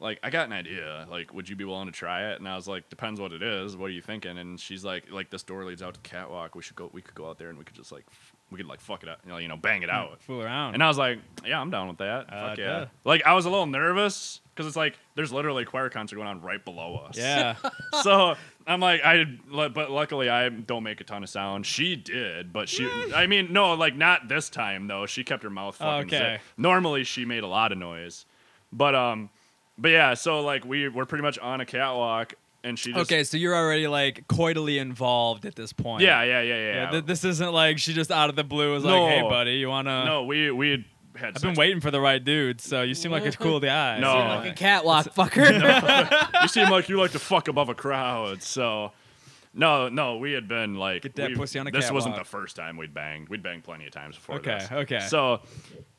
S5: like I got an idea. Like, would you be willing to try it? And I was like, depends what it is. What are you thinking? And she's like, like this door leads out to the catwalk. We should go. We could go out there and we could just like, f- we could like fuck it up. You know, you know, bang it out.
S3: Fool around.
S5: And I was like, yeah, I'm down with that.
S3: Hmm. Uh,
S5: fuck yeah.
S3: duh.
S5: Like I was a little nervous because it's like there's literally a choir concert going on right below us. <laughs>
S3: yeah.
S5: so I'm like, I like, but luckily I don't make a ton of sound. She did, but she,
S3: Mm.
S5: I mean, no, like not this time though. She kept her mouth fucking.
S3: Okay.
S5: zip. Normally she made a lot of noise, but um, but yeah. So like we we're pretty much on a catwalk, and she just
S3: okay, so you're already like coitally involved at this point.
S5: Yeah, yeah, yeah, yeah.
S3: Yeah,
S5: yeah.
S3: th- this isn't like she just out of the blue was
S5: No.
S3: like, "Hey, buddy, you wanna?"
S5: no, we we had. Had
S3: I've been
S5: sex.
S3: waiting for the right dude, so you seem like a cool <laughs> guy.
S5: No.
S3: So-
S5: Oh.
S4: Like a catwalk
S5: <laughs>
S4: fucker.
S5: you seem like you like to fuck above a crowd. So, no, no, we had been like
S3: Get that
S5: we-
S3: pussy on a
S5: This wasn't the
S3: catwalk.
S5: first time we'd banged. We'd banged plenty of times before.
S3: Okay,
S5: this.
S3: okay.
S5: So,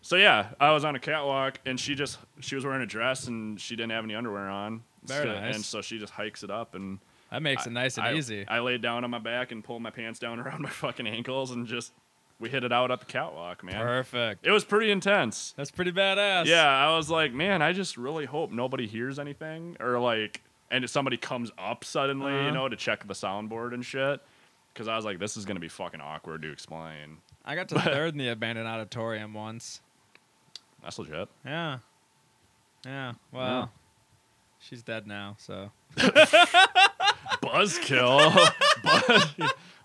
S5: so yeah, I was on a catwalk and she just she was wearing a dress and she didn't have any underwear on.
S3: Very
S5: So-
S3: nice.
S5: And so she just hikes it up and
S3: that makes it nice and
S5: I,
S3: easy.
S5: I laid down on my back and pulled my pants down <laughs> around my fucking ankles and just we hit it out at the catwalk, man.
S3: Perfect.
S5: It was pretty intense.
S3: That's pretty badass.
S5: Yeah, I was like, man, I just really hope nobody hears anything or like, and if somebody comes up suddenly,
S3: Uh-huh.
S5: you know, to check the soundboard and shit. Cause I was like, this is gonna be fucking awkward to explain.
S3: I <laughs> got to third in the abandoned auditorium once.
S5: That's legit.
S3: Yeah. Yeah. Well, she's dead now, so
S5: Buzzkill.
S3: <laughs>
S5: <laughs> Buzz-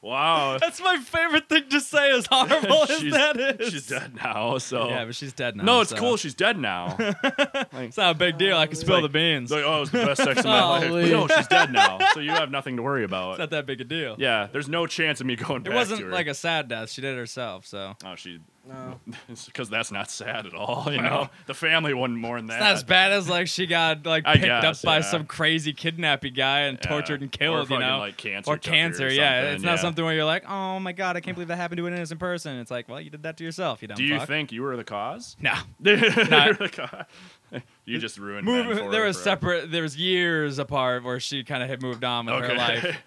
S5: wow.
S3: that's my favorite thing to say. <laughs> As horrible as
S5: She's-
S3: that is.
S5: She's dead now, so.
S3: Yeah, but she's dead now.
S5: no, it's
S3: so-
S5: cool. She's dead
S3: <laughs>
S5: now.
S3: It's not a big deal. I can spill the beans.
S5: It's like, oh, it was the best sex of my life. But
S4: Golly.
S5: no, she's dead now,
S3: <laughs>
S5: so you have nothing to worry
S3: it's
S5: about.
S3: not that big a deal.
S5: Yeah, there's no chance of me going
S3: It
S5: back to
S3: wasn't
S5: her.
S3: like a sad death. She did it herself, so
S5: Oh, she.
S4: No.
S5: Because that's not sad at all, you know. The family wouldn't mourn that.
S3: It's not as bad as like she got like
S5: I
S3: picked
S5: guess,
S3: up by
S5: yeah.
S3: some crazy kidnappy guy and
S5: Yeah.
S3: tortured and
S5: Or
S3: killed, you
S5: fucking,
S3: know,
S5: like, cancer
S3: or
S5: took her or
S3: cancer. yeah,
S5: something,
S3: it's not
S5: yeah.
S3: something where you're like, oh my god, I can't believe that happened to an innocent person. It's like, well, you did that to yourself, you dumb
S5: Do you <laughs>
S3: fuck.
S5: think you were the cause?
S3: no,
S5: You're the cause. <laughs> You just ruined
S3: Move,
S5: men for
S3: there
S5: her
S3: was
S5: forever.
S3: separate. There was years apart where she kind of had moved on with her
S5: Okay. <laughs>
S3: life,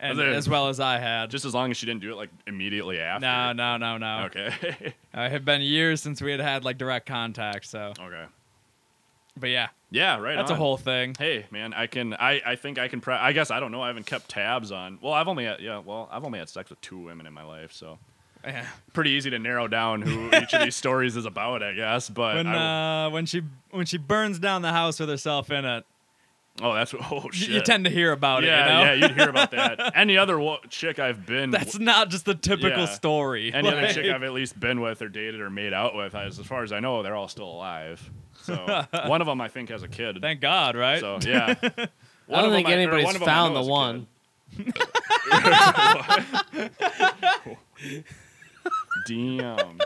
S3: and
S5: there-
S3: as well as I had.
S5: Just as long as she didn't do it like immediately after.
S3: no, no, no, no.
S5: Okay. <laughs>
S3: Uh, it had been years since we had had like direct contact. So,
S5: okay.
S3: but yeah,
S5: Yeah, right.
S3: that's a
S5: on.
S3: whole thing.
S5: Hey, man, I can. I, I think I can. Pre- I guess I don't know. I haven't kept tabs on. Well, I've only had. Yeah. Well, I've only had sex with two women in my life, so
S3: Yeah.
S5: pretty easy to narrow
S3: <laughs>
S5: down who each of these stories is about, I guess. But
S3: When
S5: I,
S3: uh, when she when she burns down the house with herself in it,
S5: oh, that's <laughs> what- oh
S3: y-
S5: shit.
S3: you tend to hear about it.
S5: yeah,
S3: You know,
S5: yeah, you'd hear about that. Any other wo- chick I've
S3: <laughs>
S5: been.
S3: that's not just the typical
S5: Yeah.
S3: story.
S5: any other
S3: Like-
S5: chick I've at least been with or dated or made out with, as, as far as I know, they're all still alive. So
S3: <laughs>
S5: one of them, I think, has a kid.
S3: Thank God, right?
S5: So
S3: <laughs>
S5: yeah.
S4: I
S5: One of
S4: don't think
S5: them or
S4: anybody's
S5: one of them I
S4: found
S5: know
S4: the
S5: is a
S4: one.
S5: kid. <laughs> Damn.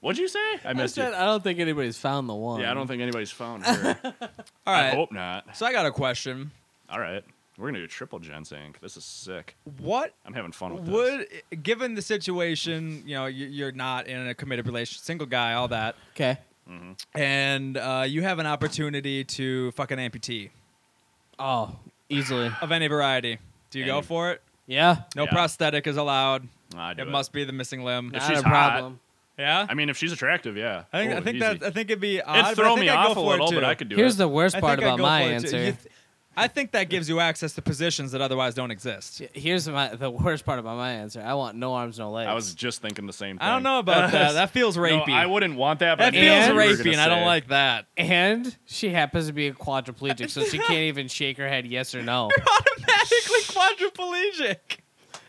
S5: What'd you say? I
S4: I
S5: missed you.
S4: said I don't think anybody's found the one.
S5: Yeah, I don't think anybody's found her.
S3: um, <laughs> All
S5: I
S3: right.
S5: hope not.
S3: So I got a question.
S5: All right. We're going to do triple ginseng. This is sick.
S3: What
S5: I'm having fun with this.
S3: would, given the situation, you know, you- you're not in a committed relationship, single guy, all that,
S4: Okay.
S3: and uh, you have an opportunity to fuck an amputee
S4: Oh, easily.
S3: of any variety, do you go
S5: Any.
S3: for it?
S4: Yeah.
S3: No
S5: Yeah.
S3: prosthetic is allowed.
S5: I'd do
S3: It must be the missing limb.
S5: If
S4: Not
S5: she's
S4: a
S5: hot,
S4: problem.
S3: Yeah.
S5: I mean, if she's attractive, yeah.
S3: I think
S5: Oh,
S3: I think
S5: easy.
S3: that I think it'd be odd.
S5: It'd
S3: but
S5: throw
S3: I think
S5: me
S3: I'd go
S5: off a
S3: for
S5: little,
S3: it
S5: but
S3: too.
S5: I could do
S4: Here's
S5: it.
S4: the worst
S3: I
S4: part
S3: think I'd
S4: about
S3: go
S4: my
S3: for it, too.
S4: answer.
S3: You th- I think that gives you access to positions that otherwise don't exist.
S4: Here's my the worst part about my answer. I want no arms, no legs.
S5: I was just thinking the same thing.
S3: I don't know about that. That feels
S5: <laughs> No,
S3: rapey.
S5: I wouldn't want that. But
S3: that
S5: I knew
S3: feels
S5: what you were
S3: rapey,
S5: gonna
S3: and I don't
S5: say.
S3: like
S5: <laughs>
S3: that.
S4: and she happens to be a quadriplegic, so she
S3: <laughs>
S4: can't even shake her head yes or no.
S3: Automatically <laughs>
S5: <laughs>
S3: quadriplegic.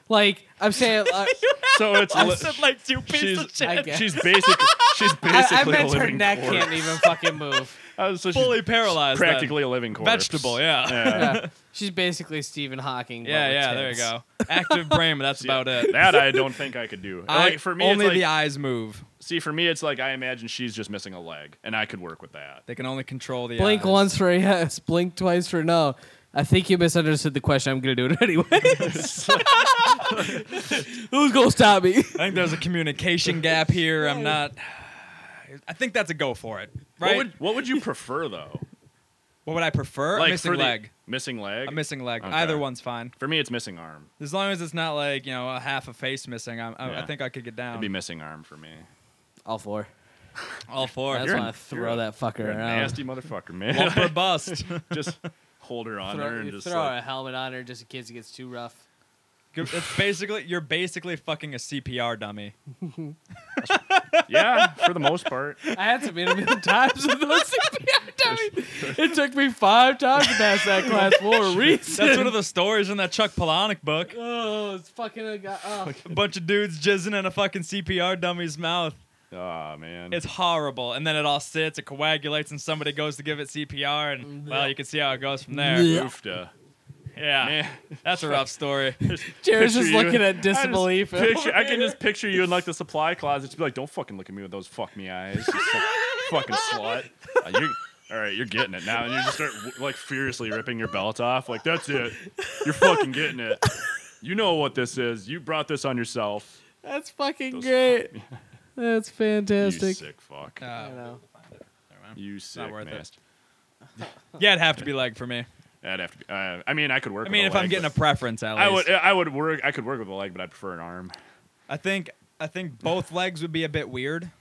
S4: Like I'm saying, uh,
S3: <laughs>
S5: So it's
S3: I
S5: li-
S3: said like two pieces
S5: she's-
S3: of
S4: I
S3: shit.
S4: guess.
S5: she's basic.
S3: <laughs>
S5: She's
S4: I,
S5: <laughs> basically
S4: I meant
S5: a
S4: her
S5: living
S4: neck
S5: corpse.
S4: can't
S5: <laughs>
S4: even fucking move.
S5: Uh, so she's <laughs>
S3: Fully paralyzed. then.
S5: practically a living corpse.
S3: Vegetable, yeah. <laughs>
S4: Yeah. She's basically Stephen Hawking. but
S3: Yeah,
S4: with
S3: yeah, there you
S4: tits.
S3: go. Active brain, but that's
S5: <laughs> See,
S3: about it.
S5: That I don't think I could do.
S3: <laughs> I-
S5: like for me,
S3: only
S5: it's like,
S3: the eyes move.
S5: see, for me, it's like I imagine she's just missing a leg, and I could work with that.
S3: They can only control the
S4: Blink
S3: eyes.
S4: once for yes, blink twice for no. I think you misunderstood the question. I'm gonna do it <laughs>
S5: <laughs>
S4: anyway. Who's gonna stop me?
S3: I think there's a
S5: <laughs>
S3: communication gap here. I'm not. I think that's a go for it, right?
S5: What would what would you prefer though?
S3: What would I prefer? a <laughs> missing
S5: for the-
S3: leg.
S5: missing leg.
S3: A missing leg.
S5: Okay.
S3: Either one's fine.
S5: for me, it's missing arm.
S3: As long as it's not like you know a half a face missing, I'm, I, I
S5: Yeah.
S3: think I could get down.
S4: Um,
S5: It'd be missing arm for me.
S4: All four.
S3: All four.
S4: I just
S5: You're
S4: want
S5: a-
S4: to throw
S5: you're
S4: that fucker
S5: You're a
S4: around.
S5: nasty motherfucker,
S3: Lump or
S5: <laughs> man.
S3: bust.
S5: just hold her on there
S4: Throw,
S5: and
S4: you
S5: just
S4: throw
S5: like,
S4: a helmet on her just in case it gets too rough.
S3: It's basically you're basically fucking a CPR dummy.
S5: yeah, for the most part.
S4: I had some intermittent times with those <laughs> CPR dummies. It took me five times to pass that class for
S5: <laughs>
S4: a reason.
S3: That's one of the stories in that Chuck Palahniuk book.
S4: Oh, it's fucking a guy. Oh.
S3: A bunch of dudes jizzing in a fucking CPR dummy's mouth.
S5: Oh man,
S3: It's horrible, and then it all sits, it coagulates, and somebody goes to give it CPR, and well, you can see how it goes from there.
S4: Yeah.
S5: oofda.
S3: Yeah,
S5: Man,
S3: that's a rough
S5: <laughs>
S3: story.
S4: Jared's just
S5: Picture you-
S4: looking
S5: I
S4: at disbelief.
S5: Picture, I can just picture you in like the supply closet. Just be like, don't fucking look at me with those fuck me eyes. you
S4: <laughs>
S5: fucking slut. Uh, you're, all right, you're getting it now. And you just start w- like furiously ripping your belt off. Like, that's it. You're fucking getting it. You know what this is. You brought this on yourself.
S4: <laughs> That's fucking
S5: Those
S4: great. That's
S5: <laughs> You
S4: fantastic.
S5: sick fuck.
S4: I
S3: Uh,
S4: know.
S5: you sick
S3: worth it.
S5: nast-
S3: yeah, it'd have to be leg for me.
S5: I'd have to. Be, uh, I mean, I could work.
S3: I mean,
S5: with
S3: if
S5: a
S3: I'm
S5: leg,
S3: getting a
S5: but
S3: preference, at least
S5: I would. I would work. I could work with a leg, but I prefer an arm.
S3: I think I think both legs would be a bit weird.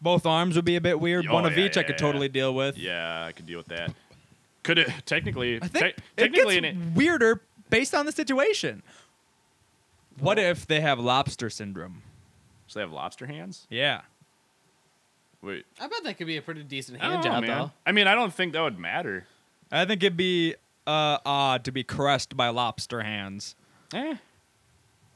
S3: Both arms would be a bit weird.
S5: Oh,
S3: One of
S5: yeah,
S3: each I
S5: yeah,
S3: could
S5: yeah.
S3: totally deal with.
S5: Yeah, I could deal with that. Could it technically?
S3: I think
S5: te-
S3: it
S5: technically,
S3: gets
S5: in it,
S3: weirder based on the situation.
S5: Oh.
S3: What if they have lobster syndrome?
S5: so they have lobster hands.
S3: Yeah.
S5: Wait,
S4: I bet that could be a pretty decent
S5: I don't
S4: hand
S5: know,
S4: job,
S5: man.
S4: though.
S5: I mean, I don't think that would matter.
S3: I think it'd be uh, odd to be caressed by lobster hands.
S5: Eh.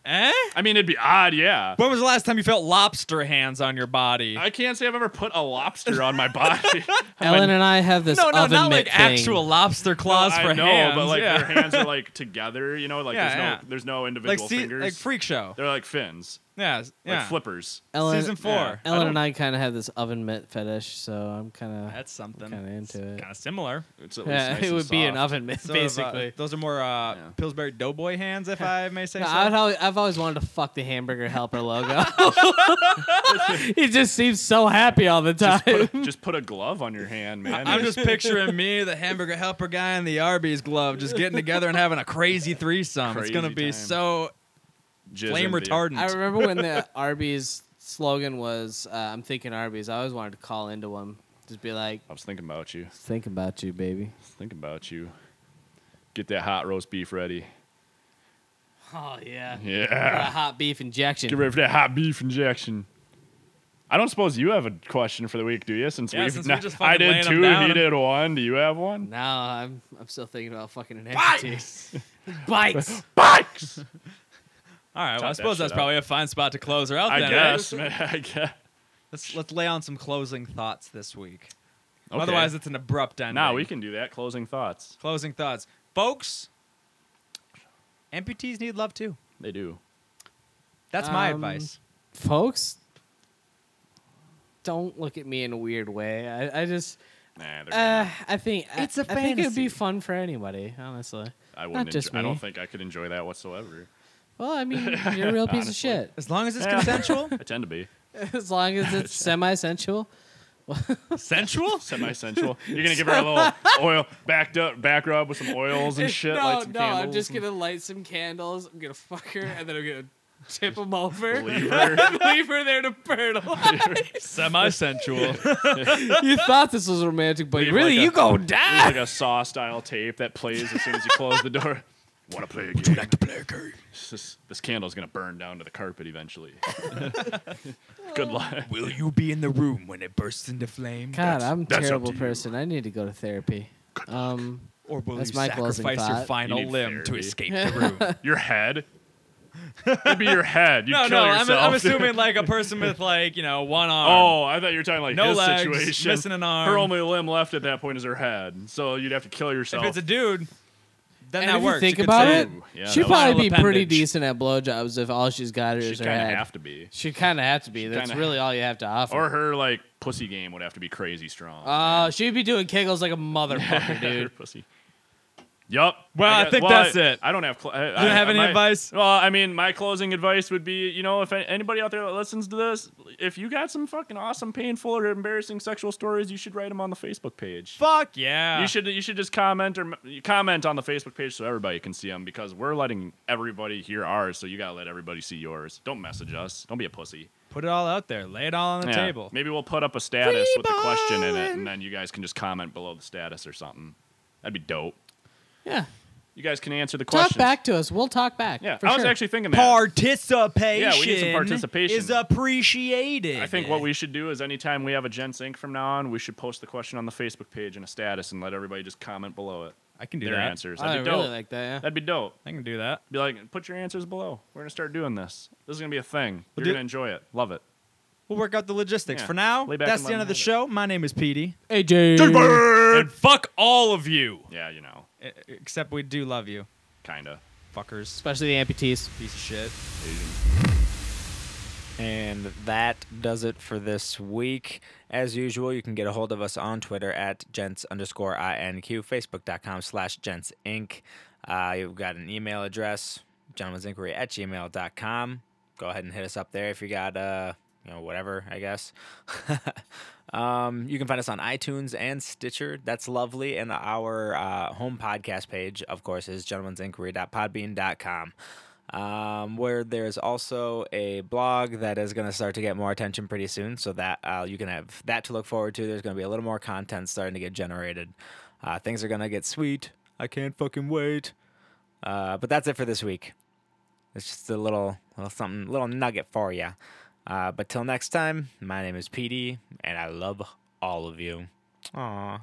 S3: Eh?
S5: I mean, it'd be odd, yeah.
S3: When was the last time you felt lobster hands on your body?
S5: I can't say I've ever put a lobster
S3: <laughs>
S5: on my body.
S4: Ellen and I have this
S3: no, no,
S4: oven
S3: not
S4: mitt
S3: like
S4: thing.
S3: actual lobster
S5: <laughs>
S3: claws
S5: I
S3: for
S5: know,
S3: hands.
S5: but like
S3: yeah.
S5: their hands are like together. You know, like
S3: Yeah,
S5: there's no
S3: yeah.
S5: there's
S3: <laughs>
S5: no
S3: like
S5: individual
S3: see,
S5: fingers.
S3: like freak show.
S5: They're like fins.
S3: Yeah, s-
S5: Like
S3: yeah.
S5: flippers.
S4: Ellen,
S3: Season four.
S5: yeah.
S3: I
S4: Ellen
S3: don't-
S4: and I kind of have this oven mitt fetish, so I'm kind of
S3: That's something.
S4: kinda into it.
S3: Kind of similar.
S5: It's at
S4: <laughs>
S5: least
S4: yeah,
S5: nice
S4: it
S5: and
S4: would be an
S5: soft.
S4: oven mitt
S3: Sort of, uh,
S4: basically.
S3: those are more uh,
S5: Yeah.
S3: Pillsbury Doughboy hands, <laughs> if I may say
S4: No,
S3: so.
S4: I've always, I've always wanted to fuck the hamburger helper <laughs> logo. he just seems so happy all the time.
S5: Just
S3: <laughs>
S5: put, a, just put a glove on your hand, man.
S3: I'm
S5: It's-
S3: just picturing me, the hamburger helper guy, and the Arby's glove just getting together and having a crazy threesome. it's gonna
S5: Crazy
S3: be
S5: time.
S3: so
S5: jizz
S3: flame
S5: in the-
S3: retardant.
S4: <laughs> I remember when the Arby's slogan was uh, "I'm thinking Arby's." I always wanted to call into one, just be like,
S5: I was thinking about you.
S4: "Think about you, baby."
S5: I was thinking about you. Get that hot roast beef ready.
S4: Oh yeah,
S5: Yeah.
S4: a hot beef injection.
S5: Get ready for that hot beef injection. I don't suppose you have a question for the week, do you? Since
S3: Yeah,
S5: we've
S3: since we
S5: not,
S3: just
S5: I
S3: fucking
S5: did
S3: laying 'em
S5: two,
S3: down
S5: he
S3: and-
S5: did one. Do you have one?
S4: No, I'm I'm still thinking about fucking an Bikes. <laughs> Bikes.
S3: <laughs>
S5: Bikes.
S3: All right, well, I
S5: Top that
S3: suppose
S5: shit
S3: that's
S5: up.
S3: probably a fine spot to close her out.
S5: I
S3: then,
S5: guess,
S3: Right?
S5: man. <laughs> I guess.
S3: Let's let's lay on some closing thoughts this week. <laughs>
S5: Okay.
S3: Otherwise, it's an abrupt end.
S5: Nah, we can do that. Closing thoughts.
S3: Closing thoughts, folks. Amputees need love too.
S5: They do.
S3: That's my
S4: Um,
S3: advice.
S4: <laughs> Folks, don't look at me in a weird way. I, I just,
S5: Nah, they're
S4: uh,
S5: good.
S4: I think
S3: It's a
S4: I- I think it'd
S3: fantasy.
S4: be fun for anybody, honestly.
S5: I
S4: not
S5: wouldn't. enjoy-
S4: just
S5: I
S4: me.
S5: don't think I could enjoy that whatsoever.
S4: Well, I
S5: <laughs>
S4: mean, you're a real piece of shit.
S3: As long as it's <laughs>
S5: Yeah.
S3: consensual,
S5: I tend to be
S4: As long as
S5: <laughs>
S4: it's semi-sensual.
S3: sensual.
S5: semi-sensual. You're gonna give her
S3: <laughs>
S5: a little oil backed up back rub with some oils and shit.
S4: no,
S5: light some
S4: no,
S5: candles
S4: I'm just
S5: and
S4: gonna light some candles. I'm gonna fuck her, and then I'm gonna tip them over.
S5: <laughs> leave her.
S4: <laughs> Leave her there to burn
S5: <laughs>
S4: alive.
S3: Semi-sensual.
S4: you thought this was romantic, but
S5: Leave
S4: really,
S5: like a-
S4: you go
S5: There's
S4: die.
S5: like a saw style tape that plays as soon as you close the door. Want to play a game? Would you like to play a game? This, this candle's gonna burn down to the carpet eventually. <laughs> Good luck.
S2: Will you be in the room when it bursts into flame?
S4: God, I'm a
S5: that's up
S4: terrible
S5: to you.
S4: person. I need to go to therapy. Um,
S3: Or will
S4: That's
S3: you
S4: my closing
S3: sacrifice your
S4: thought.
S3: final
S5: You need
S3: limb to
S5: therapy.
S3: escape <laughs> the room?
S5: Your head. It'd be your head. You'd
S3: no,
S5: kill
S3: no, I'm,
S5: yourself.
S3: I'm assuming like <laughs> a person with like you know one arm.
S5: <laughs> Oh, I thought you were talking like
S3: No
S5: his
S3: legs,
S5: situation.
S3: missing an arm.
S5: Her only limb left at that point is her head, so you'd have to kill yourself.
S3: if it's a dude, then
S4: and
S3: that
S4: if
S3: works.
S4: you think
S3: could
S4: about
S3: say-
S4: it,
S5: Ooh, yeah,
S4: she'd
S5: that was-
S4: probably be
S3: Final
S4: pretty
S3: appendage.
S4: decent at blowjobs if all she's got is
S5: she'd
S4: her
S5: kind of
S4: head.
S5: have to be,
S4: She'd kind of have to be. That's
S5: kinda-
S4: really all you have to offer.
S5: or her like pussy game would have to be crazy strong. <laughs>
S4: uh, she'd be doing kegels like a motherfucker,
S5: Her <laughs>
S4: dude.
S5: pussy. Yup.
S3: Well, I
S5: guess-
S3: think that's it.
S5: I don't have. Cl- I, you
S3: don't have any advice?
S5: Well, I mean, my closing advice would be, you know, if a- anybody out there that listens to this, if you got some fucking awesome, painful, or embarrassing sexual stories, you should write them on the Facebook page.
S3: Fuck yeah.
S5: You should you should just comment or m- comment on the Facebook page so everybody can see them because we're letting everybody hear ours, so you gotta let everybody see yours. Don't message us. Don't be a pussy.
S3: put it all out there. Lay it all on the
S5: Yeah.
S3: table.
S5: Maybe we'll put up a status with the question in it, and then you guys can just comment below the status or something. That'd be dope.
S4: Yeah,
S5: You guys can answer the
S4: talk
S5: questions.
S4: back to us. We'll talk back.
S5: Yeah,
S4: for
S5: I was
S4: sure.
S5: actually thinking that.
S3: Participation.
S5: Yeah, we need some participation.
S3: Is appreciated.
S5: I think what we should do is anytime we have a Gen Sync from now on, we should post the question on the Facebook page in a status and let everybody just comment below it.
S3: I can do
S5: Their
S3: that.
S5: answers.
S4: Oh, I
S5: That'd be
S4: really
S5: dope.
S4: like that. Yeah.
S5: That'd be dope.
S3: I can do that.
S5: Be like, put your answers below. We're gonna start doing this. This is gonna be a thing.
S3: We'll
S5: You're
S3: do-
S5: gonna enjoy it. Love it.
S3: We'll work out the logistics.
S5: Yeah.
S3: For now,
S5: Lay back
S3: that's
S5: and
S3: the
S5: let
S3: end of the
S5: 'em
S3: show. My name is Petey.
S4: AJ.
S3: And fuck all of you.
S5: Yeah, you know,
S3: E- Except we do love you,
S5: kinda.
S3: fuckers.
S4: Especially the amputees.
S3: Piece of shit.
S7: And that does it for this week. As usual, you can get a hold of us on Twitter at gents underscore inq, facebook.com slash gents inc. Uh, you've got an email address, gentlemen's inquiry at gmail.com. Go ahead and hit us up there if you got, uh, you know, whatever, I guess. <laughs> um, you can find us on iTunes and Stitcher. That's lovely. And our uh, home podcast page, of course, is gentlemen'sinquiry.podbean.com um, where there's also a blog that is going to start to get more attention pretty soon. So that uh, you can have that to look forward to. There's going to be a little more content starting to get generated. Uh, things are going to get sweet. I can't fucking wait. Uh, but that's it for this week. It's just a little, little something, little nugget for you. Uh, but till next time, my name is PD, and I love all of you. Aww.